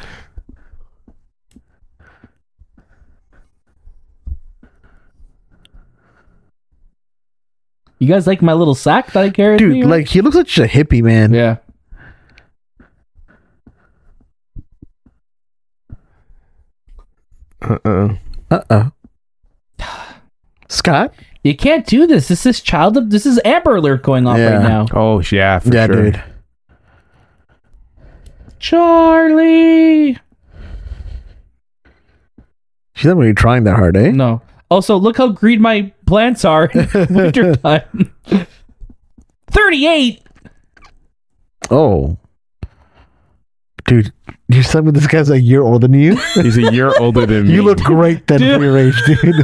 [SPEAKER 1] You guys like my little sack that I carry? with me
[SPEAKER 3] Dude,
[SPEAKER 1] around?
[SPEAKER 3] like he looks like such a hippie man.
[SPEAKER 1] yeah.
[SPEAKER 2] Uh-uh.
[SPEAKER 3] Uh oh. Scott?
[SPEAKER 1] You can't do this. This is child. Ab- this is Amber Alert going off
[SPEAKER 3] Yeah.
[SPEAKER 1] right now.
[SPEAKER 2] Oh yeah, for
[SPEAKER 3] yeah,
[SPEAKER 2] sure.
[SPEAKER 3] dude.
[SPEAKER 1] Charlie.
[SPEAKER 3] She's not really trying that hard, eh?
[SPEAKER 1] No. Also, look how green my plants are
[SPEAKER 3] <laughs>
[SPEAKER 1] in wintertime. 38?
[SPEAKER 3] Oh. Dude, you're telling me this guy's a year older than you?
[SPEAKER 2] He's a year older than me.
[SPEAKER 3] <laughs> you look great then
[SPEAKER 1] Dude.
[SPEAKER 3] for your age, dude.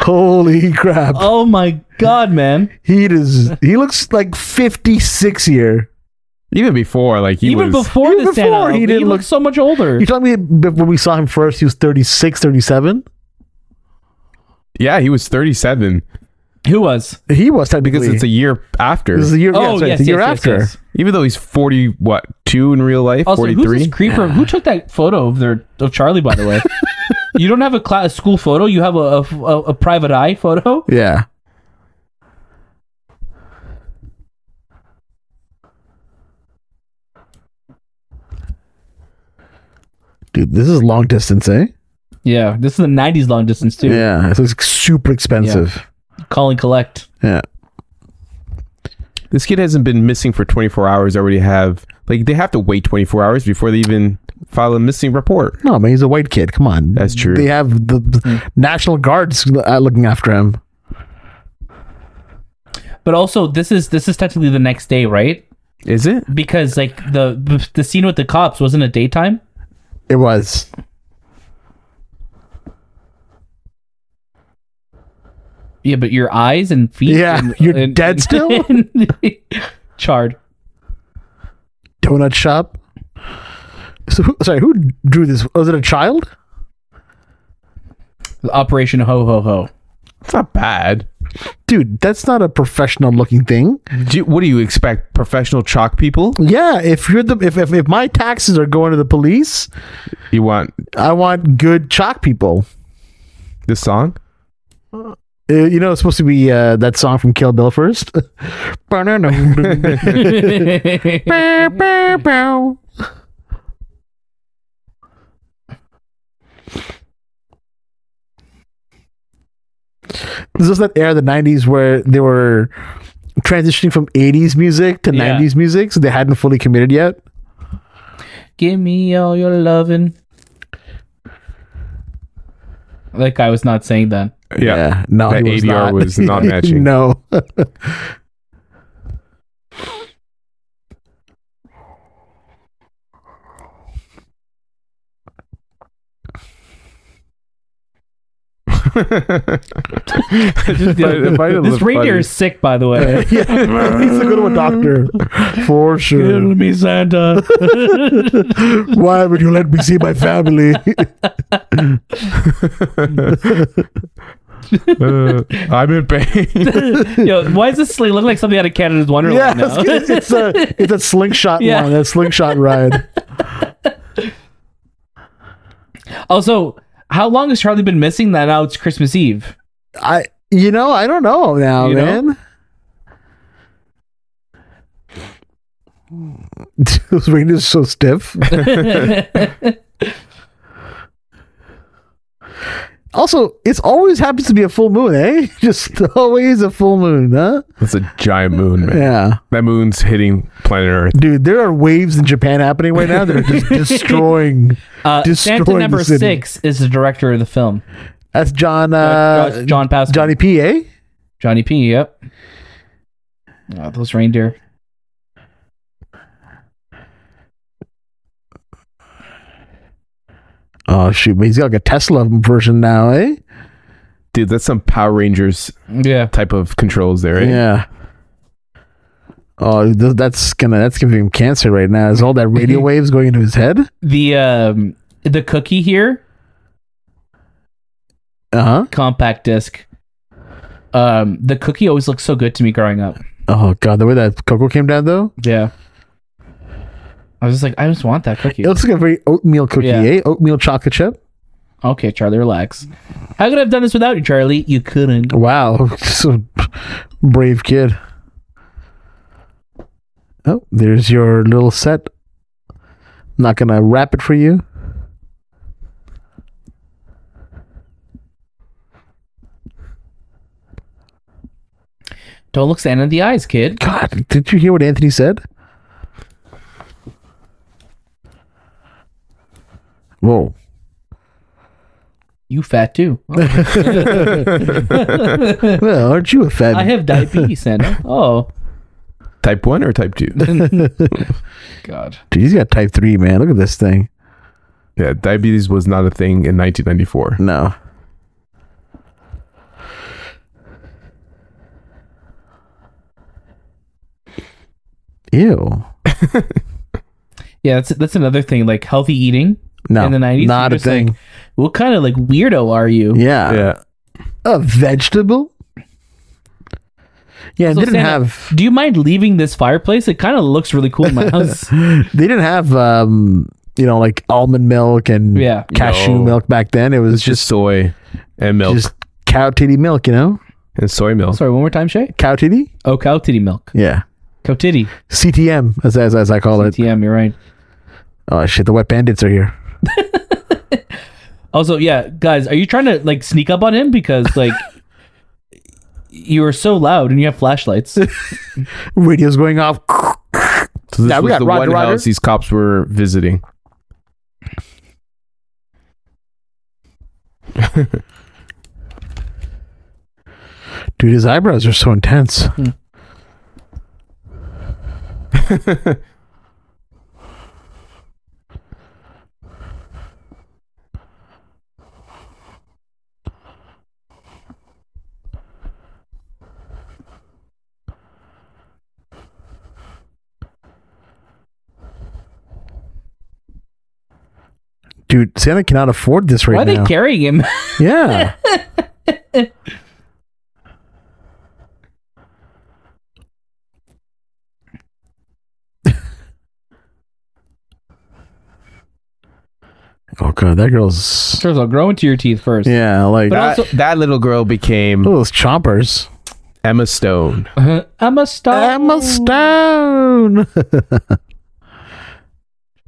[SPEAKER 3] Holy crap.
[SPEAKER 1] Oh my god, man.
[SPEAKER 3] He is he looks like 56 year.
[SPEAKER 2] even before like he
[SPEAKER 1] even
[SPEAKER 2] was.
[SPEAKER 1] before
[SPEAKER 3] even
[SPEAKER 1] this Santa,
[SPEAKER 3] before, he
[SPEAKER 1] he,
[SPEAKER 3] didn't
[SPEAKER 1] looks
[SPEAKER 3] look-
[SPEAKER 1] so much older.
[SPEAKER 3] You telling me b- when we saw him first he was 36, 37?
[SPEAKER 2] yeah, he was thirty-seven
[SPEAKER 1] Who was?
[SPEAKER 3] He was technically
[SPEAKER 2] because it's a year after.
[SPEAKER 3] this is a year, yeah,
[SPEAKER 1] Oh,
[SPEAKER 3] sorry,
[SPEAKER 1] yes,
[SPEAKER 3] it's a year
[SPEAKER 1] yes, yes,
[SPEAKER 3] after.
[SPEAKER 1] yes.
[SPEAKER 2] Even though he's forty, what two in real life?
[SPEAKER 1] Also, who's
[SPEAKER 2] Forty-three.
[SPEAKER 1] this creeper? Who took that photo of their of Charlie? By the
[SPEAKER 3] <laughs>
[SPEAKER 1] way, you don't have a, cla a school photo. You have a, a, a- a private eye photo.
[SPEAKER 3] Yeah. Dude, this is long distance, eh?
[SPEAKER 1] Yeah, this is the '90s long distance too.
[SPEAKER 3] Yeah, so it's like super expensive.
[SPEAKER 1] Call and collect.
[SPEAKER 3] Yeah.
[SPEAKER 2] This kid hasn't been missing for 24 hours. Already have like they have to wait 24 hours before they even file a missing report.
[SPEAKER 3] No, man, he's a white kid. Come on.
[SPEAKER 2] That's true. Hmm.
[SPEAKER 3] They have the the National Guards uh, looking after him.
[SPEAKER 1] But also, this is this is technically the next day, right?
[SPEAKER 2] Is it?
[SPEAKER 1] Because like the the scene with the cops wasn't it daytime.
[SPEAKER 3] It was.
[SPEAKER 1] Yeah, but your eyes and feet.
[SPEAKER 3] Yeah,
[SPEAKER 1] and-
[SPEAKER 3] you're
[SPEAKER 1] and- <laughs>
[SPEAKER 3] dead still?
[SPEAKER 1] charred.
[SPEAKER 3] Donut shop. So, who, sorry, who drew this? Was it a child?
[SPEAKER 1] Operation Ho Ho Ho.
[SPEAKER 2] It's not bad.
[SPEAKER 3] Dude, that's not a professional looking thing.
[SPEAKER 2] Do you- what do you expect? Professional chalk people?
[SPEAKER 3] Yeah, if you're the if, if if my taxes are going to the police,
[SPEAKER 2] You want
[SPEAKER 3] I want good chalk people.
[SPEAKER 2] this
[SPEAKER 3] <laughs>
[SPEAKER 2] song?
[SPEAKER 3] Uh, you know, it's supposed to be uh, that song from Kill Bill first. <laughs> <laughs> That's This is that era of the 90s where they were transitioning from 80s music to
[SPEAKER 1] Yeah.
[SPEAKER 3] 90s music, so they hadn't fully committed yet.
[SPEAKER 1] Give me all your lovin'. That guy was not saying
[SPEAKER 3] <laughs>
[SPEAKER 1] that.
[SPEAKER 3] no,
[SPEAKER 2] That
[SPEAKER 3] he was
[SPEAKER 2] ADR
[SPEAKER 3] not.
[SPEAKER 2] was
[SPEAKER 3] <laughs>
[SPEAKER 2] not matching.
[SPEAKER 3] no.
[SPEAKER 2] Just find it- find it a
[SPEAKER 1] This
[SPEAKER 2] little
[SPEAKER 1] reindeer
[SPEAKER 2] funny.
[SPEAKER 1] is sick, by the
[SPEAKER 3] <laughs>
[SPEAKER 1] way.
[SPEAKER 3] yeah, he's a good one, doctor.
[SPEAKER 1] Mm.
[SPEAKER 3] For
[SPEAKER 1] <laughs>
[SPEAKER 3] sure.
[SPEAKER 1] me, Santa.
[SPEAKER 3] Why would you let me see
[SPEAKER 1] <laughs>
[SPEAKER 3] my family?
[SPEAKER 2] Uh, I'm in pain. <laughs>
[SPEAKER 1] Yo, why does this sling look like something out of Canada's
[SPEAKER 3] yeah,
[SPEAKER 1] Wonderland now?
[SPEAKER 3] it's, it's a it's a slingshot
[SPEAKER 1] Yeah.
[SPEAKER 3] one, a slingshot ride.
[SPEAKER 1] <laughs> Also, how long has Charlie been missing that now it's Christmas Eve?
[SPEAKER 3] I you know I don't know now,
[SPEAKER 1] You know?
[SPEAKER 3] man. <laughs> Those reindeers
[SPEAKER 1] <laughs>
[SPEAKER 3] are so stiff. also, it's always happens to be a full moon, eh? <laughs> Just always a full moon, huh?
[SPEAKER 2] That's a giant moon, man.
[SPEAKER 3] Yeah.
[SPEAKER 2] That moon's hitting planet Earth.
[SPEAKER 3] Dude, there are waves in Japan happening right now
[SPEAKER 1] <laughs>
[SPEAKER 3] that are just destroying.
[SPEAKER 1] Uh,
[SPEAKER 3] Destroying
[SPEAKER 1] Santa
[SPEAKER 3] the
[SPEAKER 1] number
[SPEAKER 3] city.
[SPEAKER 1] six is the director of the film.
[SPEAKER 3] That's John.
[SPEAKER 1] Uh,
[SPEAKER 3] Uh,
[SPEAKER 1] John Pascal.
[SPEAKER 3] Johnny P. Eh?
[SPEAKER 1] Johnny P. Yep. Oh, those reindeer.
[SPEAKER 3] Oh shoot, but he's got like a Tesla version now, eh?
[SPEAKER 2] Dude, that's some Power Rangers
[SPEAKER 1] Yeah.
[SPEAKER 2] type of controls there, right?
[SPEAKER 3] Yeah. Oh, th- that's gonna that's giving him cancer right now. Is all that
[SPEAKER 1] Mm-hmm.
[SPEAKER 3] radio waves going into his head?
[SPEAKER 1] The um the cookie here
[SPEAKER 3] Uh huh.
[SPEAKER 1] compact disc. Um, the cookie always looked so good to me growing up.
[SPEAKER 3] Oh god, the way that cocoa came down though,
[SPEAKER 1] Yeah. I was just like, I just want that cookie.
[SPEAKER 3] it looks like a very oatmeal cookie,
[SPEAKER 1] Yeah.
[SPEAKER 3] eh? Oatmeal chocolate chip.
[SPEAKER 1] Okay, Charlie, relax. How could I have done this without you, Charlie? You couldn't.
[SPEAKER 3] Wow, <laughs> so brave kid. Oh, there's your little set. Not gonna wrap it for you.
[SPEAKER 1] Don't look Santa in the eyes, kid.
[SPEAKER 3] God, did you hear what Anthony said?
[SPEAKER 1] <laughs>
[SPEAKER 3] Whoa.
[SPEAKER 1] You fat too. Oh,
[SPEAKER 3] Well, aren't you a fat?
[SPEAKER 1] I have diabetes,
[SPEAKER 3] <laughs>
[SPEAKER 1] Santa. Oh,
[SPEAKER 2] Type 1 or type 2?
[SPEAKER 1] God.
[SPEAKER 3] Dude, he's got type three, man. Look at this thing.
[SPEAKER 2] yeah, diabetes was not a thing in 1994.
[SPEAKER 3] No. Ew.
[SPEAKER 1] Yeah, that's that's another thing. Like healthy eating.
[SPEAKER 3] No.
[SPEAKER 1] In the 90s,
[SPEAKER 3] Not
[SPEAKER 1] you're
[SPEAKER 3] a
[SPEAKER 1] just like-
[SPEAKER 3] thing.
[SPEAKER 1] What kind of like weirdo are you?
[SPEAKER 3] yeah.
[SPEAKER 2] Yeah.
[SPEAKER 3] A vegetable. Yeah, it
[SPEAKER 1] So
[SPEAKER 3] didn't
[SPEAKER 1] Santa-
[SPEAKER 3] have.
[SPEAKER 1] Do you mind leaving this fireplace? It kind of looks really cool in
[SPEAKER 3] <laughs>
[SPEAKER 1] my house.
[SPEAKER 3] They didn't have. Um, you know, like almond milk and
[SPEAKER 1] Yeah.
[SPEAKER 3] cashew
[SPEAKER 2] No.
[SPEAKER 3] milk back then. It was
[SPEAKER 2] It's just
[SPEAKER 3] just
[SPEAKER 2] soy and milk
[SPEAKER 3] just cow titty milk. You know,
[SPEAKER 2] and soy milk.
[SPEAKER 1] Sorry, one more time, Shay.
[SPEAKER 3] cow titty.
[SPEAKER 1] Oh, cow titty milk.
[SPEAKER 3] Yeah.
[SPEAKER 1] Cow titty.
[SPEAKER 3] CTM, as, as, as I call it.
[SPEAKER 1] TM, you're right.
[SPEAKER 3] Oh, shit. The wet bandits are here.
[SPEAKER 1] Also, yeah, guys, are you trying to like sneak up on him because like <laughs> you are so loud and you have flashlights?
[SPEAKER 3] Radio's going off.
[SPEAKER 2] So this
[SPEAKER 3] Yeah, we
[SPEAKER 2] was
[SPEAKER 3] got
[SPEAKER 2] the
[SPEAKER 3] Roger,
[SPEAKER 2] one
[SPEAKER 3] Roger.
[SPEAKER 2] house these cops were visiting.
[SPEAKER 3] Dude, his eyebrows are so intense. dude, Santa cannot afford this right
[SPEAKER 1] Why are
[SPEAKER 3] now.
[SPEAKER 1] they carrying him? <laughs>
[SPEAKER 3] <laughs> yeah. oh god, that girl's
[SPEAKER 1] First of all, grow into your teeth first.
[SPEAKER 3] yeah, like
[SPEAKER 1] But
[SPEAKER 2] That,
[SPEAKER 1] also-
[SPEAKER 2] that little girl
[SPEAKER 1] Oh.
[SPEAKER 2] became
[SPEAKER 3] those chompers.
[SPEAKER 2] Emma Stone.
[SPEAKER 1] Uh-huh. I'm a star.
[SPEAKER 3] Emma Stone.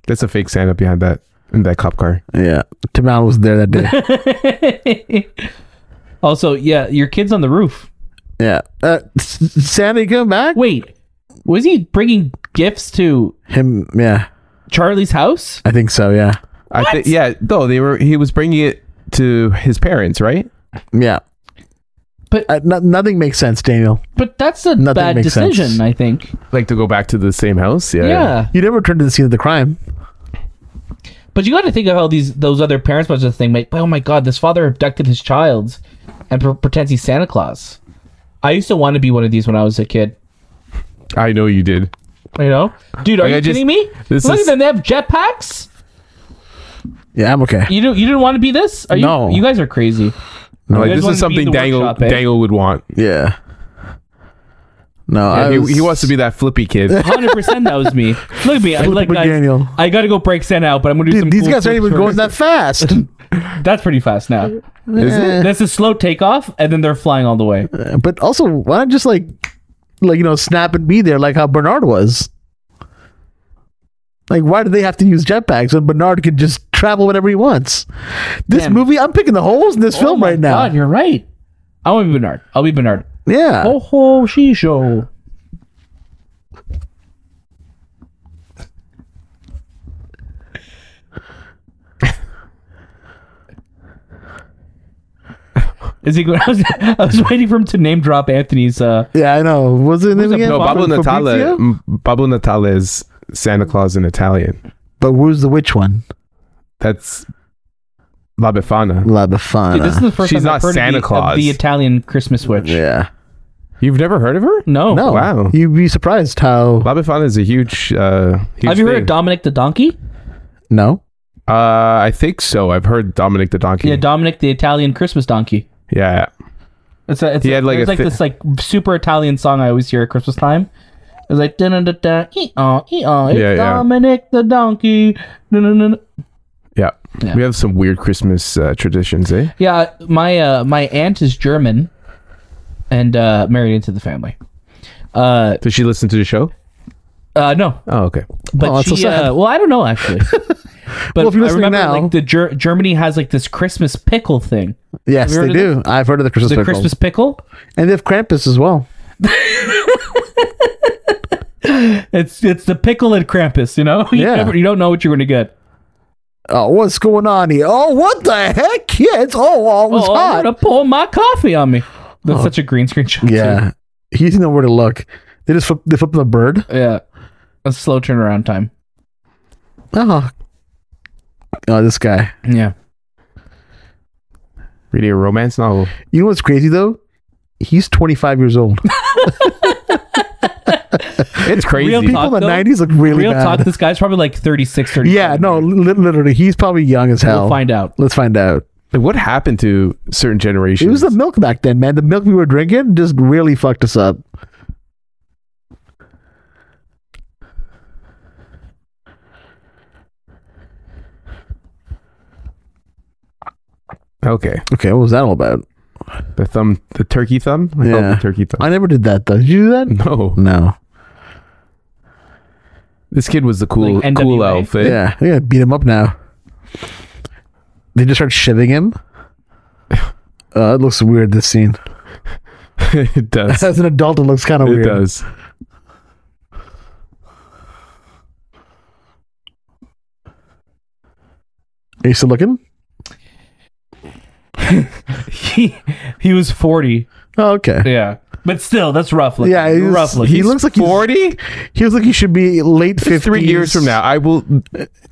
[SPEAKER 2] That's a fake Santa behind that in that cop car.
[SPEAKER 3] <laughs> yeah, Tim Allen was there that
[SPEAKER 1] <laughs>
[SPEAKER 3] day.
[SPEAKER 1] also, yeah, your kid's on the roof.
[SPEAKER 3] yeah, uh, S- Santa, you come back.
[SPEAKER 1] Wait, was he bringing gifts to
[SPEAKER 3] Him, yeah,
[SPEAKER 1] Charlie's house?
[SPEAKER 3] I think so. Yeah,
[SPEAKER 2] I think yeah, though they were he was bringing it to his parents, right?
[SPEAKER 3] yeah.
[SPEAKER 1] But-
[SPEAKER 3] uh, no- nothing makes sense, Daniel.
[SPEAKER 1] But that's a
[SPEAKER 3] Nothing
[SPEAKER 1] bad
[SPEAKER 3] makes sense.
[SPEAKER 1] decision, I think.
[SPEAKER 2] Like to go back to the same house. Yeah.
[SPEAKER 1] Yeah.
[SPEAKER 3] You never returned to the scene of the crime.
[SPEAKER 1] But you got to think of how these those other parents must have think, like, oh my god, this father abducted his child and pre- pretends he's Santa Claus. I used to want to be one of these when I was a kid.
[SPEAKER 2] I know you did.
[SPEAKER 1] You know, dude, are
[SPEAKER 2] Like,
[SPEAKER 1] you
[SPEAKER 2] I just-
[SPEAKER 1] kidding me?
[SPEAKER 2] this
[SPEAKER 1] Look
[SPEAKER 2] is-
[SPEAKER 1] at them; they have jetpacks.
[SPEAKER 3] Yeah, I'm okay.
[SPEAKER 1] You do you didn't want to be this? Are you,
[SPEAKER 3] No.
[SPEAKER 1] you guys are crazy.
[SPEAKER 2] Like,
[SPEAKER 1] You guys
[SPEAKER 2] this
[SPEAKER 1] wanted
[SPEAKER 2] is
[SPEAKER 1] to be in
[SPEAKER 2] something
[SPEAKER 1] the
[SPEAKER 2] Dangle
[SPEAKER 1] workshop, eh?
[SPEAKER 2] Dangle would want.
[SPEAKER 3] Yeah. No,
[SPEAKER 2] Yeah,
[SPEAKER 3] I
[SPEAKER 2] he-
[SPEAKER 3] was,
[SPEAKER 2] he, wants to be that flippy
[SPEAKER 1] <laughs>
[SPEAKER 2] kid.
[SPEAKER 1] Hundred percent, that was me. Look at me, I'm like
[SPEAKER 3] Flip
[SPEAKER 1] guys,
[SPEAKER 3] McDaniel.
[SPEAKER 1] I got to go break Santa out, but I'm gonna do some.
[SPEAKER 3] Dude, these
[SPEAKER 1] cool
[SPEAKER 3] guys aren't even
[SPEAKER 1] flips
[SPEAKER 3] going
[SPEAKER 1] first.
[SPEAKER 3] that
[SPEAKER 1] <laughs>
[SPEAKER 3] fast.
[SPEAKER 1] That's pretty fast now.
[SPEAKER 2] Is it?
[SPEAKER 1] That's a slow takeoff, and then they're flying all the way.
[SPEAKER 3] Eh, but also, why not just like, like you know, snap and be there like how Bernard was? Like, why do they have to use jetpacks when Bernard can just travel whenever he wants? This
[SPEAKER 1] Damn.
[SPEAKER 3] movie, I'm picking the holes in this
[SPEAKER 1] Oh
[SPEAKER 3] film
[SPEAKER 1] my
[SPEAKER 3] right now.
[SPEAKER 1] God, you're right. I want to be Bernard. I'll be Bernard.
[SPEAKER 3] Yeah.
[SPEAKER 1] Oh ho, she show. Is he going? <laughs> I was, I was waiting for him to name drop Anthony's. Uh,
[SPEAKER 3] Yeah, I know. Was it him
[SPEAKER 1] the
[SPEAKER 3] again?
[SPEAKER 2] No, Babu
[SPEAKER 3] Fabrizio?
[SPEAKER 2] Natale. m- Babu Natale is Santa Claus in Italian.
[SPEAKER 3] But who's the witch one?
[SPEAKER 2] That's La Befana.
[SPEAKER 3] La
[SPEAKER 1] dude, this is
[SPEAKER 3] Befana.
[SPEAKER 1] the first
[SPEAKER 2] She's
[SPEAKER 1] time
[SPEAKER 2] not
[SPEAKER 1] I've heard
[SPEAKER 2] Santa
[SPEAKER 1] of the,
[SPEAKER 2] Claus.
[SPEAKER 1] Of the Italian Christmas witch.
[SPEAKER 3] yeah.
[SPEAKER 2] You've never heard of her?
[SPEAKER 1] No,
[SPEAKER 3] No.
[SPEAKER 2] wow.
[SPEAKER 3] You'd be surprised how.
[SPEAKER 2] La Befana is a huge. Uh, huge
[SPEAKER 1] Have you heard
[SPEAKER 2] thing.
[SPEAKER 1] of Dominic the donkey?
[SPEAKER 3] No.
[SPEAKER 2] Uh, I think so. I've heard Dominic the Donkey.
[SPEAKER 1] Yeah, Dominic the Italian Christmas donkey.
[SPEAKER 2] yeah.
[SPEAKER 1] It's a, it's
[SPEAKER 2] He
[SPEAKER 1] a-
[SPEAKER 2] had, like,
[SPEAKER 1] there's,
[SPEAKER 2] a
[SPEAKER 1] like
[SPEAKER 2] thi-
[SPEAKER 1] this like super Italian song I always hear at Christmas time. It's like da da da da ee oh ee oh it's
[SPEAKER 2] Yeah, yeah.
[SPEAKER 1] Dominic the donkey. Dun-dun-dun.
[SPEAKER 2] yeah,
[SPEAKER 1] Yeah.
[SPEAKER 2] We have some weird Christmas uh, traditions, eh?
[SPEAKER 1] Yeah, my uh, my aunt is German and uh, married into the family. Uh,
[SPEAKER 2] Does she listen to the show?
[SPEAKER 1] uh no,
[SPEAKER 2] Oh, okay.
[SPEAKER 1] but
[SPEAKER 3] Oh, that's
[SPEAKER 1] she
[SPEAKER 3] so sad.
[SPEAKER 1] uh, well I don't know actually. But
[SPEAKER 3] <laughs> Well, if you're
[SPEAKER 1] I
[SPEAKER 3] listening
[SPEAKER 1] remember
[SPEAKER 3] now-
[SPEAKER 1] like the Ger- Germany has like this Christmas pickle thing.
[SPEAKER 3] Yes,
[SPEAKER 1] Have
[SPEAKER 3] they
[SPEAKER 1] you heard
[SPEAKER 3] do. I've heard of the Christmas
[SPEAKER 1] The
[SPEAKER 3] pickle.
[SPEAKER 1] Christmas pickle.
[SPEAKER 3] And they have Krampus as well.
[SPEAKER 1] It's it's the pickle and Krampus. You know, <laughs> you,
[SPEAKER 3] Yeah.
[SPEAKER 1] never, you don't know what you're gonna get.
[SPEAKER 3] Oh, what's going on here? Oh, what the heck, kids? Oh, oh, it was
[SPEAKER 1] oh, I'm
[SPEAKER 3] hot. Oh.
[SPEAKER 1] gonna pour my coffee on me. That's such a green screen shot. too.
[SPEAKER 3] Yeah, he doesn't know where to look. They just flip, they flip the bird.
[SPEAKER 1] yeah. A slow turnaround time.
[SPEAKER 3] Oh, oh, this guy.
[SPEAKER 1] Yeah.
[SPEAKER 2] Reading a romance novel.
[SPEAKER 3] You know what's crazy though? He's 25 years old. <laughs>
[SPEAKER 2] It's crazy.
[SPEAKER 1] Real
[SPEAKER 3] People in the
[SPEAKER 1] though?
[SPEAKER 3] 90s look really
[SPEAKER 1] Real
[SPEAKER 3] bad.
[SPEAKER 1] talk. This guy's probably like 36, 37.
[SPEAKER 3] yeah, no, li- literally, he's probably young as hell.
[SPEAKER 1] We'll find out. <laughs>
[SPEAKER 3] Let's find out.
[SPEAKER 2] Like, what happened to certain generations?
[SPEAKER 3] It was the milk back then, man. The milk we were drinking just really fucked us up.
[SPEAKER 2] okay.
[SPEAKER 3] Okay, what was that all about?
[SPEAKER 2] The thumb, the turkey thumb. I call it
[SPEAKER 3] Yeah.
[SPEAKER 2] the turkey thumb.
[SPEAKER 3] I never did that though. Did you do that?
[SPEAKER 2] no,
[SPEAKER 3] No.
[SPEAKER 2] this kid was the cool,
[SPEAKER 1] Like NWA?
[SPEAKER 2] cool outfit.
[SPEAKER 3] Yeah, they gotta beat him up now. They just start shivving
[SPEAKER 2] <laughs>
[SPEAKER 3] him. Uh, it looks weird. This scene,
[SPEAKER 2] <laughs> it does.
[SPEAKER 3] <laughs> as an adult, it looks kind of
[SPEAKER 2] it
[SPEAKER 3] weird.
[SPEAKER 2] does.
[SPEAKER 3] Are you still looking?
[SPEAKER 1] He he was 40.
[SPEAKER 3] Oh, okay.
[SPEAKER 1] Yeah. But still, that's rough looking.
[SPEAKER 3] Yeah, he's-
[SPEAKER 1] rough looking.
[SPEAKER 3] he looks like he's-
[SPEAKER 2] forty.
[SPEAKER 3] He looks like he should be late fifties.
[SPEAKER 2] Three years from now, I will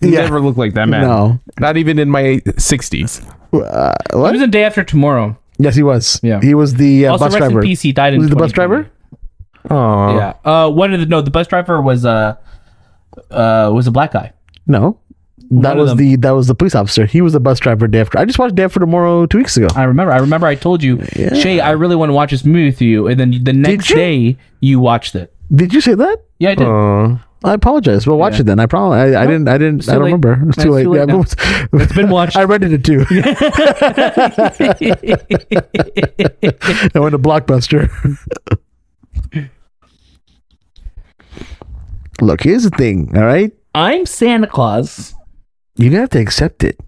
[SPEAKER 2] never look like that man.
[SPEAKER 3] No.
[SPEAKER 2] Not even in my sixties.
[SPEAKER 3] Uh,
[SPEAKER 1] He
[SPEAKER 3] what?
[SPEAKER 1] was in Day After Tomorrow.
[SPEAKER 3] Yes, he was.
[SPEAKER 1] Yeah.
[SPEAKER 3] he was the uh,
[SPEAKER 1] also,
[SPEAKER 3] bus
[SPEAKER 1] rest
[SPEAKER 3] driver.
[SPEAKER 1] in peace. He died in
[SPEAKER 3] Was he the bus
[SPEAKER 1] 2020.
[SPEAKER 3] driver?
[SPEAKER 2] Oh,
[SPEAKER 1] Yeah. Uh, one of the no, the bus driver was uh, uh, was a black guy.
[SPEAKER 3] No, that
[SPEAKER 1] of
[SPEAKER 3] was
[SPEAKER 1] them.
[SPEAKER 3] the that was the police officer. He was the bus driver day after. I just watched Day After Tomorrow two weeks ago.
[SPEAKER 1] I remember. I remember. I told you, Shay, I really want to watch this movie with you. And then the next
[SPEAKER 3] you?
[SPEAKER 1] day, you watched it.
[SPEAKER 3] Did you say that?
[SPEAKER 1] Yeah, I did.
[SPEAKER 2] Aw.
[SPEAKER 3] I apologize. Well, watch it then. I probably I, I didn't I didn't I don't
[SPEAKER 1] late.
[SPEAKER 3] remember.
[SPEAKER 1] It's
[SPEAKER 3] It's <laughs> too
[SPEAKER 1] too
[SPEAKER 3] late.
[SPEAKER 1] late
[SPEAKER 3] Yeah,
[SPEAKER 1] now. <laughs>
[SPEAKER 3] but-
[SPEAKER 1] it's been watched.
[SPEAKER 3] <laughs> I rented
[SPEAKER 1] <laughs>
[SPEAKER 3] it too. I went to Blockbuster. <laughs> Look, here's the thing. All right,
[SPEAKER 1] I'm Santa Claus.
[SPEAKER 3] you have to accept it.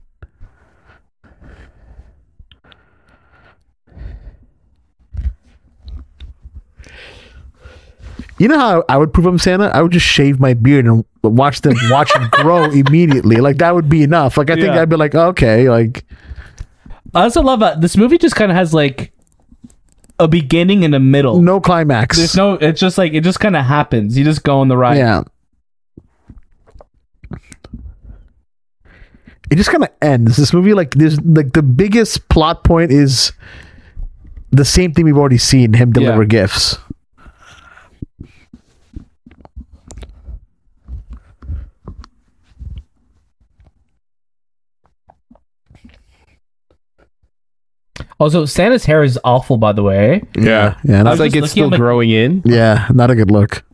[SPEAKER 3] You know how I would prove I'm Santa? I would just shave my beard and watch them watch
[SPEAKER 1] <laughs>
[SPEAKER 3] it grow immediately. Like that would be enough. Like I think
[SPEAKER 1] Yeah.
[SPEAKER 3] I'd be like, okay, like
[SPEAKER 1] I also love that this movie just kind of has like a beginning and a middle.
[SPEAKER 3] no climax.
[SPEAKER 1] There's no. It's just like it just kind of happens. You just go on the ride.
[SPEAKER 3] Yeah. It just kind of ends. This movie, like, there's like the biggest plot point is the same thing we've already seen him deliver
[SPEAKER 1] Yeah.
[SPEAKER 3] gifts.
[SPEAKER 1] Also, Santa's hair is awful, by the way.
[SPEAKER 2] yeah.
[SPEAKER 3] Yeah, and I-
[SPEAKER 2] It's like
[SPEAKER 1] just
[SPEAKER 2] it's
[SPEAKER 1] looking at
[SPEAKER 2] still
[SPEAKER 1] my-
[SPEAKER 2] growing in.
[SPEAKER 3] Yeah, not a good look.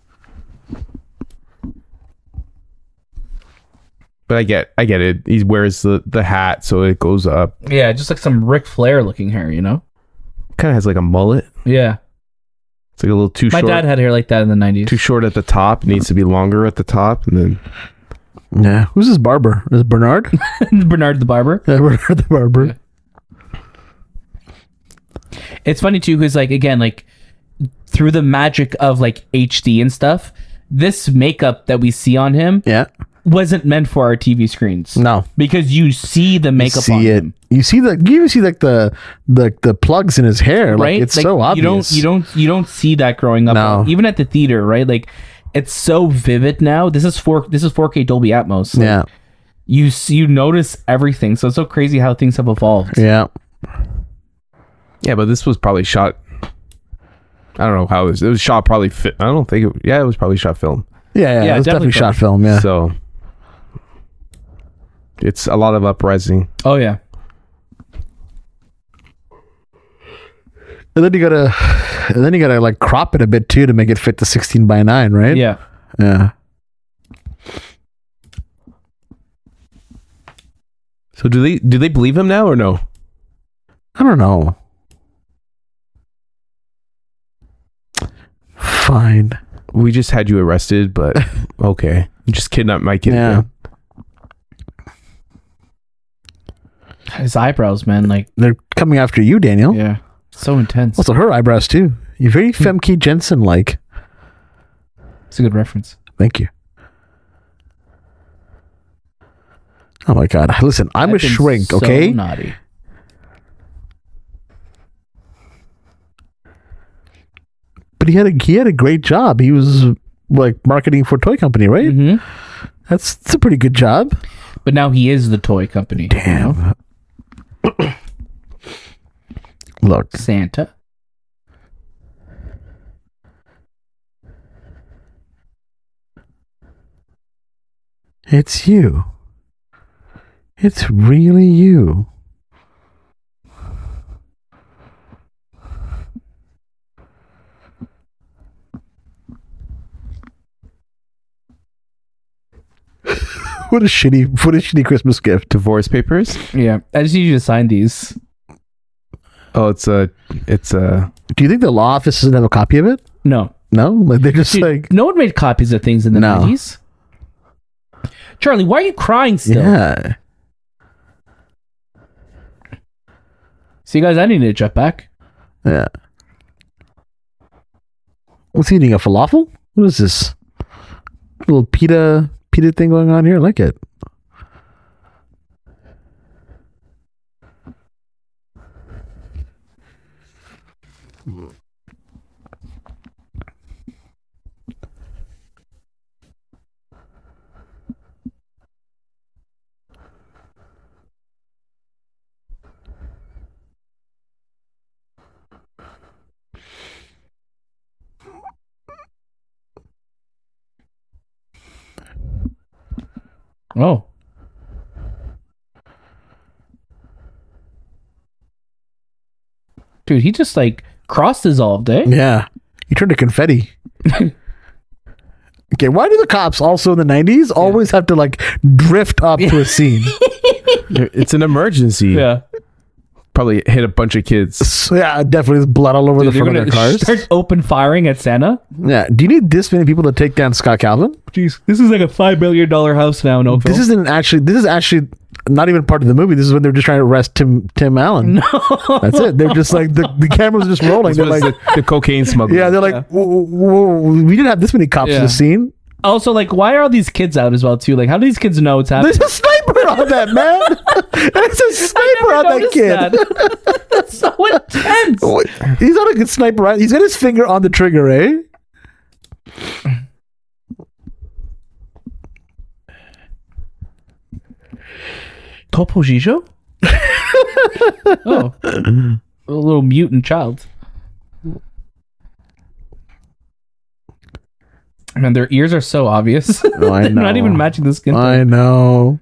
[SPEAKER 2] But I get, I get it. He wears the, the hat, so it goes up.
[SPEAKER 1] Yeah, just like some Ric Flair looking hair, you know?
[SPEAKER 2] Kind of has like a mullet.
[SPEAKER 1] Yeah.
[SPEAKER 2] It's like a little too
[SPEAKER 1] My
[SPEAKER 2] short.
[SPEAKER 1] dad had hair like that in the 90s.
[SPEAKER 2] too short at the top. Needs to be longer at the top, and then
[SPEAKER 3] Yeah, who's this barber? Is
[SPEAKER 1] <laughs>
[SPEAKER 3] it Bernard?
[SPEAKER 1] <laughs>
[SPEAKER 3] <laughs>
[SPEAKER 1] Bernard the Barber.
[SPEAKER 3] yeah, Bernard the barber.
[SPEAKER 1] It's funny, too, because, like, again, like, through the magic of, like, HD and stuff, this makeup that we see on him
[SPEAKER 3] Yeah,
[SPEAKER 1] wasn't meant for our TV screens.
[SPEAKER 3] no,
[SPEAKER 1] Because you see the
[SPEAKER 3] you
[SPEAKER 1] makeup on
[SPEAKER 3] see it.
[SPEAKER 1] him.
[SPEAKER 3] You see the you even see like the the the plugs in his hair. Like,
[SPEAKER 1] right?
[SPEAKER 3] it's
[SPEAKER 1] Like,
[SPEAKER 3] so obvious.
[SPEAKER 1] You don't you don't you don't see that growing up.
[SPEAKER 3] No.
[SPEAKER 1] Even at the theater, right? Like it's so vivid now. This is four this is 4K Dolby Atmos. Like,
[SPEAKER 3] Yeah,
[SPEAKER 1] you s- you notice everything. So it's so crazy how things have evolved.
[SPEAKER 3] yeah.
[SPEAKER 2] yeah. But this was probably shot. I don't know how it was. It was shot probably. Fi- I don't think. It, yeah, it was probably shot film.
[SPEAKER 3] Yeah, yeah,
[SPEAKER 1] Yeah,
[SPEAKER 3] it's definitely,
[SPEAKER 1] definitely
[SPEAKER 3] shot film. Yeah,
[SPEAKER 2] So it's a lot of uprising.
[SPEAKER 1] Oh yeah.
[SPEAKER 3] And then you gotta, and then you gotta like crop it a bit too to make it fit the sixteen by nine, right?
[SPEAKER 1] Yeah.
[SPEAKER 3] Yeah.
[SPEAKER 2] So do they do they believe him now or no?
[SPEAKER 3] I don't know. Fine.
[SPEAKER 2] We just had you arrested,
[SPEAKER 3] <laughs>
[SPEAKER 2] but okay. You just kidnapped my kid.
[SPEAKER 3] Yeah.
[SPEAKER 1] His eyebrows, man, like
[SPEAKER 3] They're coming after you, Daniel.
[SPEAKER 1] yeah. Hmm. So intense.
[SPEAKER 3] Also, her eyebrows too. You're very Femke Jensen like.
[SPEAKER 1] It's a good reference.
[SPEAKER 3] Thank you. Oh my God! Listen, I'm a
[SPEAKER 1] I've been
[SPEAKER 3] shrink.
[SPEAKER 1] so
[SPEAKER 3] okay.
[SPEAKER 1] Naughty.
[SPEAKER 3] But he had a he had a great job. He was like marketing for a toy company, right?
[SPEAKER 1] hmm
[SPEAKER 3] That's, that's a pretty good job.
[SPEAKER 1] But now he is the toy company.
[SPEAKER 3] Damn. <coughs> Look,
[SPEAKER 1] Santa.
[SPEAKER 3] it's you. It's really you. <laughs> what a shitty what a shitty Christmas gift.
[SPEAKER 2] Divorce papers?
[SPEAKER 1] Yeah. I just need you to sign these.
[SPEAKER 2] Oh, it's a it's a
[SPEAKER 3] Do you think the law office doesn't have a copy of it?
[SPEAKER 1] No.
[SPEAKER 3] No? Like they're just
[SPEAKER 1] Dude,
[SPEAKER 3] like
[SPEAKER 1] no one made copies of things in the
[SPEAKER 3] No.
[SPEAKER 1] 90s. Charlie, why are you crying still?
[SPEAKER 3] Yeah.
[SPEAKER 1] See, guys, I need a jetpack.
[SPEAKER 3] Yeah. What's he eating? A falafel? What is this? Little pita pita thing going on here? I like it.
[SPEAKER 1] Oh. dude, he just like cross dissolved, eh?
[SPEAKER 3] Yeah. He turned to confetti. okay, why do the cops also in the 90s always have to like drift up to a scene?
[SPEAKER 2] It's an emergency.
[SPEAKER 1] Yeah.
[SPEAKER 2] Probably hit a bunch of kids.
[SPEAKER 3] So, yeah, definitely there's blood all over the
[SPEAKER 1] They're
[SPEAKER 3] front
[SPEAKER 1] gonna
[SPEAKER 3] of
[SPEAKER 1] <laughs>
[SPEAKER 3] their cars.
[SPEAKER 1] start open firing at Santa.
[SPEAKER 3] yeah. Do you need this many people to take down Scott Calvin?
[SPEAKER 1] Jeez, this is like a five billion dollar house now in Oakville.
[SPEAKER 3] This isn't actually this is actually not even part of the movie. This is when they're just trying to arrest Tim Tim Allen. No. That's it. They're just like the, the cameras just rolling.
[SPEAKER 2] This
[SPEAKER 3] <laughs> They're
[SPEAKER 2] was
[SPEAKER 3] like
[SPEAKER 2] the, the cocaine smuggler.
[SPEAKER 3] <laughs> Yeah, they're like "Whoa, whoa, whoa, we didn't have this many cops in
[SPEAKER 1] Yeah.
[SPEAKER 3] the scene.
[SPEAKER 1] also, like, why are all these kids out as well too? Like, how do these kids know it's happening? <laughs>
[SPEAKER 3] There's a sniper on that man. <laughs> There's a sniper on that
[SPEAKER 1] Notice
[SPEAKER 3] kid.
[SPEAKER 1] that. <laughs> That's so
[SPEAKER 3] <laughs>
[SPEAKER 1] intense.
[SPEAKER 3] Wait, <laughs> He's on a good sniper. Right? He's got his finger on the trigger, eh?
[SPEAKER 1] Topo Gijo? oh. A little mutant child. Man, their ears are so <laughs> obvious.
[SPEAKER 3] I
[SPEAKER 1] They're not even matching the skin. tone.
[SPEAKER 3] I know.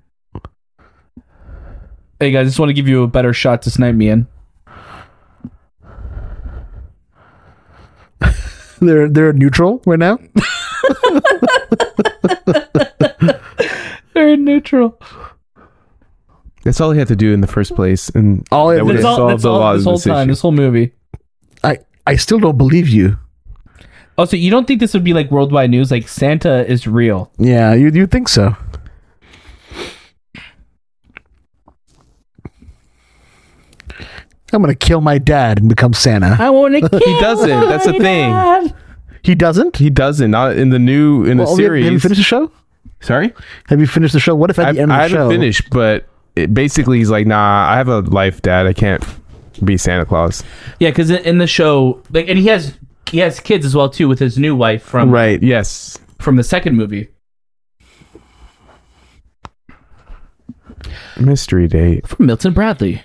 [SPEAKER 1] Hey guys, just want to give you a better shot to snipe me in.
[SPEAKER 3] They're they're neutral right now.
[SPEAKER 1] They're neutral.
[SPEAKER 2] That's all he had to do in the first place. And
[SPEAKER 3] All it
[SPEAKER 2] That
[SPEAKER 1] That's
[SPEAKER 2] would They
[SPEAKER 3] is,
[SPEAKER 1] all,
[SPEAKER 2] solved
[SPEAKER 1] that's
[SPEAKER 2] a
[SPEAKER 1] all
[SPEAKER 2] lot
[SPEAKER 1] this
[SPEAKER 2] of
[SPEAKER 1] whole
[SPEAKER 2] this
[SPEAKER 1] time,
[SPEAKER 2] issue.
[SPEAKER 1] this whole movie.
[SPEAKER 3] I I still don't believe you.
[SPEAKER 1] Also, you don't think this would be like worldwide news? Like Santa is real.
[SPEAKER 3] Yeah, you you think so? I'm gonna kill my dad and become Santa.
[SPEAKER 1] I want to kill.
[SPEAKER 2] <laughs> he doesn't. That's the thing.
[SPEAKER 3] He doesn't.
[SPEAKER 2] He doesn't. Not in the new in
[SPEAKER 3] Well,
[SPEAKER 2] the
[SPEAKER 3] have you-
[SPEAKER 2] series.
[SPEAKER 3] Have you finished the show?
[SPEAKER 2] Sorry,
[SPEAKER 3] Have you finished the show? What if at
[SPEAKER 2] I,
[SPEAKER 3] the end
[SPEAKER 2] I
[SPEAKER 3] of the
[SPEAKER 2] haven't
[SPEAKER 3] show?
[SPEAKER 2] finished, but it basically he's like, nah, I have a life, Dad. I can't be Santa Claus.
[SPEAKER 1] Yeah, because in the show, like, and he has he has kids as well too with his new wife from
[SPEAKER 2] Right. Yes.
[SPEAKER 1] from the second movie.
[SPEAKER 2] Mystery date.
[SPEAKER 1] from Milton Bradley.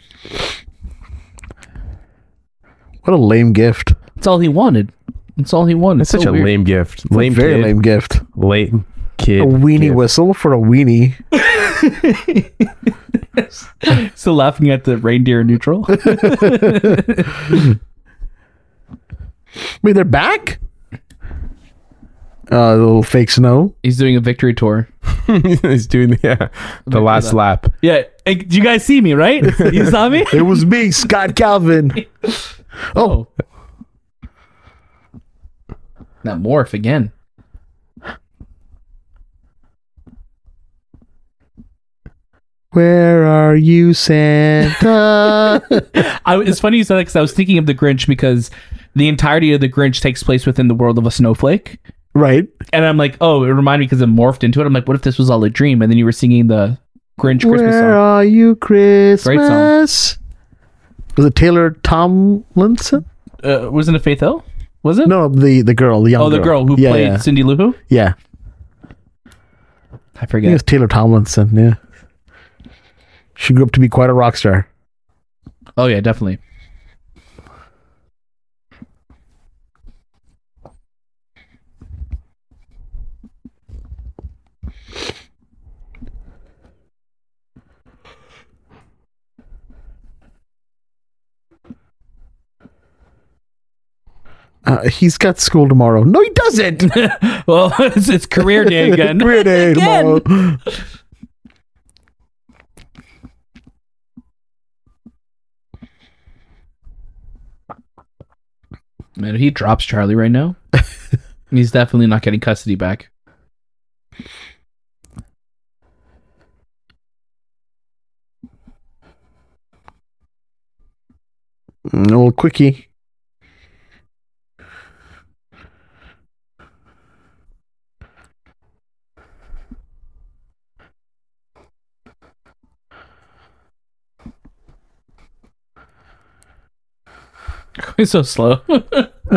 [SPEAKER 3] What a lame gift.
[SPEAKER 1] That's all he wanted. That's all he wanted.
[SPEAKER 2] That's
[SPEAKER 1] It's
[SPEAKER 2] such
[SPEAKER 1] so
[SPEAKER 2] a
[SPEAKER 1] weird.
[SPEAKER 2] lame gift. Lame
[SPEAKER 3] Very
[SPEAKER 2] kid.
[SPEAKER 3] lame gift.
[SPEAKER 2] Lame kid.
[SPEAKER 3] A weenie
[SPEAKER 2] gift.
[SPEAKER 3] whistle for a weenie.
[SPEAKER 1] Still laughing at the reindeer in neutral.
[SPEAKER 3] I mean, they're back. Uh, the little fake snow.
[SPEAKER 1] <laughs> He's doing a victory tour.
[SPEAKER 2] <laughs> he's doing the, yeah, the last lap.
[SPEAKER 1] Yeah. Hey, do you guys see me, right? You saw <laughs> me?
[SPEAKER 3] It was me, Scott Calvin.
[SPEAKER 1] Oh. That morph again.
[SPEAKER 3] Where are you, Santa?
[SPEAKER 1] I, it's funny you said that because I was thinking of the Grinch because the entirety of the Grinch takes place within the world of a snowflake.
[SPEAKER 3] <laughs> right.
[SPEAKER 1] And I'm like, oh, it reminded me because it morphed into it. I'm like, what if this was all a dream? And then you were singing the Grinch Christmas
[SPEAKER 3] Where
[SPEAKER 1] song.
[SPEAKER 3] are you, Christmas?
[SPEAKER 1] song.
[SPEAKER 3] Was it Taylor Tomlinson?
[SPEAKER 1] Uh, wasn't it Faith Hill? Was it?
[SPEAKER 3] No, the the girl, the young.
[SPEAKER 1] Oh, the girl who
[SPEAKER 3] yeah,
[SPEAKER 1] played
[SPEAKER 3] Yeah,
[SPEAKER 1] Cindy Lou Who?
[SPEAKER 3] yeah.
[SPEAKER 1] I
[SPEAKER 3] I think
[SPEAKER 1] forget.
[SPEAKER 3] it was Taylor Tomlinson. Yeah, she grew up to be quite a rock star.
[SPEAKER 1] Oh yeah, definitely.
[SPEAKER 3] Uh, he's got school tomorrow. No, he doesn't.
[SPEAKER 1] <laughs> Well, it's, it's career day
[SPEAKER 2] <laughs>
[SPEAKER 1] again.
[SPEAKER 3] Career day
[SPEAKER 1] Again.
[SPEAKER 3] tomorrow. Mm,
[SPEAKER 1] Man, if he drops Charlie right
[SPEAKER 2] <laughs>
[SPEAKER 1] now, he's definitely not getting custody back. <laughs>
[SPEAKER 3] Mm, old quickie.
[SPEAKER 1] He's so slow. <laughs>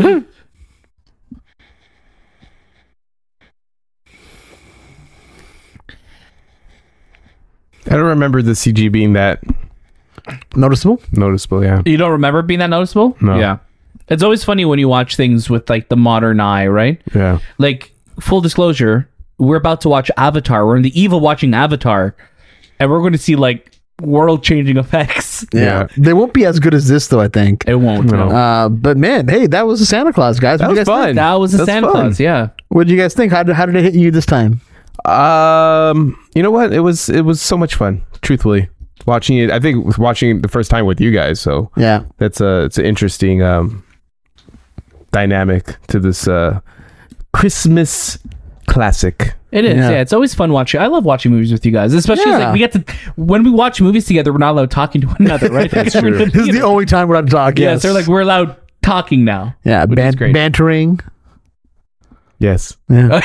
[SPEAKER 2] I don't remember the CG being that
[SPEAKER 3] Noticeable?
[SPEAKER 2] noticeable. Yeah.
[SPEAKER 1] you don't remember it being that noticeable?
[SPEAKER 2] No.
[SPEAKER 1] Yeah. It's always funny when you watch things with like the modern eye, right?
[SPEAKER 2] Yeah.
[SPEAKER 1] Like full disclosure, we're about to watch Avatar. We're in the eve of watching Avatar, and we're going to see like world changing effects.
[SPEAKER 2] Yeah.
[SPEAKER 3] They won't be as good as this, though, I think.
[SPEAKER 1] It won't.
[SPEAKER 2] No.
[SPEAKER 1] no.
[SPEAKER 3] Uh, but man, hey, that was a Santa Claus, guys.
[SPEAKER 2] That
[SPEAKER 3] What'd
[SPEAKER 2] was
[SPEAKER 3] you guys
[SPEAKER 2] fun.
[SPEAKER 3] Think?
[SPEAKER 1] That was a
[SPEAKER 2] That's
[SPEAKER 1] Santa
[SPEAKER 2] fun.
[SPEAKER 1] Claus. Yeah.
[SPEAKER 3] What did you guys think? How did, how did it hit you this time?
[SPEAKER 2] Um, you know what? It was it was so much fun. Truthfully, watching it, I think with watching it the first time with you guys. So
[SPEAKER 3] Yeah.
[SPEAKER 2] that's a it's an interesting um dynamic to this uh Christmas classic.
[SPEAKER 1] It is, yeah.
[SPEAKER 3] Yeah.
[SPEAKER 1] It's always fun watching. I love watching movies with you guys, especially it's
[SPEAKER 3] Yeah.
[SPEAKER 1] like we get to when we watch movies together. We're not allowed talking to one another, right? <laughs>
[SPEAKER 2] <laughs> That's true.
[SPEAKER 1] Yes,
[SPEAKER 3] This is the only time we're on talk. Yes.
[SPEAKER 1] they're like we're allowed talking now.
[SPEAKER 3] yeah,
[SPEAKER 1] which is
[SPEAKER 3] ban-
[SPEAKER 1] great.
[SPEAKER 3] bantering.
[SPEAKER 2] Yes,
[SPEAKER 3] Yeah.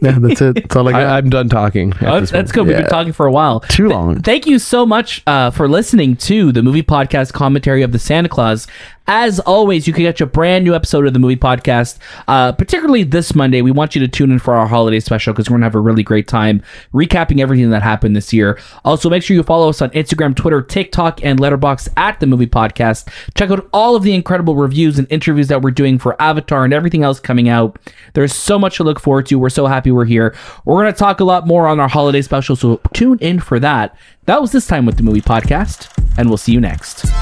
[SPEAKER 3] yeah, that's it. That's
[SPEAKER 1] <laughs>
[SPEAKER 3] all I got.
[SPEAKER 2] I, I'm done talking. at
[SPEAKER 1] Oh, that's,
[SPEAKER 2] this
[SPEAKER 1] that's
[SPEAKER 2] point.
[SPEAKER 1] good. We've
[SPEAKER 3] Yeah.
[SPEAKER 1] been talking for a while.
[SPEAKER 3] Too long.
[SPEAKER 1] Thank you so much uh, for listening to the movie podcast commentary of the Santa Claus. As always, you can catch a brand new episode of the movie podcast, uh, particularly this Monday. We want you to tune in for our holiday special because we're going to have a really great time recapping everything that happened this year. Also, make sure you follow us on Instagram, Twitter, TikTok, and Letterbox at the movie podcast. Check out all of the incredible reviews and interviews that we're doing for Avatar and everything else coming out. There's so much to look forward to. We're so happy we're here. We're going to talk a lot more on our holiday special, so tune in for that. That was this time with the movie podcast, and we'll see you next.